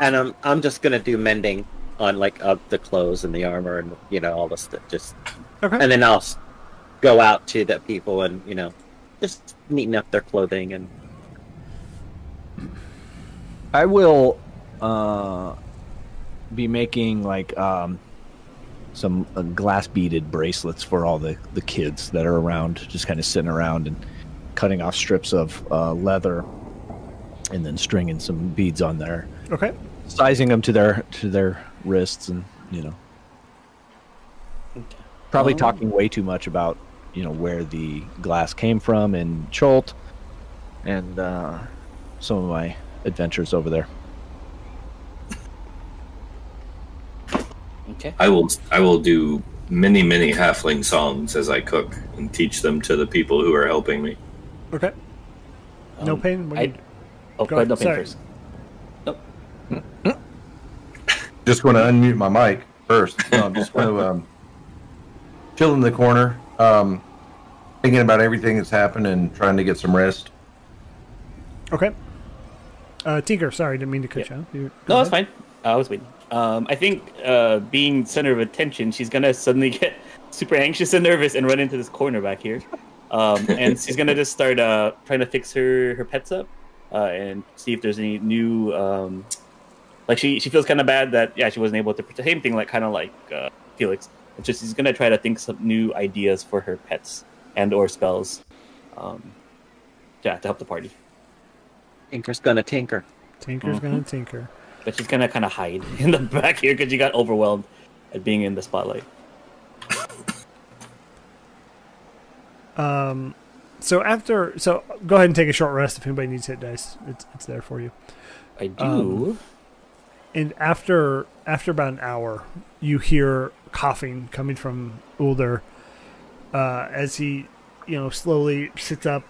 Speaker 1: and I'm I'm just gonna do mending on like of the clothes and the armor and you know all this stuff. Just
Speaker 3: Okay.
Speaker 1: and then I'll s- go out to the people and you know just neaten up their clothing and
Speaker 7: I will uh, be making like um, some uh, glass beaded bracelets for all the, the kids that are around, just kind of sitting around and cutting off strips of uh, leather and then stringing some beads on there,
Speaker 3: Okay.
Speaker 7: sizing them to their to their wrists, and you know, probably talking way too much about you know where the glass came from in Cholt and uh, some of my adventures over there.
Speaker 4: Okay.
Speaker 2: I will I will do many, many halfling songs as I cook and teach them to the people who are helping me.
Speaker 3: Okay. No pain? What
Speaker 4: Um,
Speaker 3: do
Speaker 4: I-
Speaker 3: you do?
Speaker 4: Oh,
Speaker 3: Go
Speaker 4: go ahead.
Speaker 3: ahead,
Speaker 4: No pain
Speaker 3: sorry.
Speaker 4: first.
Speaker 5: Just going to unmute my mic first. No, I'm just going to um, chill in the corner, um, thinking about everything that's happened and trying to get some rest. (laughs)
Speaker 3: Okay. Uh, Tinker, sorry, didn't mean to cut
Speaker 4: Yeah.
Speaker 3: you off. You-
Speaker 4: No,
Speaker 3: go
Speaker 4: that's
Speaker 3: ahead.
Speaker 4: fine. I was waiting. Um, I think uh, being center of attention, she's gonna suddenly (laughs) get super anxious and nervous and run into this corner back here, um, and she's gonna just start uh, trying to fix her her pets up uh, and see if there's any new. Um, like she she feels kind of bad that yeah she wasn't able to protect- same thing like kind of like uh, Felix. It's just she's gonna try to think some new ideas for her pets and or spells. Um, yeah, to help the party,
Speaker 1: Tinker's gonna tinker.
Speaker 4: Uh-huh.
Speaker 3: Tinker's gonna tinker.
Speaker 4: but she's gonna kind of hide (laughs) in the back here because she got overwhelmed at being in the spotlight.
Speaker 3: Um, so after, so go ahead and take a short rest if anybody needs hit dice. It's it's there for you.
Speaker 4: I do.
Speaker 3: Um, And after after about an hour, you hear coughing coming from Ulder, uh, as he, you know, slowly sits up,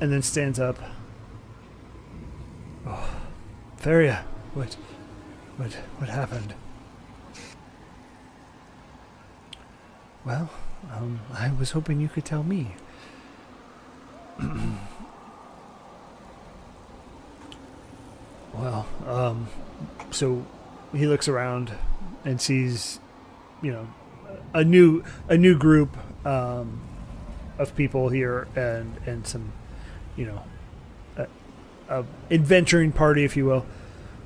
Speaker 3: and then stands up. Oh, Feria, what, what, what happened? Well, um, I was hoping you could tell me. (clears throat) well, um, so he looks around and sees, you know, a new a new group um, of people here and and some, you know, a adventuring party, if you will.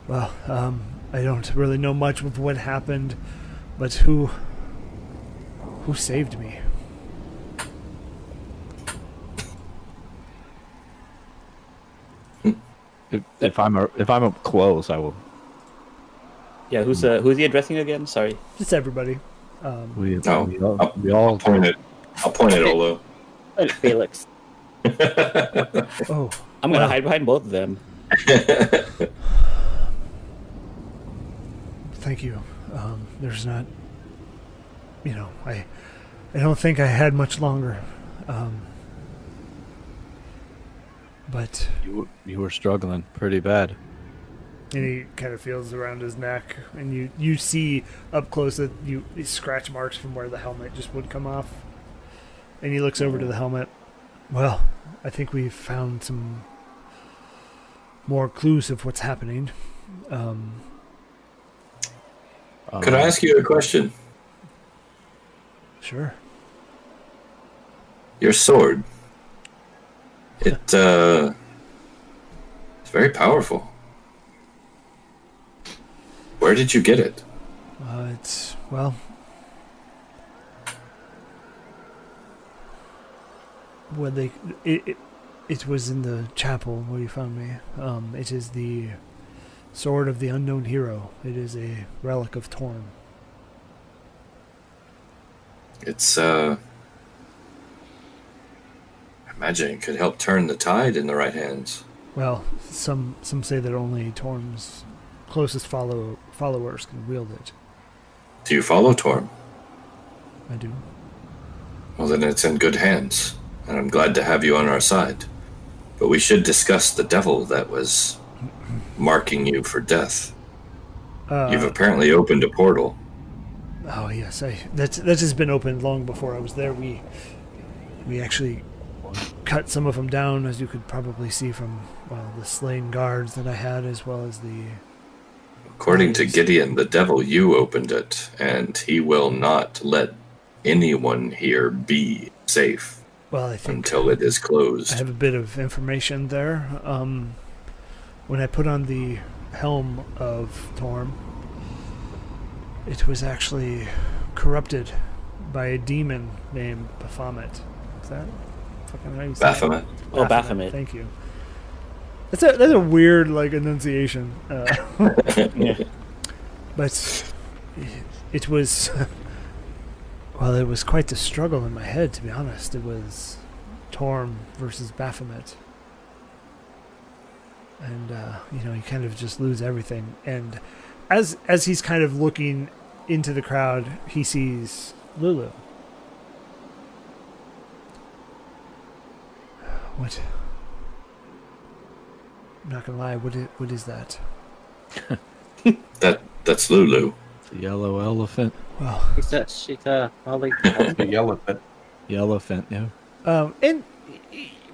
Speaker 3: Well, um, I don't really know much of what happened, but who who saved me?
Speaker 7: If, if I'm a, if I'm up close, I will.
Speaker 4: Yeah, who's uh, who's he addressing again? Sorry.
Speaker 3: Just everybody. Um,
Speaker 7: We,
Speaker 2: Oh,
Speaker 7: we all,
Speaker 2: up-
Speaker 7: we all
Speaker 2: I'll point it. I'll point it all though.
Speaker 1: But Felix.
Speaker 3: oh,
Speaker 4: I'm gonna
Speaker 3: Wow.
Speaker 4: hide behind both of them.
Speaker 3: thank you. Um, there's not, you know, I, I don't think I had much longer. Um, but
Speaker 7: you, were, you were struggling pretty bad.
Speaker 3: and he kind of feels around his neck, and you you see up close that you these scratch marks from where the helmet just would come off. And he looks over to the helmet. Well, I think we've found some more clues of what's happening. Um,
Speaker 7: Um,
Speaker 2: Could I ask you a question?
Speaker 3: sure.
Speaker 2: Your sword. It uh it's very powerful. Where did you get it?
Speaker 3: Uh, it's well. Well, they it, it it was in the chapel where you found me. Um, it is the sword of the unknown hero. It is a relic of Torn.
Speaker 2: It's uh I imagine it could help turn the tide in the right hands.
Speaker 3: Well, some some say that only Torm's closest follow followers can wield it.
Speaker 2: Do you follow Torm?
Speaker 3: I do.
Speaker 2: Well then it's in good hands, and I'm glad to have you on our side. But we should discuss the devil that was marking you for death.
Speaker 3: Uh,
Speaker 2: You've apparently opened a portal.
Speaker 3: Oh yes, I that that has been opened long before I was there. We we actually cut some of them down, as you could probably see from well the slain guards that I had, as well as the
Speaker 2: According to Gideon, the devil, you opened it, and he will not let anyone here be safe
Speaker 3: well I think
Speaker 2: until it is
Speaker 3: I
Speaker 2: closed.
Speaker 3: have a bit of information there. Um, when I put on the helm of Torm, it was actually corrupted by a demon named Baphomet. Is that fucking how you say it?
Speaker 2: Baphomet.
Speaker 4: Oh, Baphomet.
Speaker 3: Thank you. That's a that's a weird like enunciation, uh, but it, it was well, it was quite the struggle in my head to be honest. It was Torm versus Baphomet, and uh, you know you kind of just lose everything. And as as he's kind of looking into the crowd, he sees Lulu. What? I'm not gonna lie. What is, what is that?
Speaker 2: That that's Lulu.
Speaker 7: The yellow elephant.
Speaker 3: Well,
Speaker 1: She's a, she's a Molly.
Speaker 5: The yellow, but
Speaker 7: Yellow elephant. Yeah.
Speaker 3: Um, and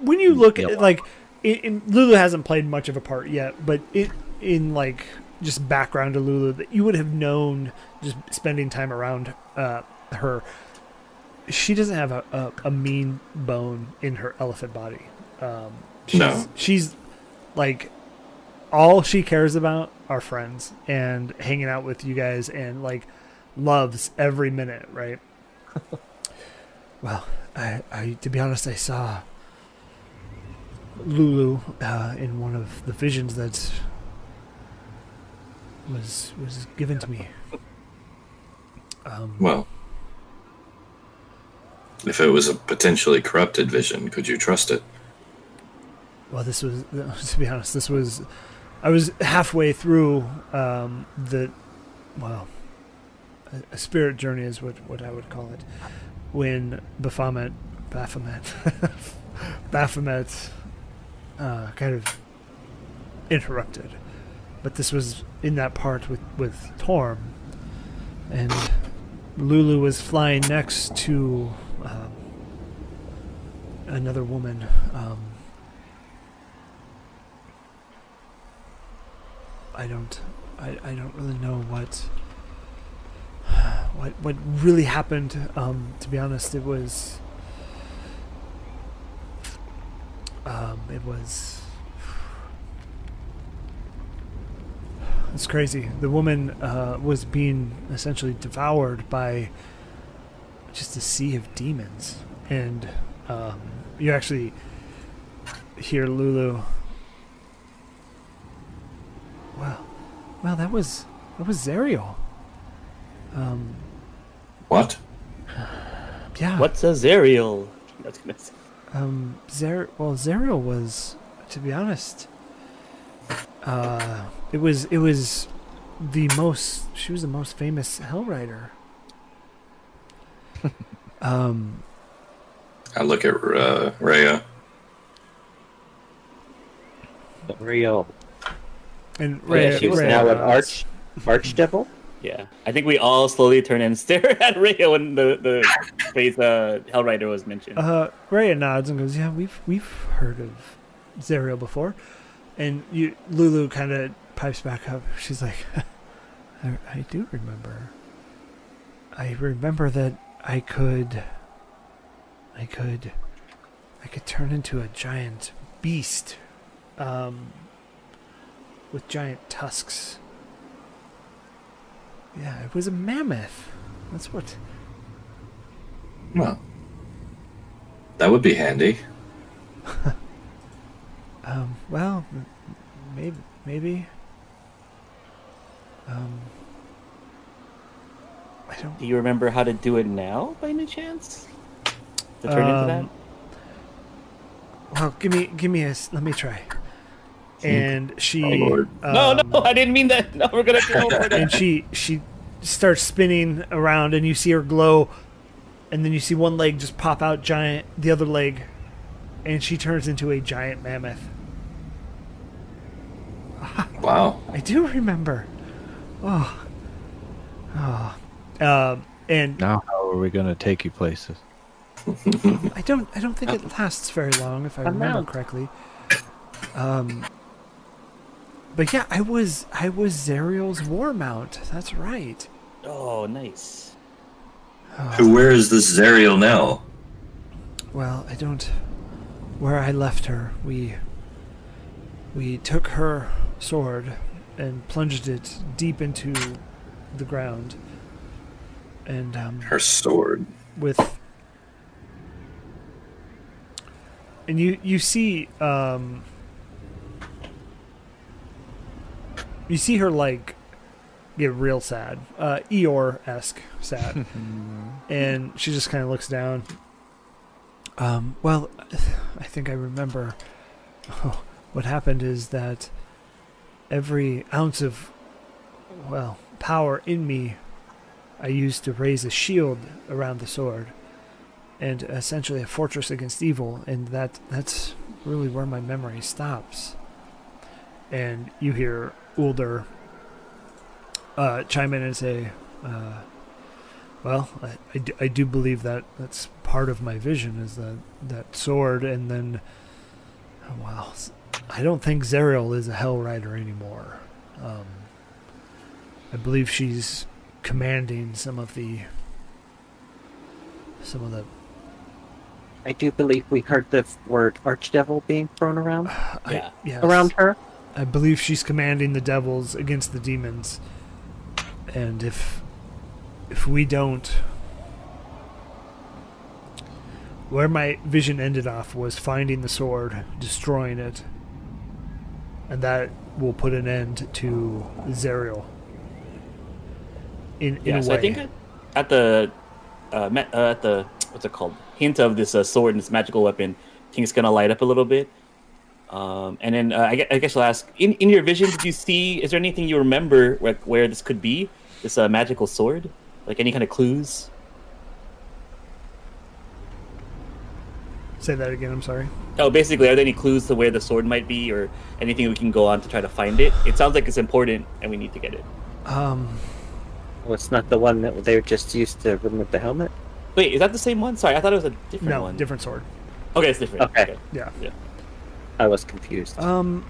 Speaker 3: when you look at
Speaker 7: Yellow.
Speaker 3: like, in, in, Lulu hasn't played much of a part yet, but it in like just background to Lulu that you would have known just spending time around uh, her. She doesn't have a, a, a mean bone in her elephant body. Um, she's,
Speaker 2: No.
Speaker 3: she's like all she cares about are friends and hanging out with you guys and like loves every minute, right? (laughs) well, I, I to be honest, I saw Lulu uh, in one of the visions that was was given to me. Um,
Speaker 2: Well, if it was a potentially corrupted vision, could you trust it?
Speaker 3: well, this was (laughs) to be honest, this was I was halfway through um, the well a, a spirit journey is what what I would call it when Baphomet Baphomet (laughs) Baphomet uh, kind of interrupted but this was in that part with with Torm, and Lulu was flying next to um, another woman. Um, I don't, I, I don't really know what what what really happened. Um, to be honest, it was um, it was it's crazy. The woman uh, was being essentially devoured by just a sea of demons, and um, you actually hear Lulu. Wow, wow, that was that was Zerial. Um,
Speaker 2: What?
Speaker 3: yeah.
Speaker 4: What's a (laughs) Zerial? That's gonna say-
Speaker 3: Um, Zer- well, Zerial was, to be honest, uh, it was it was the most. She was the most famous Hell Rider. um,
Speaker 2: I look at uh, Rhea.
Speaker 1: Real.
Speaker 3: and
Speaker 4: Oh, yeah,
Speaker 3: Rhea-
Speaker 4: she was
Speaker 3: Rhea
Speaker 1: Now an
Speaker 3: was-
Speaker 1: arch archdevil.
Speaker 4: Yeah, I think we all slowly turn and (laughs) stare at Rio when the the phrase uh, Hellrider was mentioned.
Speaker 3: Uh, Rhea nods and goes, "Yeah, we've we've heard of Zerial before," and you Lulu kind of pipes back up. She's like, (laughs) I, "I do remember. I remember that I could, I could, I could turn into a giant beast, um, with giant tusks. Yeah, it was a mammoth. That's what."
Speaker 2: Well, that would be handy.
Speaker 3: Um, well, m- maybe, maybe. Um, I don't.
Speaker 4: Do you remember how to do it now, by any chance? To turn into that?
Speaker 3: Um, Well, give me, give me a. s- Let me try. And she.
Speaker 2: Oh, Lord.
Speaker 4: no,
Speaker 3: um,
Speaker 4: no, I didn't mean that. No, we're gonna go over
Speaker 3: and she she starts spinning around, and you see her glow, and then you see one leg just pop out, giant. The other leg, and she turns into a giant mammoth.
Speaker 2: Wow.
Speaker 3: I do remember. Oh. Oh. Um, and
Speaker 7: Now, how are we going to take you places?
Speaker 3: I don't. I don't think it lasts very long, if I remember correctly. Um. But yeah, I was I was Zerial's war mount. That's right.
Speaker 4: Oh, nice.
Speaker 2: Who wears this Zerial now?
Speaker 3: Well, I don't. Where I left her, we. We took her sword and plunged it deep into the ground. And um,
Speaker 2: Her sword.
Speaker 3: with and you you see um you see her like get real sad uh eeyore-esque (laughs) sad and she just kind of looks down um well i think i remember (laughs) what happened is that every ounce of well power in me I used to raise a shield around the sword, and essentially a fortress against evil, and that that's really where my memory stops. And you hear Ulder uh, chime in and say, uh, "Well, I, I, do, I do believe that that's part of my vision is that that sword, and then, oh, wow, s- I don't think Zerial is a Hell Rider anymore. Um, I believe she's." commanding some of the some of the
Speaker 1: I do believe we heard the word archdevil being thrown
Speaker 3: (sighs)
Speaker 1: around
Speaker 4: Yeah.
Speaker 3: yes,
Speaker 1: around her.
Speaker 3: I believe she's commanding the devils against the demons. And if if we don't where my vision ended off was finding the sword, destroying it, and that will put an end to Zerial. In, in
Speaker 4: Yeah.
Speaker 3: a
Speaker 4: So
Speaker 3: way.
Speaker 4: I think at the uh, ma- uh, at the what's it called hint of this uh, sword and this magical weapon, I think it's gonna light up a little bit. Um, and then uh, I, gue- I guess I'll ask: in, in your vision, did you see? Is there anything you remember where, where this could be? This uh, magical sword, like any kind of clues?
Speaker 3: Say that again. I'm sorry.
Speaker 4: Oh, basically, are there any clues to where the sword might be, or anything we can go on to try to find it? It sounds like it's important, and we need to get it.
Speaker 3: Um,
Speaker 1: Well, it's not the one that they just used to remove the helmet.
Speaker 4: Wait, is that the same one? Sorry, I thought it was a different
Speaker 3: no,
Speaker 4: one.
Speaker 3: different sword.
Speaker 4: Okay, it's different.
Speaker 1: Okay.
Speaker 3: Yeah.
Speaker 4: Yeah.
Speaker 1: I was confused.
Speaker 3: Um.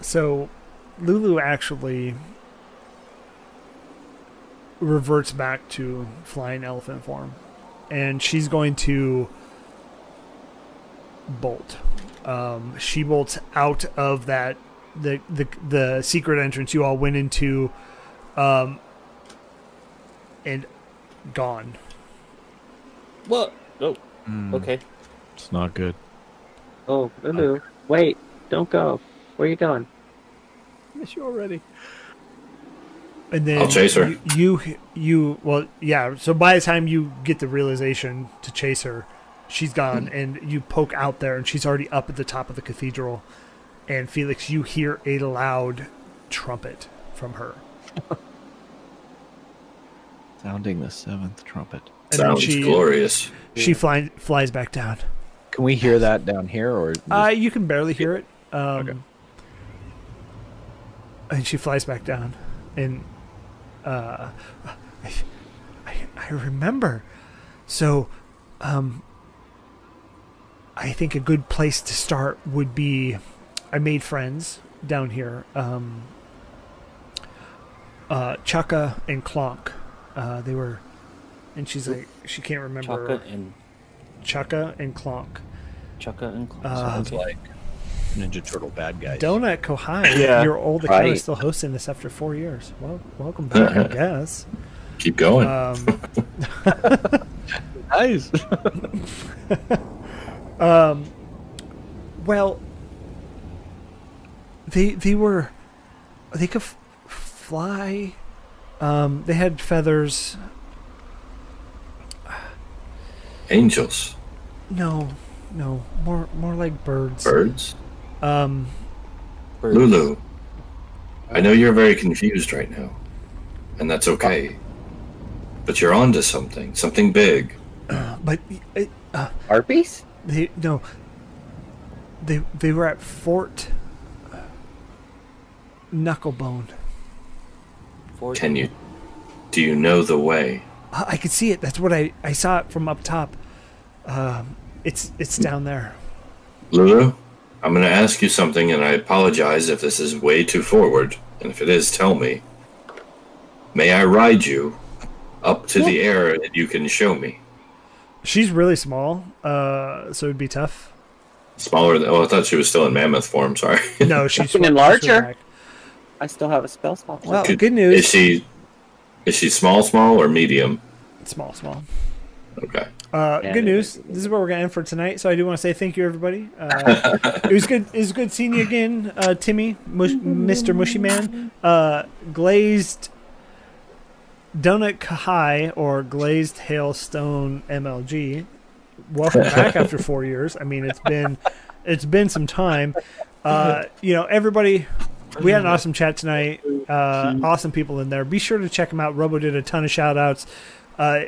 Speaker 3: So, Lulu actually reverts back to flying elephant form, and she's going to bolt. Um, she bolts out of that the the the secret entrance you all went into, um, and gone.
Speaker 4: Well, oh, okay.
Speaker 8: It's not good.
Speaker 1: oh, Lulu, wait! Don't go. Where you going?
Speaker 7: miss you already.
Speaker 3: And then
Speaker 2: I'll chase her.
Speaker 3: You, you, you- well, yeah. So by the time you get the realization to chase her, she's gone,
Speaker 2: Hmm.
Speaker 3: and you poke out there, and she's already up at the top of the cathedral. And Felix, you hear a loud trumpet from her,
Speaker 8: Sounding the seventh trumpet.
Speaker 3: and then
Speaker 2: Sounds
Speaker 3: she
Speaker 2: glorious.
Speaker 3: she fly, flies back down.
Speaker 7: Can we hear that down here or
Speaker 3: Uh, you can barely hear it. Um, And she flies back down, and uh, I, I, I remember. So, um, I think a good place to start would be. I made friends down here. Um, uh, Chaka and Clonk. Uh, they were, and she's like, she can't remember
Speaker 4: Chaka and
Speaker 3: Chaka and Clonk.
Speaker 4: Chaka and Claw.
Speaker 3: Uh,
Speaker 7: sounds like Ninja Turtle bad guys?
Speaker 3: Donut Kohai,
Speaker 4: Yeah.
Speaker 3: your old account
Speaker 1: Right.
Speaker 3: is still hosting this after four years. Well, welcome back, I guess.
Speaker 2: Keep going.
Speaker 3: Um,
Speaker 7: Nice.
Speaker 3: well, they they were they could f- fly. Um, they had feathers.
Speaker 2: Angels,
Speaker 3: No, no, more more like birds.
Speaker 2: birds,
Speaker 3: Um,
Speaker 2: Lulu. I know you're very confused right now, and that's okay. But you're onto something, something big.
Speaker 3: but it,
Speaker 1: Arby's?
Speaker 3: They no. They they were at Fort Knucklebone.
Speaker 4: Ford.
Speaker 2: Can you? Do you know the way?
Speaker 3: I I could see it. That's what I I saw it from up top. Um, it's it's down there.
Speaker 2: Lulu, I'm going to ask you something, and I apologize if this is way too forward. And if it is, tell me. May I ride you up to the air and you can show me?
Speaker 3: She's really small, uh, so it'd be tough.
Speaker 2: Smaller than. Oh, I thought she was still in mammoth form. Sorry. (laughs)
Speaker 3: No, she's
Speaker 1: Even
Speaker 3: sw-
Speaker 1: larger?
Speaker 3: she's back.
Speaker 1: I still have a spell slot.
Speaker 3: Well,
Speaker 2: Could-
Speaker 3: Oh, good
Speaker 2: Is
Speaker 3: news.
Speaker 2: she. Is she small, small, or medium?
Speaker 3: Small, small.
Speaker 2: Okay.
Speaker 3: Uh,
Speaker 1: Yeah,
Speaker 3: good
Speaker 1: it
Speaker 3: news. This is where we're gonna end for tonight. So I do want to say thank you, everybody. Uh, it was good. It was good seeing you again, uh, Timmy, Mush, Mr. Mushy Man, uh, glazed donut Kahai or glazed hailstone MLG. Welcome back after four years. I mean, it's been it's been some time. Uh, you know, everybody. We had an awesome chat tonight. Uh, awesome people in there. Be sure to check them out. Robo did a ton of shout outs. Uh,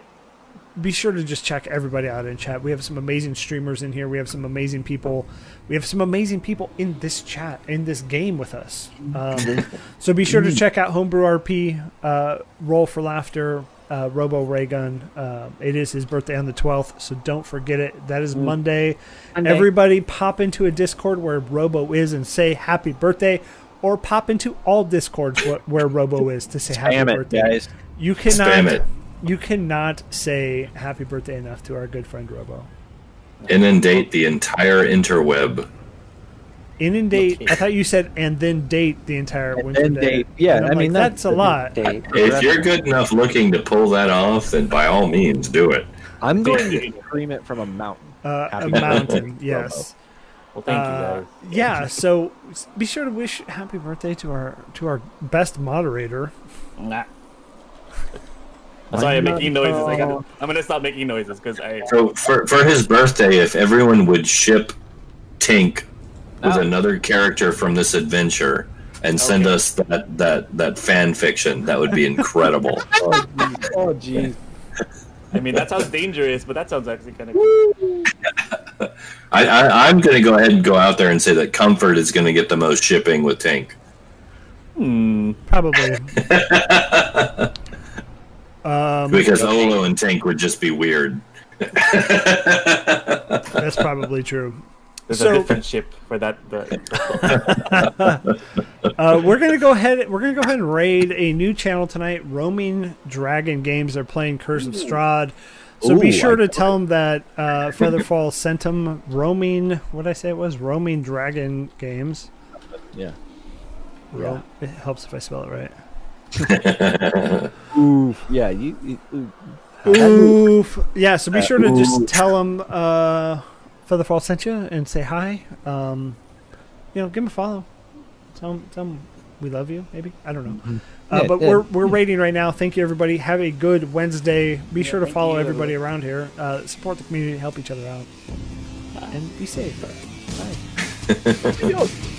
Speaker 3: be sure to just check everybody out in chat. We have some amazing streamers in here. We have some amazing people. We have some amazing people in this chat, in this game with us. Um,
Speaker 7: Mm-hmm.
Speaker 3: so be sure to check out Homebrew RP, uh, Roll for Laughter, uh, Robo Raygun. Uh, it is his birthday on the 12th, so don't forget it. That is
Speaker 7: Mm.
Speaker 3: Monday.
Speaker 1: Monday.
Speaker 3: Everybody pop into a Discord where Robo is and say happy birthday, or pop into all Discords wh- where Robo is to say happy
Speaker 7: Damn it,
Speaker 3: birthday.
Speaker 7: guys.
Speaker 3: You cannot
Speaker 2: Spam it.
Speaker 3: you cannot say happy birthday enough to our good friend Robo.
Speaker 2: Inundate the entire interweb.
Speaker 3: Inundate. I thought you said and then date the entire winter
Speaker 7: then
Speaker 3: day.
Speaker 7: date, yeah,
Speaker 3: And I'm
Speaker 7: I mean,
Speaker 3: like,
Speaker 7: that-
Speaker 3: that's a lot.
Speaker 1: Date.
Speaker 2: If you're good enough looking to pull that off, then by all means do it.
Speaker 7: I'm going to scream it from a mountain.
Speaker 3: Uh, a
Speaker 7: Happy
Speaker 3: mountain.
Speaker 7: birthday,
Speaker 3: yes.
Speaker 4: Well, thank
Speaker 3: Uh,
Speaker 4: you guys.
Speaker 3: yeah. So s- be sure to wish happy birthday to our to our best moderator.
Speaker 4: Nah. I'm sorry, I'm making noises. I gotta, I'm gonna stop making noises because I.
Speaker 2: So for, for his birthday, if
Speaker 3: Oh.
Speaker 2: everyone would ship Tink with another character from this adventure, and send us that that that fan fiction. That
Speaker 3: (laughs)
Speaker 2: would be incredible.
Speaker 6: Oh, geez.
Speaker 4: I mean, that sounds dangerous, but that sounds actually kind of cool.
Speaker 2: I, I I'm gonna go ahead and go out there and say that Comfort is gonna get the most shipping with Tank.
Speaker 4: Hmm.
Speaker 3: Probably. um,
Speaker 2: Because Olo and Tank would just be weird.
Speaker 3: that's probably true.
Speaker 4: There's
Speaker 3: So-
Speaker 4: a different ship for that. The,
Speaker 3: Uh, we're gonna go ahead. We're gonna go ahead and raid a new channel tonight. Roaming Dragon Games. They're playing Curse of Strahd. So be
Speaker 7: Ooh,
Speaker 3: sure
Speaker 7: I
Speaker 3: to tell them that uh, Featherfall sent them roaming. What did I say it was? Roaming Dragon Games.
Speaker 7: Yeah.
Speaker 3: Ro- It helps if I spell it right.
Speaker 7: (laughs) Oof. Yeah, you. you- ooh.
Speaker 3: Oof. Yeah,
Speaker 7: Uh,
Speaker 3: so be sure to just tell him uh, Featherfall sent you and say hi. Um, you know, give him a follow. Tell him, tell him we love you, maybe. I don't know. Uh,
Speaker 7: Mm-hmm. Yeah,
Speaker 3: but
Speaker 7: yeah.
Speaker 3: we're, we're rating right now. Thank you, everybody. Have a good Wednesday. Be sure to follow everybody around here. Uh, support the community, help each other out, and be safe. Bye.